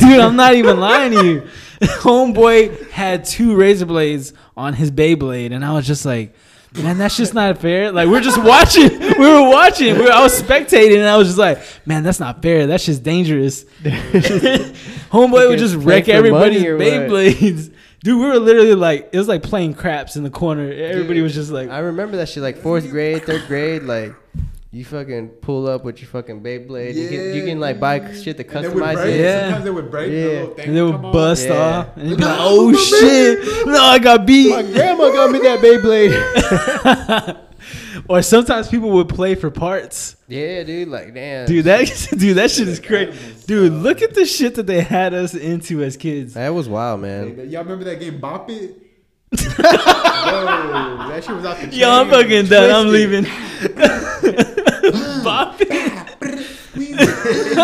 Speaker 2: Dude, I'm not even lying to you. Homeboy had two razor blades on his Beyblade, and I was just like, man, that's just not fair. Like, we're just watching. We were watching. We were, I was spectating, and I was just like, man, that's not fair. That's just dangerous. Homeboy would just
Speaker 3: Play
Speaker 2: wreck
Speaker 3: for
Speaker 2: everybody's
Speaker 3: money or what?
Speaker 2: Beyblades. Dude, we were literally like, it was like playing craps in the corner. Everybody
Speaker 3: Dude,
Speaker 2: was just like,
Speaker 3: I remember that shit like fourth grade, third grade, like. You fucking pull up with your fucking Beyblade. you, can, you can like buy shit to
Speaker 1: And they would
Speaker 3: customize
Speaker 1: break.
Speaker 3: it.
Speaker 2: Yeah.
Speaker 1: Sometimes they would break.
Speaker 3: Yeah.
Speaker 1: The little thing
Speaker 2: and they
Speaker 1: would
Speaker 2: would
Speaker 1: come
Speaker 2: bust
Speaker 3: Yeah.
Speaker 2: off, and they'd be like, oh shit, no, I got beat.
Speaker 3: My grandma got me that Beyblade.
Speaker 2: or sometimes people would play for parts.
Speaker 3: yeah, dude. Like, damn.
Speaker 2: Dude, that dude, that shit is crazy. Dude, look at the shit that they had us into as kids.
Speaker 3: That was wild, man.
Speaker 1: on. Y'all remember that game Bop It? Bro, that shit was off the chain.
Speaker 2: Yo, I'm fucking done. I'm
Speaker 3: Twisted.
Speaker 2: leaving. Bop it.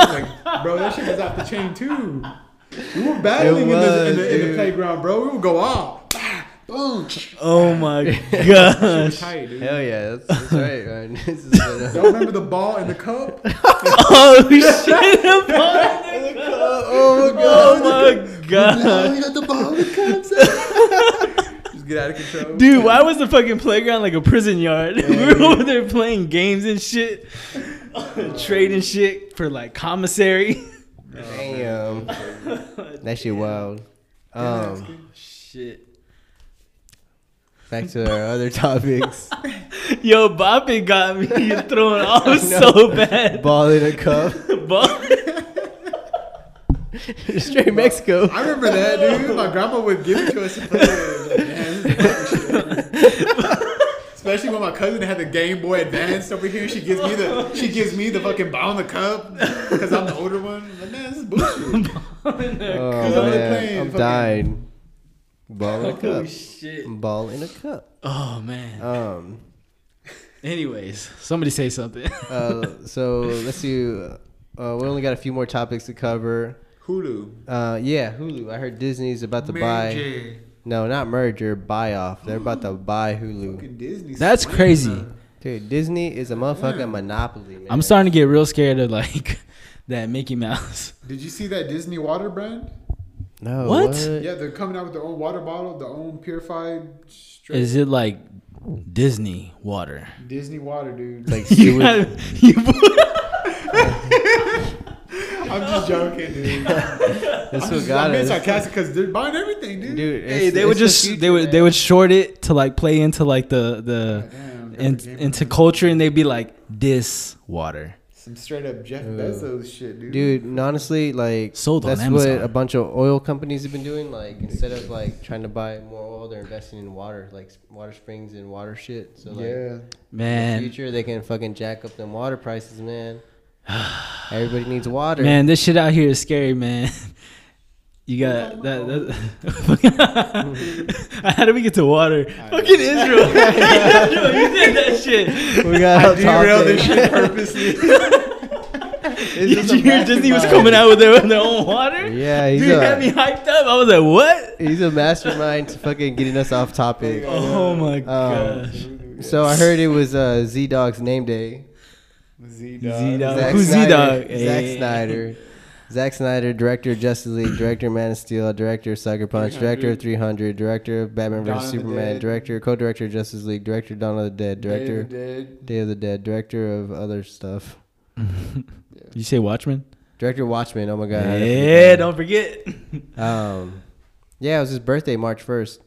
Speaker 1: like, bro, that shit was off the chain too. We were battling in, the, in,
Speaker 3: was,
Speaker 1: the, in the
Speaker 3: dude.
Speaker 1: playground, bro. We would go off. Bah, Boom. Shit
Speaker 2: Oh my
Speaker 1: was
Speaker 2: gosh.
Speaker 1: tight, dude.
Speaker 3: Hell yeah, that's, that's right, man. This is,
Speaker 1: Y'all remember the ball in the cup?
Speaker 2: Oh shit. I'm on it.
Speaker 1: oh my
Speaker 2: Oh my gosh.
Speaker 1: you got the ball in the cup. Just get out of control.
Speaker 2: Dude, why was the fucking playground like a prison yard? we were over there playing games and shit, trading shit for like commissary.
Speaker 3: damn, that shit wild. Um,
Speaker 2: shit.
Speaker 3: back to our other topics.
Speaker 2: Yo, Boppin got me thrown off so bad.
Speaker 3: Ball in a cup.
Speaker 2: Ball-
Speaker 3: Straight Mexico.
Speaker 1: I remember that, dude. My grandma would give it to us. to play with. Like, man, this is fucking shit. Especially when my cousin had the Game Boy Advance over here, she gives me the she gives me the fucking ball in the cup because I'm the older one. Like, man, this is bullshit.
Speaker 3: Oh
Speaker 1: I'm
Speaker 3: man,
Speaker 1: playing
Speaker 3: I'm
Speaker 1: fucking-
Speaker 3: dying. Ball in a
Speaker 2: oh
Speaker 3: cup.
Speaker 2: shit.
Speaker 3: Ball in a cup.
Speaker 2: Oh man.
Speaker 3: Um.
Speaker 2: Anyways, somebody say something.
Speaker 3: Uh, so let's do. Uh, we only got a few more topics to cover.
Speaker 1: Hulu.
Speaker 3: Uh, yeah, Hulu. I heard Disney's about to buy. No, not merger. Buy off. They're about to buy Hulu.
Speaker 1: Fucking Disney.
Speaker 2: That's
Speaker 1: swing,
Speaker 2: crazy.
Speaker 1: huh?
Speaker 3: Dude, Disney is a
Speaker 2: Mm.
Speaker 3: motherfucking monopoly, man.
Speaker 2: I'm starting to get real scared of like that Mickey Mouse.
Speaker 1: Did you see that Disney water brand?
Speaker 3: No.
Speaker 2: What?
Speaker 1: Yeah, they're coming out with their own water bottle, their own purified straight
Speaker 2: Is it like Disney water?
Speaker 1: Disney water, dude.
Speaker 3: Like
Speaker 2: You
Speaker 3: sewage.
Speaker 2: got- you put-
Speaker 1: I'm just joking, dude.
Speaker 3: That's
Speaker 1: I'm
Speaker 3: what
Speaker 1: just,
Speaker 3: got
Speaker 1: I'm being
Speaker 3: it.
Speaker 1: sarcastic because they're buying everything, dude.
Speaker 3: Dude, it's-
Speaker 2: hey, they
Speaker 3: it's
Speaker 2: would
Speaker 3: the
Speaker 2: just
Speaker 3: future,
Speaker 2: they would
Speaker 3: man.
Speaker 2: they would short it to like play into like the the
Speaker 1: Damn, got
Speaker 2: in,
Speaker 1: the game
Speaker 2: into
Speaker 1: on.
Speaker 2: culture and they'd be like this water.
Speaker 1: some straight up Jeff Bezos shit, dude.
Speaker 3: Dude, and honestly, like
Speaker 2: Sold on
Speaker 3: that's
Speaker 2: Amazon.
Speaker 3: what a bunch of oil companies have been doing. Like instead of like trying to buy more oil, they're investing in water, like s- water springs and water shit. So like in
Speaker 1: yeah.
Speaker 3: the
Speaker 2: Man,
Speaker 3: future, they can fucking jack up them water prices, man. Everybody needs water.
Speaker 2: man, this shit out here is scary, man. You got that. that How do we get to water? Fucking Israel. Israel, you did that shit.
Speaker 3: we got
Speaker 1: I
Speaker 3: off
Speaker 1: derailed this
Speaker 3: topic.
Speaker 1: shit purposely.
Speaker 2: Did
Speaker 3: It's just
Speaker 2: you
Speaker 3: a
Speaker 2: hear Disney was
Speaker 3: mastermind.
Speaker 2: coming out with their, their own water?
Speaker 3: Yeah, he's
Speaker 2: Dude,
Speaker 3: a-
Speaker 2: had me hyped up. I was like, what?
Speaker 3: He's a mastermind to fucking getting us off topic.
Speaker 2: Oh my gosh.
Speaker 3: So I heard it was uh, Z Dog's name day.
Speaker 1: Z
Speaker 2: Z-Dog.
Speaker 1: Dog.
Speaker 3: Zack
Speaker 2: Who's Eh.
Speaker 3: Snyder-
Speaker 2: Z-Dog? Hey.
Speaker 3: Zack Snyder. Zack Snyder, director of Justice League, director of Man of Steel, director of Sucker Punch, director of 300, director of Batman
Speaker 1: Dawn
Speaker 3: vs
Speaker 1: of the
Speaker 3: Superman,
Speaker 1: Dead.
Speaker 3: director, co-director of Justice League, director of Dawn of the Dead, director Day of the Dead, director of other stuff,
Speaker 2: You say Watchmen?
Speaker 3: director of Watchmen. Oh my god! I
Speaker 2: Yeah,
Speaker 3: forgot.
Speaker 2: don't forget.
Speaker 3: Um, yeah, it was his birthday, March first.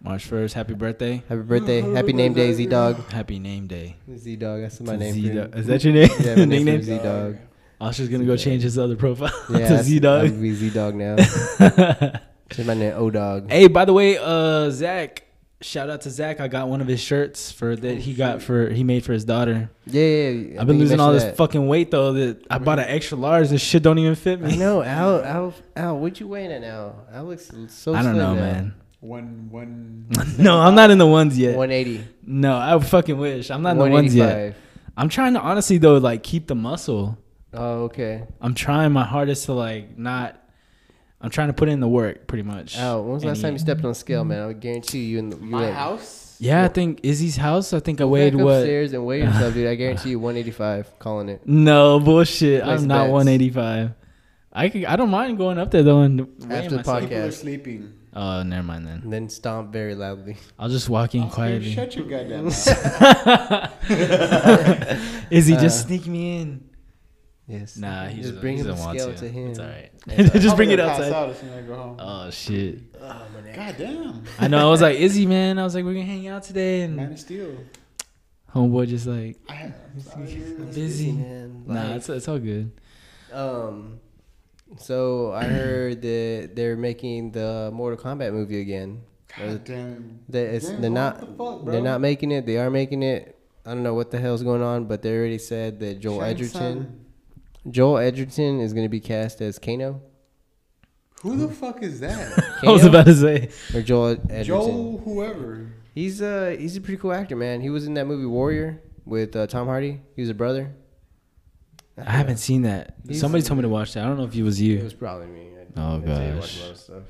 Speaker 2: March 1st, happy birthday.
Speaker 3: Happy birthday, happy name day, Z Dog.
Speaker 2: Happy name day.
Speaker 3: Z Dog, that's my name. for
Speaker 2: Z-Dog.
Speaker 3: him.
Speaker 2: Is that your name?
Speaker 3: Yeah, my name
Speaker 2: Nickname?
Speaker 3: Z Dog.
Speaker 2: Oscar's gonna go change his other profile
Speaker 3: Yeah,
Speaker 2: to
Speaker 3: that's-
Speaker 2: Z
Speaker 3: I'll
Speaker 2: Dog.
Speaker 3: be Z Dog now. Change my name O Dog.
Speaker 2: hey, by the way, uh, Zach Shout out to Zach. I got one of his shirts for that he got for he made for his daughter.
Speaker 3: Yeah, yeah. Oh, yeah. I
Speaker 2: I've been
Speaker 3: think you
Speaker 2: losing all this
Speaker 3: mentioned
Speaker 2: fucking weight though. That I bought an extra large. This shit don't even fit
Speaker 3: that. I
Speaker 2: me.
Speaker 3: know Al. Al. Al. What you weighing at now? Al looks so.
Speaker 2: I don't
Speaker 3: slim
Speaker 2: know,
Speaker 3: now.
Speaker 2: man.
Speaker 1: One one.
Speaker 2: no, I'm not in the ones yet.
Speaker 3: 180.
Speaker 2: No, I fucking wish. I'm not in the ones yet.
Speaker 3: 185.
Speaker 2: I'm trying to honestly though, like keep the muscle.
Speaker 3: Oh, okay.
Speaker 2: I'm trying my hardest to like not. I'm trying to put in the work, pretty much.
Speaker 3: Al, Oh, when was the last
Speaker 2: And
Speaker 3: time you
Speaker 2: eat.
Speaker 3: stepped on a scale, man? I would guarantee you in the you
Speaker 1: My
Speaker 3: went-
Speaker 1: house.
Speaker 2: Yeah, I think Izzy's house. I think I
Speaker 3: Go
Speaker 2: weighed
Speaker 3: back
Speaker 2: what?
Speaker 3: upstairs and weigh yourself, dude. I guarantee you 185. Calling it.
Speaker 2: No bullshit.
Speaker 3: Place
Speaker 2: I'm not
Speaker 3: bets.
Speaker 2: 185. I could, I don't mind going up there though and weighing
Speaker 3: After the
Speaker 2: myself.
Speaker 3: podcast.
Speaker 1: People are sleeping.
Speaker 2: Oh, never mind then.
Speaker 3: And then stomp very loudly.
Speaker 2: I'll just walk in
Speaker 1: Hey,
Speaker 2: quietly.
Speaker 1: Oh, shut your goddamn mouth.
Speaker 2: Izzy,
Speaker 3: Uh,
Speaker 2: just sneak me in.
Speaker 3: Yes.
Speaker 2: Nah, he's
Speaker 3: just bring him
Speaker 2: doesn't
Speaker 3: the
Speaker 2: want
Speaker 3: scale
Speaker 2: to.
Speaker 3: to him.
Speaker 2: It's all right.
Speaker 3: It's all
Speaker 2: just bring
Speaker 1: I'm
Speaker 2: it
Speaker 1: gonna pass
Speaker 2: outside.
Speaker 1: out as soon as I go home.
Speaker 2: Oh shit!
Speaker 3: Oh, my neck.
Speaker 1: goddamn.
Speaker 2: I know. I was like Izzy, man. I was like, we're gonna hang out today,
Speaker 1: Man
Speaker 2: and
Speaker 1: of Steel.
Speaker 2: homeboy just like,
Speaker 1: I have, I'm sorry.
Speaker 2: busy.
Speaker 3: man.
Speaker 2: nah,
Speaker 3: Like,
Speaker 2: it's it's all good.
Speaker 3: um. So I heard that they're making the Mortal Kombat movie again.
Speaker 1: God damn.
Speaker 3: That it's,
Speaker 1: Damn,
Speaker 3: they're
Speaker 1: what
Speaker 3: not.
Speaker 1: the fuck, bro?
Speaker 3: they're not making it. They are making it. I don't know what the hell's going on, but they already said that Joel
Speaker 1: Shang
Speaker 3: Edgerton.
Speaker 1: Tsung.
Speaker 3: Joel Edgerton is going to be cast as Kano.
Speaker 1: Who the fuck is that?
Speaker 2: I was
Speaker 3: Kano?
Speaker 2: about to say.
Speaker 3: or Joel Edgerton.
Speaker 1: Joel, whoever.
Speaker 3: He's uh he's a pretty cool actor, man. He was in that movie Warrior with uh, Tom Hardy. He was a brother.
Speaker 2: I haven't seen that.
Speaker 3: He's-
Speaker 2: Somebody told me to watch that. I don't know if it was
Speaker 3: It
Speaker 2: you.
Speaker 3: was probably me. I-
Speaker 2: Oh,
Speaker 3: I tell you, I watch
Speaker 2: gosh.
Speaker 3: a lot of stuff.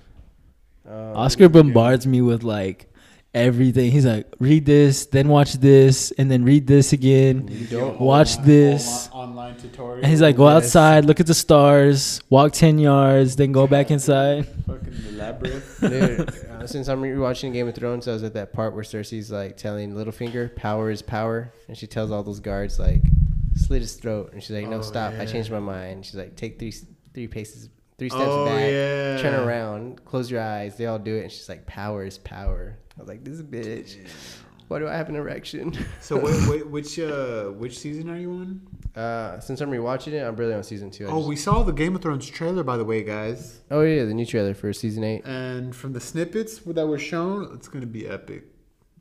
Speaker 3: Um,
Speaker 2: Oscar bombards me with like everything. He's like, read this, then watch this, and then read this again.
Speaker 3: Um, You
Speaker 1: Yo,
Speaker 3: don't.
Speaker 1: online-
Speaker 2: Watch this.
Speaker 1: Online, online tutorial.
Speaker 2: And he's like, go
Speaker 3: Yes.
Speaker 2: outside, look at the stars, walk ten yards, then go back inside.
Speaker 1: fucking the labyrinth.
Speaker 3: Dude, uh, since I'm rewatching Game of Thrones, I was at that part where Cersei's like telling Littlefinger, "Power is power," and she tells all those guards like, "Slit his throat," and she's like, "No,
Speaker 1: Oh,
Speaker 3: stop! I
Speaker 1: yeah. Oh,
Speaker 3: changed my mind." She's like, "Take three, three paces, three steps back."
Speaker 1: yeah.
Speaker 3: turn around, close your eyes. They all do it, and she's like, "Power is power." I was like, "This bitch, why do I have an erection?"
Speaker 1: So what, what, which uh, which season are you on?
Speaker 3: Uh, since I'm rewatching it, I'm really on season two. I
Speaker 1: Oh,
Speaker 3: just-
Speaker 1: we saw the Game of Thrones trailer, by the way, guys.
Speaker 3: oh yeah, the new trailer for season eight.
Speaker 1: And from the snippets that were shown, it's gonna be epic.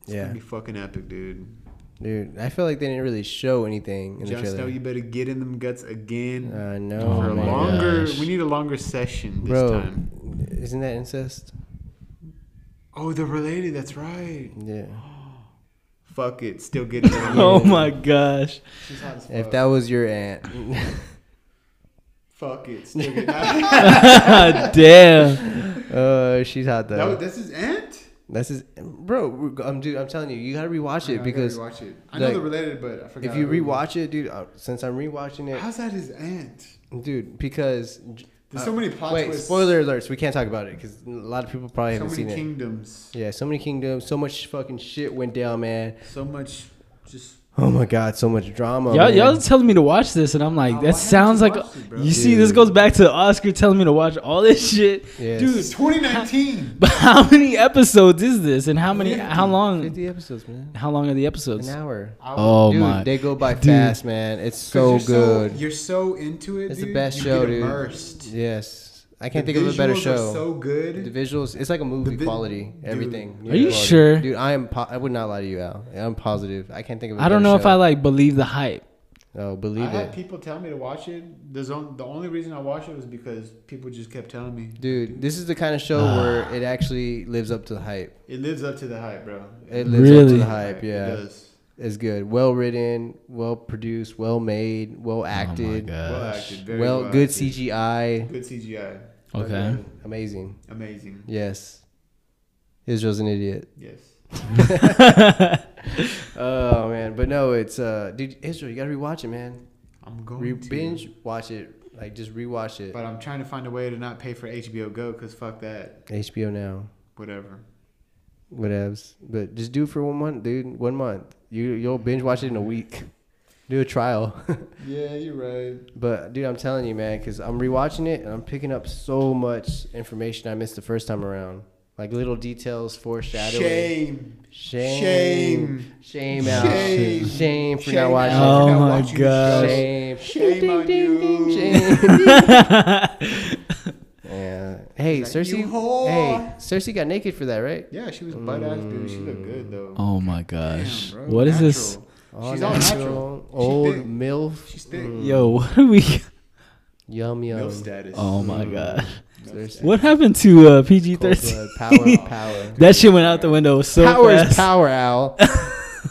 Speaker 1: It's
Speaker 3: Yeah.
Speaker 1: gonna be fucking epic, dude.
Speaker 3: Dude, I feel like they didn't really show anything in
Speaker 1: Jon
Speaker 3: the
Speaker 1: Snow,
Speaker 3: trailer. Uh,
Speaker 1: you better get in them guts again.
Speaker 3: I know,
Speaker 2: Oh
Speaker 1: for a
Speaker 2: my
Speaker 1: longer,
Speaker 2: gosh.
Speaker 1: we need a longer session this
Speaker 3: bro.
Speaker 1: time.
Speaker 3: Isn't that incest?
Speaker 1: Oh, they're related. That's right.
Speaker 3: Yeah.
Speaker 1: Oh, Fuck it, still get it. done.
Speaker 2: Oh my gosh.
Speaker 1: She's hot as fuck.
Speaker 3: If that was your aunt,
Speaker 1: Fuck it, still get it.
Speaker 2: Damn.
Speaker 3: uh, she's hot
Speaker 1: that was,
Speaker 3: though.
Speaker 1: that's his aunt.
Speaker 3: That's his bro. we're- I'm dude. I'm telling you, you gotta rewatch it because
Speaker 1: I, gotta rewatch it. I know
Speaker 3: like,
Speaker 1: they're related, but I forgot.
Speaker 3: if you
Speaker 1: who-
Speaker 3: rewatch it, dude. Uh, since I'm rewatching it,
Speaker 1: how's that his aunt?
Speaker 3: dude because uh,
Speaker 1: There's so many plot
Speaker 3: wait
Speaker 1: twists.
Speaker 3: spoiler alerts we can't talk about it because a lot of people probably
Speaker 1: So
Speaker 3: haven't
Speaker 1: many
Speaker 3: seen
Speaker 1: kingdoms.
Speaker 3: it yeah so many kingdoms so much fucking shit went down man
Speaker 1: So much. Just
Speaker 3: oh my god so much drama
Speaker 2: y'all,
Speaker 3: man.
Speaker 2: y'all telling me to watch this, and I'm like,
Speaker 1: Oh, why
Speaker 2: that
Speaker 1: haven't
Speaker 2: sounds
Speaker 1: you
Speaker 2: like.
Speaker 1: watched it, bro?
Speaker 2: you see, this
Speaker 3: Dude.
Speaker 2: goes back to Oscar telling me to watch all this shit,
Speaker 3: Yes.
Speaker 2: dude.
Speaker 1: it's 2019.
Speaker 2: But how many episodes is this, and how many? How long?
Speaker 3: 50 episodes man
Speaker 2: How long are the
Speaker 3: an
Speaker 2: episodes?
Speaker 3: hour
Speaker 2: Oh
Speaker 3: dude
Speaker 2: my!
Speaker 3: they go by
Speaker 2: Dude.
Speaker 3: fast man it's
Speaker 1: 'Cause
Speaker 3: so
Speaker 1: you're
Speaker 3: good
Speaker 1: you're so into it.
Speaker 3: It's the
Speaker 1: dude.
Speaker 3: best
Speaker 1: you
Speaker 3: show,
Speaker 1: get
Speaker 3: dude.
Speaker 1: immersed.
Speaker 3: yes i can't
Speaker 1: The
Speaker 3: think of a better
Speaker 1: visuals are
Speaker 3: show
Speaker 1: So good.
Speaker 3: the visuals it's like a movie
Speaker 1: vi-
Speaker 3: quality
Speaker 1: dude.
Speaker 3: everything
Speaker 2: Are you
Speaker 3: Quality.
Speaker 2: sure?
Speaker 3: dude i am po- i would not lie to you al i'm positive i can't think of I
Speaker 2: I don't know if I like believe the hype.
Speaker 3: oh
Speaker 1: I
Speaker 3: believe
Speaker 1: had
Speaker 3: it
Speaker 1: people tell me to watch it. There's on, the only reason I watched it was because people just kept telling me.
Speaker 3: dude this is the kind of show
Speaker 2: Ah.
Speaker 3: where it actually lives up to the hype
Speaker 1: It lives up to the hype, bro.
Speaker 3: It lives up to
Speaker 2: Really?
Speaker 3: the hype,
Speaker 1: It
Speaker 3: yeah.
Speaker 1: does.
Speaker 3: It's good. Well written, well produced, well made,
Speaker 2: Oh
Speaker 3: well acted.
Speaker 1: Well acted. Very
Speaker 3: well,
Speaker 1: well,
Speaker 3: good
Speaker 1: acted.
Speaker 3: CGI.
Speaker 1: Good CGI.
Speaker 2: Okay.
Speaker 3: Amazing.
Speaker 1: Amazing.
Speaker 3: Yes. Israel's an idiot.
Speaker 1: Yes.
Speaker 3: Oh man, but no, it's uh dude, Israel, you gotta rewatch it, man.
Speaker 1: I'm going
Speaker 3: Re-
Speaker 1: to.
Speaker 3: binge watch it. Like just rewatch it.
Speaker 1: But I'm trying to find a way to not pay for HBO Go because fuck that.
Speaker 3: HBO now.
Speaker 1: Whatever.
Speaker 3: Whatevs. But just do it for one month, dude. One month. You you'll binge watch it in a week. Do a trial.
Speaker 1: Yeah, you're right.
Speaker 3: But dude, I'm telling you, man, because I'm rewatching it and I'm picking up so much information I missed the first time around, like little details, foreshadowing.
Speaker 1: Shame.
Speaker 3: shame,
Speaker 1: Shame.
Speaker 3: shame, out, shame,
Speaker 1: Shame.
Speaker 3: shame for
Speaker 1: Shame
Speaker 3: not watching.
Speaker 1: out for
Speaker 2: Oh
Speaker 1: not
Speaker 2: my
Speaker 1: watching the
Speaker 2: gosh.
Speaker 1: show.
Speaker 3: Shame,
Speaker 1: Shame on you.
Speaker 3: shame. yeah. Hey, hey,
Speaker 1: He's like,
Speaker 3: Cersei.
Speaker 1: "You whore."
Speaker 3: Hey, Cersei got naked for that, right?
Speaker 1: Yeah, she was butt ass, dude. She looked good though.
Speaker 2: Oh my gosh.
Speaker 1: Damn, bro.
Speaker 2: what is this?
Speaker 1: Natural.
Speaker 3: All
Speaker 1: She's all natural. She's
Speaker 3: Oh, Old
Speaker 1: thick.
Speaker 3: milf.
Speaker 1: She's thick.
Speaker 3: Mm,
Speaker 2: Yo, what are we?
Speaker 3: Yum yum.
Speaker 1: Milf status.
Speaker 2: Oh my
Speaker 3: Mm.
Speaker 2: god.
Speaker 1: Milf
Speaker 3: Cersei.
Speaker 1: status.
Speaker 2: What happened to uh, PG
Speaker 3: Cold
Speaker 2: thirteen?
Speaker 3: blood, power, power.
Speaker 2: That shit went out the window so
Speaker 3: power
Speaker 2: fast.
Speaker 3: is power, Al.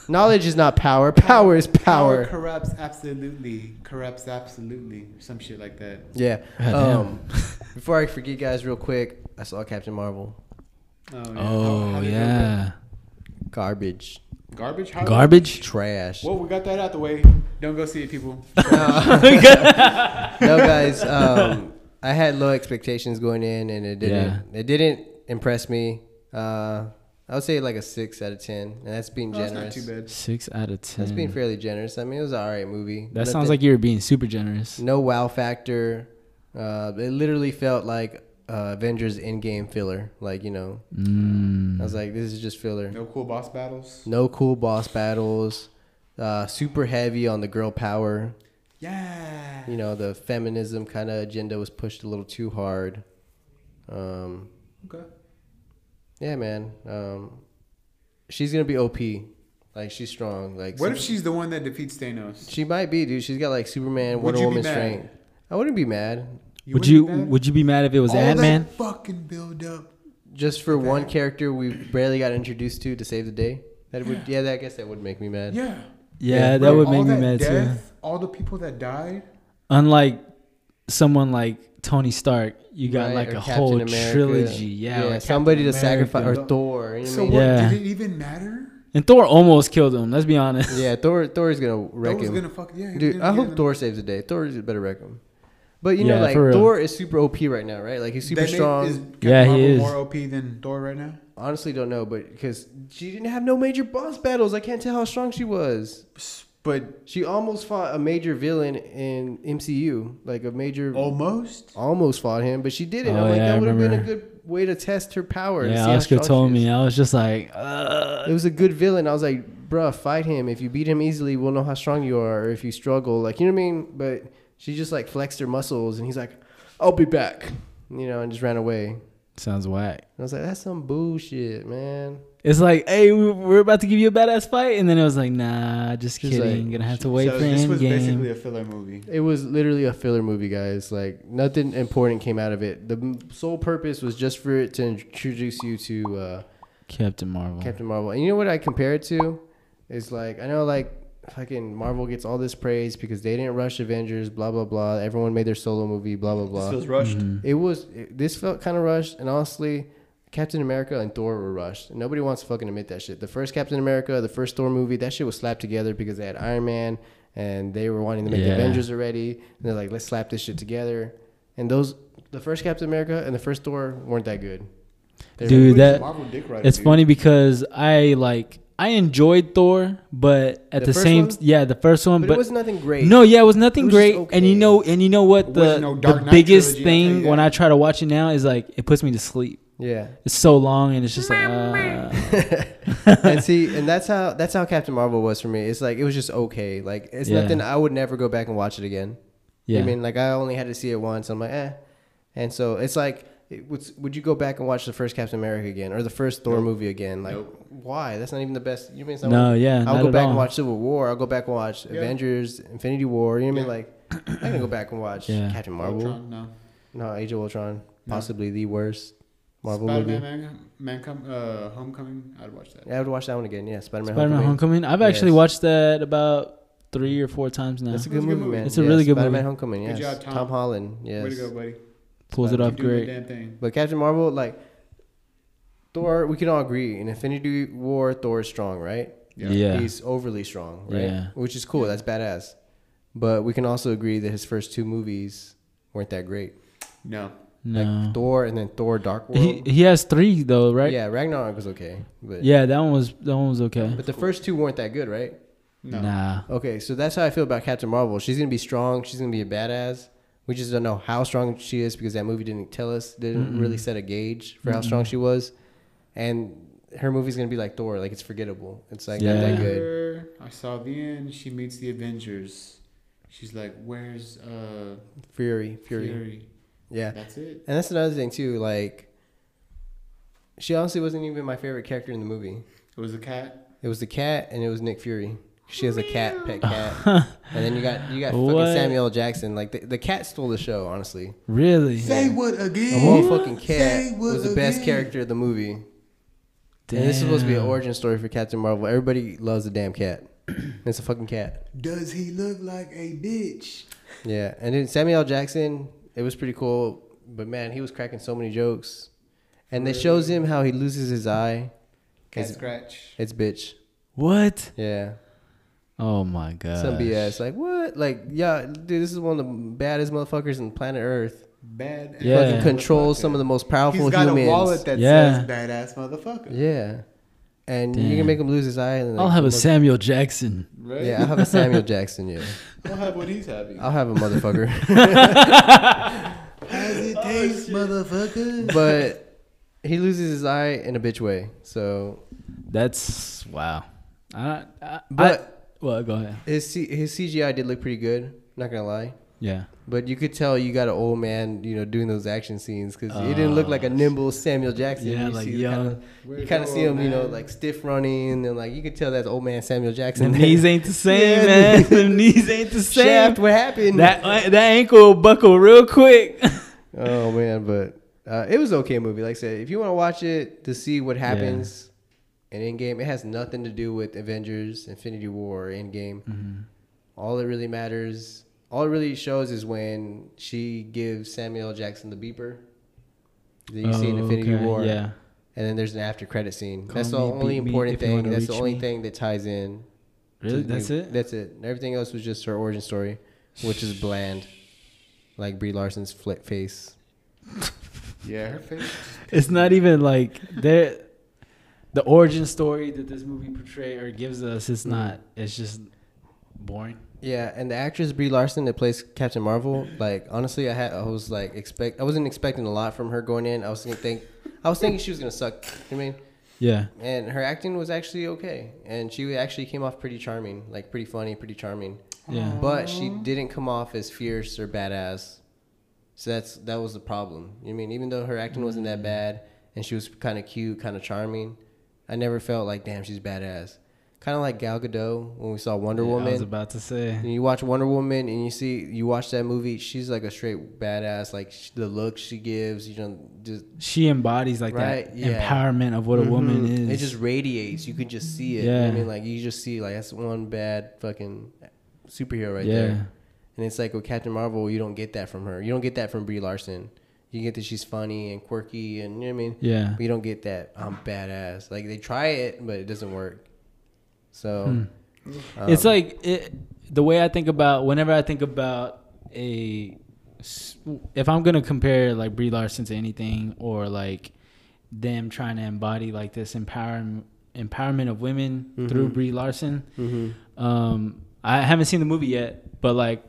Speaker 3: Knowledge is not power. Power is
Speaker 1: Power
Speaker 3: power.
Speaker 1: corrupts absolutely. Corrupts absolutely. Some shit like that.
Speaker 3: Yeah.
Speaker 2: God damn.
Speaker 3: Um, before I forget, guys, real quick, I saw Captain Marvel.
Speaker 1: Oh yeah. How-
Speaker 2: Oh
Speaker 1: how they do it?
Speaker 2: yeah.
Speaker 3: Garbage.
Speaker 1: Garbage. How-
Speaker 2: Garbage.
Speaker 3: Trash.
Speaker 1: Well, we got that out the way. Don't go see it, people.
Speaker 3: no guys um, i had low expectations going in and it didn't it didn't impress me uh, i would say like a six out of ten and that's being
Speaker 1: Oh, that's not
Speaker 3: generous
Speaker 1: too bad.
Speaker 2: Six out of ten.
Speaker 3: that's being fairly generous i mean it was an all right movie
Speaker 2: Hmm. That sounds like you were being super generous.
Speaker 3: no wow factor uh, it literally felt like uh, avengers endgame filler like you know
Speaker 2: Mm.
Speaker 3: i
Speaker 2: Hmm.
Speaker 3: was like this is just filler
Speaker 1: No cool boss battles.
Speaker 3: no cool boss battles uh, super heavy on the girl power
Speaker 1: Yeah.
Speaker 3: you know the feminism kind of agenda was pushed a little too hard um
Speaker 1: Okay.
Speaker 3: yeah man um she's gonna be op like she's strong like
Speaker 1: What if
Speaker 3: super-
Speaker 1: she's the one that defeats Thanos?
Speaker 3: she might be dude she's got like superman
Speaker 1: Would
Speaker 3: wonder
Speaker 1: you be
Speaker 3: woman
Speaker 1: mad?
Speaker 3: strength i wouldn't be mad
Speaker 2: would
Speaker 1: wouldn't
Speaker 2: you
Speaker 1: be mad?
Speaker 2: would you be mad if it was
Speaker 1: All
Speaker 2: Ant Man?
Speaker 1: that fucking build up.
Speaker 3: just for one character we barely got introduced to to save the day that would yeah that, i guess that would make me mad
Speaker 1: Yeah.
Speaker 2: Yeah,
Speaker 3: Yeah,
Speaker 2: that
Speaker 1: Bro,
Speaker 2: would
Speaker 1: all
Speaker 2: make me mad too.
Speaker 1: death, All the people that died.
Speaker 2: Unlike someone like Tony Stark, you got
Speaker 3: Right,
Speaker 2: like
Speaker 3: or
Speaker 2: a
Speaker 3: Captain
Speaker 2: whole
Speaker 3: America.
Speaker 2: trilogy. Yeah, like Cap-
Speaker 3: somebody to
Speaker 1: America.
Speaker 3: sacrifice or thor you know
Speaker 1: So
Speaker 3: what I
Speaker 1: what?
Speaker 3: mean?
Speaker 2: Yeah.
Speaker 1: Did it even matter?
Speaker 2: and Thor almost killed him. Let's be honest.
Speaker 3: yeah thor thor's gonna wreck
Speaker 1: Thor was
Speaker 3: him
Speaker 1: gonna fuck yeah. he was
Speaker 3: Dude,
Speaker 1: gonna
Speaker 3: I
Speaker 1: get
Speaker 3: hope
Speaker 1: him.
Speaker 3: Thor saves the day. Thor is a better wreck him. But you know,
Speaker 2: Yeah,
Speaker 3: like
Speaker 2: for real.
Speaker 3: Thor is super OP right now, right? Like he's super
Speaker 1: They made-
Speaker 3: strong.
Speaker 1: Is Captain
Speaker 2: Yeah, he
Speaker 1: Marvel
Speaker 2: is.
Speaker 1: more OP than Thor right now.
Speaker 3: Honestly, don't know, but because she didn't have no major boss battles, I can't tell how strong she was.
Speaker 1: But
Speaker 3: She almost fought a major villain in MCU, like a major
Speaker 1: Oh almost.
Speaker 3: almost fought him, but she didn't.
Speaker 2: Oh,
Speaker 3: I'm like,
Speaker 2: yeah, I
Speaker 3: that would have been a
Speaker 2: remember.
Speaker 3: good way to test her power. to see
Speaker 2: Yeah,
Speaker 3: how
Speaker 2: Oscar
Speaker 3: strong
Speaker 2: told
Speaker 3: she is.
Speaker 2: me. I was just like, uh,
Speaker 3: it was a good villain. I was like, bruh, fight him. If you beat him easily, we'll know how strong you are, or if you struggle, like you know what I mean. But she just like flexed her muscles, and he's like, I'll be back, you know, and just ran away. And
Speaker 2: sounds whack.
Speaker 3: I was like, that's some bullshit, man.
Speaker 2: It's like, hey, we- we're about to give you a badass fight, and then it was like, nah, just
Speaker 3: She's
Speaker 2: kidding.
Speaker 3: like-
Speaker 2: Gonna have to wait
Speaker 1: so
Speaker 2: for
Speaker 1: this was basically
Speaker 2: Endgame.
Speaker 1: a filler movie.
Speaker 3: It was literally a filler movie, guys. Like nothing important came out of it. The m- sole purpose was just for it to introduce you to uh,
Speaker 2: Captain Marvel.
Speaker 3: Captain Marvel. And you know what I compare it to? It's like I know like fucking Marvel gets all this praise because they didn't rush Avengers, blah blah blah. Everyone made their solo movie, blah blah
Speaker 1: This
Speaker 3: blah.
Speaker 1: feels rushed.
Speaker 3: it was it, this felt kind of rushed, and honestly, Captain America and Thor were rushed. And nobody wants to fucking admit that shit. The first Captain America, the first Thor movie, that shit was slapped together because they had Iron Man and they were wanting to make
Speaker 2: Yeah.
Speaker 3: the Avengers already, and they're like, let's slap this shit together. And those, the first Captain America and the first Thor weren't that good. They
Speaker 2: Dude,
Speaker 1: Who's
Speaker 2: that-
Speaker 1: Marvel dick rider,
Speaker 2: It's
Speaker 1: dude?
Speaker 2: funny because I like I enjoyed Thor, but at
Speaker 3: The
Speaker 2: the,
Speaker 3: first
Speaker 2: same
Speaker 3: one?
Speaker 2: yeah, the first one,
Speaker 3: but,
Speaker 2: but,
Speaker 3: it was nothing great.
Speaker 2: no, yeah, it was nothing
Speaker 3: it was
Speaker 2: great.
Speaker 3: just
Speaker 2: And you
Speaker 3: okay.
Speaker 2: know, and you know what
Speaker 1: It
Speaker 2: the,
Speaker 1: wasn't no Dark
Speaker 2: the
Speaker 1: Knight
Speaker 2: biggest
Speaker 1: trilogy, I'll tell
Speaker 2: thing
Speaker 1: you
Speaker 2: when
Speaker 1: that.
Speaker 2: I try to watch it now is like it puts me to sleep.
Speaker 3: Yeah.
Speaker 2: It's so long and it's just like uh,
Speaker 3: and see, and that's how that's how Captain Marvel was for me. It's like it was just okay. Like it's
Speaker 2: Yeah.
Speaker 3: nothing. I would never go back and watch it again.
Speaker 2: yeah.
Speaker 3: I mean, like I only had to see it once. I'm like, eh. And so it's like, it, would would you go back and watch the first Captain America again or the first Thor
Speaker 1: Nope.
Speaker 3: movie again? Like,
Speaker 1: Nope.
Speaker 3: why? That's not even the best. You know what I mean It's not-
Speaker 2: no, yeah,
Speaker 3: I'll
Speaker 2: not
Speaker 3: go
Speaker 2: at
Speaker 3: back
Speaker 2: all.
Speaker 3: and watch Civil War. I'll go back and watch
Speaker 1: Yeah.
Speaker 3: Avengers, Infinity War. You know what I
Speaker 1: Yeah.
Speaker 3: mean? Like, I'm gonna go back and watch
Speaker 2: Yeah.
Speaker 3: Captain Marvel.
Speaker 1: Ultron, no.
Speaker 3: No, Age of Ultron,
Speaker 1: No.
Speaker 3: possibly the worst Marvel
Speaker 1: Spider-Man,
Speaker 3: movie.
Speaker 1: Man, Man, uh, Homecoming. I'd watch that.
Speaker 3: Yeah, I would watch that one again. Yeah, Spider-Man.
Speaker 2: Spider-Man Homecoming. I've actually
Speaker 3: Yes.
Speaker 2: watched that about three or four times now.
Speaker 3: That's a good movie, man.
Speaker 2: It's a really good movie.
Speaker 3: Spider-Man Homecoming. Yes.
Speaker 1: Good job, Tom.
Speaker 3: Tom Holland. Yes.
Speaker 1: Way to go, buddy.
Speaker 2: Pulls it
Speaker 3: Keep
Speaker 2: off
Speaker 1: Keep doing
Speaker 2: great.
Speaker 1: the damn thing.
Speaker 3: But Captain Marvel, like Thor, we can all agree in Infinity War, Thor is strong, right?
Speaker 2: Yeah.
Speaker 3: He's overly strong, right?
Speaker 2: Yeah.
Speaker 3: Which is cool. That's badass. But we can also agree that his first two movies weren't that great.
Speaker 1: No.
Speaker 2: No.
Speaker 3: Like Thor and then Thor Dark World.
Speaker 2: He he has three though, right?
Speaker 3: Yeah, Ragnarok was okay. But
Speaker 2: Yeah, that one was that one was okay.
Speaker 3: But the first two weren't that good, right?
Speaker 1: No.
Speaker 2: Nah.
Speaker 3: Okay, so that's how I feel about Captain Marvel. She's gonna be strong. She's gonna be a badass. We just don't know how strong she is because that movie didn't tell us, didn't really set a gauge for how strong she was. And her movie's gonna be like Thor, like it's forgettable. It's like not
Speaker 2: Yeah.
Speaker 3: that good.
Speaker 1: I saw the end. She meets the Avengers. She's like, "Where's uh
Speaker 3: Fury, Fury.
Speaker 1: Fury?"
Speaker 3: Yeah.
Speaker 1: That's it.
Speaker 3: And that's another thing too. Like, she honestly wasn't even my favorite character in the movie.
Speaker 1: It was a cat.
Speaker 3: It was the cat, and it was Nick Fury. She has a cat, pet cat, and then you got you got
Speaker 2: What?
Speaker 3: fucking Samuel L. Jackson. Like the, the cat stole the show. Honestly,
Speaker 2: Really?
Speaker 1: Say what
Speaker 3: the
Speaker 1: again?
Speaker 3: motherfucking
Speaker 1: Say
Speaker 3: cat
Speaker 1: what
Speaker 3: was the best
Speaker 1: again?
Speaker 3: character of the movie. And this is supposed to be an origin story for Captain Marvel. Everybody loves the damn cat. it's a fucking cat.
Speaker 1: Does he look like a bitch?
Speaker 3: Yeah, and then Samuel L. Jackson. It was pretty cool, but man, he was cracking so many jokes. And they shows him how he loses his eye.
Speaker 1: Cat
Speaker 3: Is-
Speaker 1: scratch.
Speaker 3: It's bitch.
Speaker 2: What?
Speaker 3: Yeah.
Speaker 2: Oh my god.
Speaker 3: Some BS. Like what? Like yeah, dude. This is one of the baddest motherfuckers on planet Earth.
Speaker 1: Bad.
Speaker 2: Yeah.
Speaker 3: Fucking controls some of the most powerful
Speaker 1: He's got
Speaker 3: humans.
Speaker 1: a wallet that
Speaker 2: Yeah.
Speaker 1: says badass motherfucker.
Speaker 3: Yeah. And you
Speaker 2: Damn.
Speaker 3: can make him lose his eye. And, like,
Speaker 2: I'll have a
Speaker 3: look-
Speaker 2: Samuel Jackson.
Speaker 1: Right?
Speaker 3: Yeah, I'll have a Samuel Jackson. Yeah,
Speaker 1: I'll have what he's having.
Speaker 3: I'll have a motherfucker.
Speaker 1: As it tastes, motherfucker.
Speaker 3: but he loses his eye in a bitch way. So,
Speaker 2: That's wow. I, I,
Speaker 3: but
Speaker 2: I, well, go ahead.
Speaker 3: his C- his CGI did look pretty good. Not gonna lie.
Speaker 2: Yeah.
Speaker 3: But you could tell you got an old man, you know, doing those action scenes because he didn't look like a nimble Samuel Jackson.
Speaker 2: Oh, Yeah,
Speaker 3: you
Speaker 2: like
Speaker 3: see the
Speaker 2: young.
Speaker 3: kinda-
Speaker 1: Where's
Speaker 3: you kind of
Speaker 1: the
Speaker 3: see
Speaker 1: old
Speaker 3: him, you know,
Speaker 1: man?
Speaker 3: like stiff running, and like you could tell that's old man Samuel
Speaker 2: The
Speaker 3: Jackson.
Speaker 2: knees ain't the same,
Speaker 3: Yeah,
Speaker 2: man.
Speaker 3: dude.
Speaker 2: The knees ain't the same.
Speaker 3: Shaft, what happened?
Speaker 2: That that ankle buckle real quick.
Speaker 3: oh man, but uh, it was okay movie. Like I said, if you want to watch it to see what happens in Endgame, it has nothing to do with Avengers, Infinity War, or Endgame.
Speaker 2: Mm-hmm.
Speaker 3: All that really matters, all it really shows is when she gives Samuel L. Jackson the beeper that you see in
Speaker 2: Oh,
Speaker 3: Infinity
Speaker 2: okay,
Speaker 3: War,
Speaker 2: Yeah.
Speaker 3: and then there's an after credit scene.
Speaker 2: Call
Speaker 3: That's the
Speaker 2: me,
Speaker 3: only
Speaker 2: beat me if
Speaker 3: important
Speaker 2: you wanna
Speaker 3: thing. That's the
Speaker 2: reach
Speaker 3: only
Speaker 2: me.
Speaker 3: thing that ties in. to
Speaker 2: Really?
Speaker 3: the
Speaker 2: That's
Speaker 3: new-
Speaker 2: it?
Speaker 3: That's it. Everything else was just her origin story, which is bland, like Brie Larson's flip face.
Speaker 1: Yeah, her face.
Speaker 2: it's not even like there the origin story that this movie portray or gives us
Speaker 3: Mm.
Speaker 2: it's not it's just boring
Speaker 3: Yeah, and the actress Brie Larson that plays Captain Marvel, like honestly, I had I was like expect I wasn't expecting a lot from her going in. I was thinking think I was thinking she was gonna suck. You know what I mean,
Speaker 2: yeah
Speaker 3: and her acting was actually okay, and she actually came off pretty charming, like pretty funny, pretty charming.
Speaker 2: yeah
Speaker 3: But she didn't come off as fierce or badass, so that's that was the problem. You know what I mean, even though her acting wasn't
Speaker 2: Mm.
Speaker 3: that bad, and she was kind of cute, kind of charming, I never felt like damn she's badass. Kind of like Gal Gadot when we saw Wonder
Speaker 2: Yeah,
Speaker 3: Woman.
Speaker 2: i was about to say
Speaker 3: And you watch Wonder Woman and you see you watch that movie. She's like a straight badass. Like sh the look she gives, you know, just
Speaker 2: she embodies like
Speaker 3: Right,
Speaker 2: that
Speaker 3: yeah. Mm-hmm.
Speaker 2: empowerment of what a woman is
Speaker 3: it just radiates. You can just see it. You know what
Speaker 2: Yeah.
Speaker 3: I mean, like you just see like that's one bad fucking superhero right
Speaker 2: yeah
Speaker 3: there. And it's like with Captain Marvel, you don't get that from her. You don't get that from Brie Larson. You get that she's funny and quirky, and you know what I mean.
Speaker 2: yeah
Speaker 3: But you don't get that I'm badass. Like they try it, but it doesn't work. So
Speaker 2: Hmm.
Speaker 3: um,
Speaker 2: it's like it, the way I think about whenever I think about a s- if I'm gonna compare like Brie Larson to anything or like them trying to embody like this empowerment empowerment of women
Speaker 3: Mm-hmm.
Speaker 2: through Brie Larson. Um, I haven't seen the movie yet, but like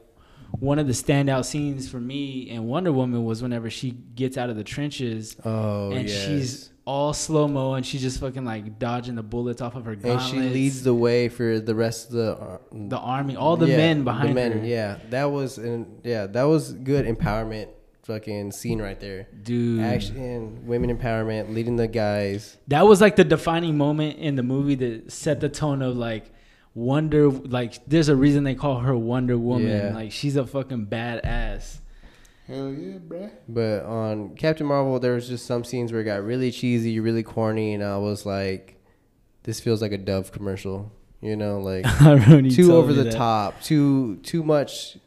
Speaker 2: one of the standout scenes for me in Wonder Woman was whenever she gets out of the trenches
Speaker 3: oh,
Speaker 2: and
Speaker 3: yes.
Speaker 2: she's all slow mo and she's just fucking like dodging the bullets off of her
Speaker 3: and
Speaker 2: gauntlets
Speaker 3: she leads the way for the rest of the uh,
Speaker 2: the army, all the
Speaker 3: yeah,
Speaker 2: men behind
Speaker 3: the men.
Speaker 2: her.
Speaker 3: Yeah, that was and yeah, that was good empowerment fucking scene right there.
Speaker 2: Dude,
Speaker 3: Action, women empowerment, leading the guys.
Speaker 2: that was like the defining moment in the movie that set the tone of like Wonder. Like, there's a reason they call her Wonder Woman.
Speaker 3: Yeah.
Speaker 2: Like, she's a fucking badass.
Speaker 1: Hell yeah, bruh.
Speaker 3: But on Captain Marvel, there was just some scenes where it got really cheesy, really corny, and I was like, this feels like a Dove commercial. You know, like
Speaker 2: I remember when you
Speaker 3: too
Speaker 2: told
Speaker 3: over
Speaker 2: me
Speaker 3: the
Speaker 2: that.
Speaker 3: top, too too much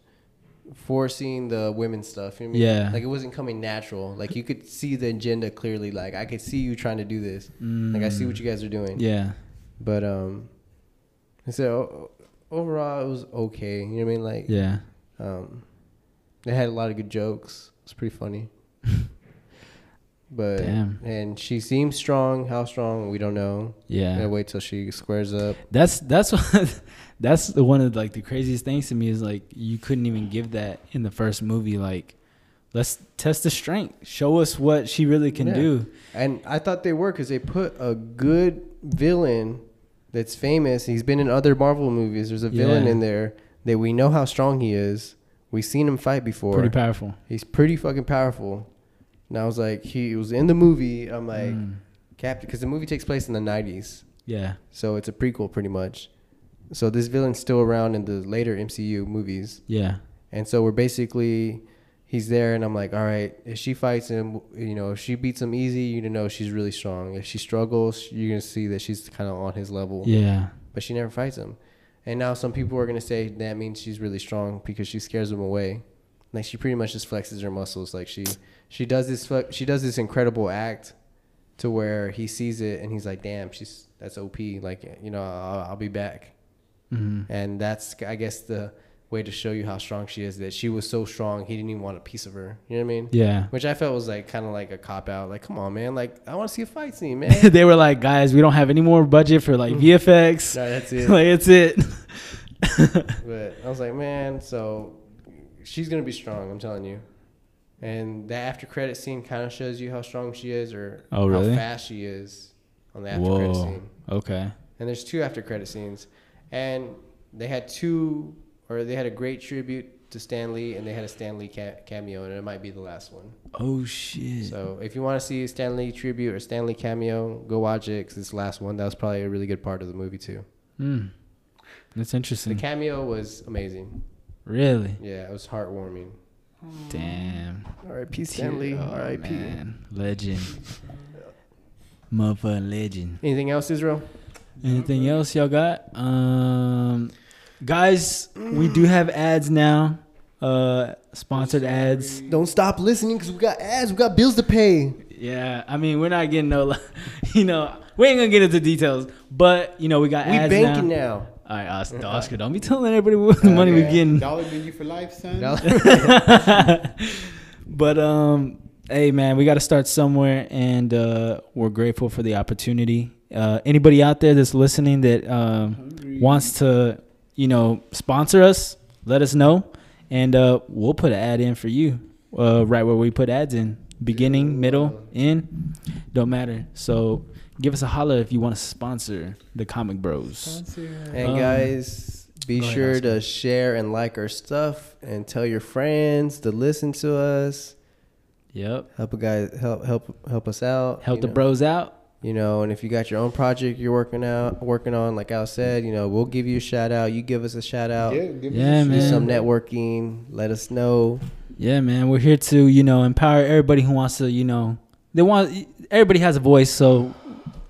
Speaker 3: forcing the women stuff. You know what I mean?
Speaker 2: Yeah.
Speaker 3: like it wasn't coming natural. Like you could see the agenda clearly. Like I could see you trying to do this. Like I
Speaker 2: Mm.
Speaker 3: see what you guys are doing.
Speaker 2: Yeah,
Speaker 3: But um, so o- overall it was okay. You know what I mean? Like
Speaker 2: yeah.
Speaker 3: um, they had a lot of good jokes. It's pretty funny. But
Speaker 2: Damn.
Speaker 3: and she seems strong. How strong we don't know.
Speaker 2: Yeah,
Speaker 3: Gotta wait till she squares up.
Speaker 2: that's that's what that's the one of like the craziest things to me is like you couldn't even give that in the first movie. Like, let's test the strength, show us what she really can
Speaker 3: Yeah.
Speaker 2: do.
Speaker 3: And I thought they were because they put a good villain that's famous. He's been in other Marvel movies. There's a villain
Speaker 2: Yeah.
Speaker 3: in there that we know how strong he is. We've seen him fight before.
Speaker 2: Pretty powerful.
Speaker 3: He's pretty fucking powerful. And I was like, he was in the movie. I'm like,
Speaker 2: Mm.
Speaker 3: Captain, because the movie takes place in the 90s.
Speaker 2: yeah.
Speaker 3: So it's a prequel pretty much. So this villain's still around in the later MCU movies.
Speaker 2: Yeah.
Speaker 3: And so we're basically, he's there, and I'm like, all right, if she fights him, you know, if she beats him easy, you know she's really strong. If she struggles, you're going to see that she's kind of on his level.
Speaker 2: Yeah.
Speaker 3: But she never fights him. And now some people are going to say that means she's really strong because she scares him away. Like she pretty much just flexes her muscles. Like she she does this fle- she does this incredible act to where he sees it and he's like, damn, she's that's OP. Like you know, I'll, I'll be back
Speaker 2: Mhm.
Speaker 3: and that's I guess the way to show you how strong she is. That she was so strong, he didn't even want a piece of her. You know what I mean?
Speaker 2: Yeah.
Speaker 3: Which I felt was like kind of like a cop out. Like, come on, man! Like, I want to see a fight scene, man.
Speaker 2: they were like, guys, we don't have any more budget for like VFX.
Speaker 3: no, Mm-hmm. that's it.
Speaker 2: like it's it.
Speaker 3: but I was like, man, so she's gonna be strong. I'm telling you. And that after credit scene kind of shows you how strong she is, or
Speaker 2: Oh, really?
Speaker 3: how fast she is on the after credit
Speaker 2: Whoa.
Speaker 3: scene.
Speaker 2: Okay.
Speaker 3: and there's two after credit scenes and they had two or they had a great tribute to Stan Lee and they had a Stan Lee ca- cameo and it might be the last one
Speaker 2: Oh shit.
Speaker 3: so if you want to see a Stan Lee tribute or Stan Lee cameo go watch it because it's the last one that was probably a really good part of the movie too
Speaker 2: Hmm. That's
Speaker 3: the
Speaker 2: interesting.
Speaker 3: cameo was amazing
Speaker 2: really?
Speaker 3: yeah it was heartwarming Mm.
Speaker 2: Damn.
Speaker 3: R.I.P. Stan Lee
Speaker 2: Oh,
Speaker 3: R.I.P.
Speaker 2: man. Legend. Motherfucking legend.
Speaker 3: anything else Israel
Speaker 2: Anything else y'all got? Um, guys, we do have ads now. Uh, sponsored ads.
Speaker 3: don't stop listening because we got ads we got bills to pay
Speaker 2: Yeah, I mean we're not getting no, li- you know, we ain't gonna get into details, but you know we got
Speaker 3: we
Speaker 2: ads
Speaker 3: banking
Speaker 2: now.
Speaker 3: now,
Speaker 2: All right, Os- Oscar, don't be telling everybody what the money we're getting.
Speaker 1: Dollar menu for life, son.
Speaker 2: but um hey man we got to start somewhere and uh we're grateful for the opportunity uh anybody out there that's listening that um wants to you know sponsor us let us know and uh we'll put an ad in for you uh right where we put ads in beginning middle end don't matter so give us a holler if you want to sponsor the comic bros
Speaker 1: Sponsor.
Speaker 3: And
Speaker 2: Um,
Speaker 3: guys, be
Speaker 2: go ahead,
Speaker 3: sure
Speaker 2: Oscar.
Speaker 3: to share and like our stuff, and tell your friends to listen to us.
Speaker 2: yep
Speaker 3: Help a guy help help help us out.
Speaker 2: help
Speaker 3: you
Speaker 2: the
Speaker 3: know,
Speaker 2: bros out
Speaker 3: You know, and if you got your own project you're working out working on, like I said, you know, we'll give you a shout out. You give us a shout out.
Speaker 1: Yeah, give us
Speaker 2: Yeah,
Speaker 1: a
Speaker 3: Do
Speaker 2: man.
Speaker 1: shout.
Speaker 3: some networking. Let us know.
Speaker 2: Yeah, man, we're here to you know empower everybody who wants to you know they want everybody has a voice, so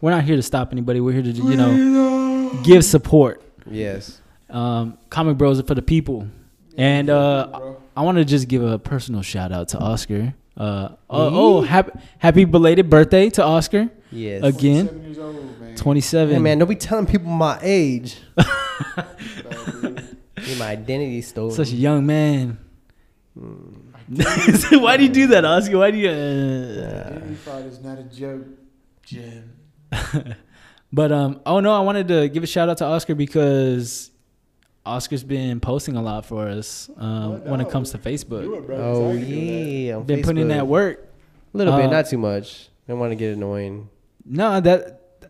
Speaker 2: we're not here to stop anybody. We're here to you know give support.
Speaker 3: Yes.
Speaker 2: Um, comic Bros are for the people, and uh, I want to just give a personal shout out to Oscar. Uh, oh, oh happy, happy belated birthday to Oscar
Speaker 3: Yes.
Speaker 2: Ag- again.
Speaker 1: 27 years old, man.
Speaker 2: twenty
Speaker 3: Hey
Speaker 2: seven.
Speaker 3: man, don't be telling people my age.
Speaker 1: Bad dude.
Speaker 3: Get my identity stolen.
Speaker 2: such a young man.
Speaker 3: Hmm.
Speaker 2: Why do you do that, Oscar? Why do you? Uh,
Speaker 1: Identity fraud is not a joke, Jim.
Speaker 2: But um, oh no, I wanted to give a shout out to Oscar because Oscar's been posting a lot for us um,
Speaker 1: Oh,
Speaker 2: when it
Speaker 1: no.
Speaker 2: comes to
Speaker 1: You
Speaker 2: Facebook.
Speaker 1: were brothers.
Speaker 3: oh
Speaker 1: I can do
Speaker 3: yeah. on
Speaker 2: Been putting in
Speaker 3: Facebook.
Speaker 2: that work.
Speaker 3: A little
Speaker 2: Uh,
Speaker 3: bit, not too much. I don't want to get annoying.
Speaker 2: No, that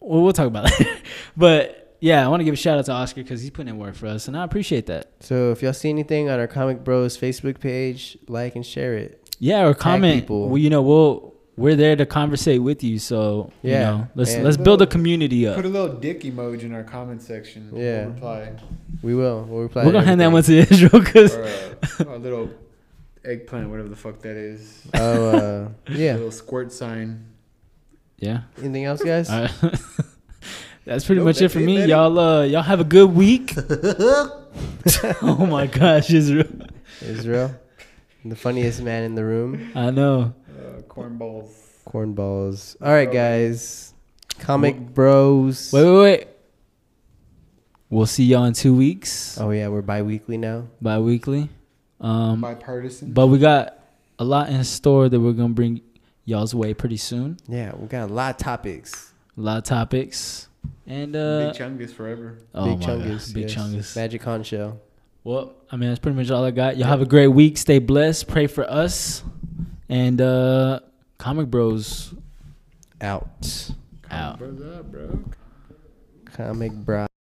Speaker 2: well, we'll talk about that. but yeah, I want to give a shout out to Oscar because he's putting in work for us, and I appreciate that.
Speaker 3: So if y'all see anything on our Comic Bros Facebook page, like and share it.
Speaker 2: Yeah, or comment.
Speaker 3: people.
Speaker 2: Well, you know, we'll we're there to conversate with you. So
Speaker 3: Yeah,
Speaker 2: you know, let's
Speaker 3: and-
Speaker 2: let's build a community
Speaker 1: that. Put
Speaker 2: up.
Speaker 1: a little dick emoji in our comment section. We'll
Speaker 3: Yeah.
Speaker 1: reply.
Speaker 3: We will. We'll reply.
Speaker 2: We're
Speaker 3: to
Speaker 2: gonna hand that one
Speaker 3: everything.
Speaker 2: to Israel because
Speaker 1: Or a, or a little eggplant, whatever the fuck that is.
Speaker 3: Oh uh,
Speaker 1: A
Speaker 3: yeah.
Speaker 1: little squirt sign.
Speaker 2: yeah.
Speaker 3: Anything else, guys?
Speaker 2: All right. Uh, That's pretty
Speaker 1: Nope,
Speaker 2: much it
Speaker 1: that's
Speaker 2: for
Speaker 1: it,
Speaker 2: me.
Speaker 1: Betty.
Speaker 2: Y'all uh y'all have a good week. oh my gosh, Israel.
Speaker 3: Israel, the funniest man in the room.
Speaker 2: I know.
Speaker 1: Uh, corn balls.
Speaker 3: Cornballs. All right, guys. Comic Bros.
Speaker 2: Wait, wait, wait. We'll see y'all in two weeks.
Speaker 3: Oh yeah, we're bi-weekly now.
Speaker 2: Bi weekly. Um
Speaker 1: Bipartisan.
Speaker 2: but we got a lot in store that we're gonna bring y'all's way pretty soon.
Speaker 3: Yeah, we got a lot of topics.
Speaker 2: A lot of topics. And uh
Speaker 1: Big Chungus forever.
Speaker 2: oh
Speaker 3: Big
Speaker 2: my God,
Speaker 3: Chungus.
Speaker 2: Big
Speaker 3: yes.
Speaker 2: chungus.
Speaker 3: Magic Con Show.
Speaker 2: Well, I mean that's pretty much all I got. Y'all have a great week. Stay blessed. Pray for us. And uh comic bros
Speaker 3: Out.
Speaker 2: out. Oh.
Speaker 1: Bros up, bro.
Speaker 3: Comic Bros.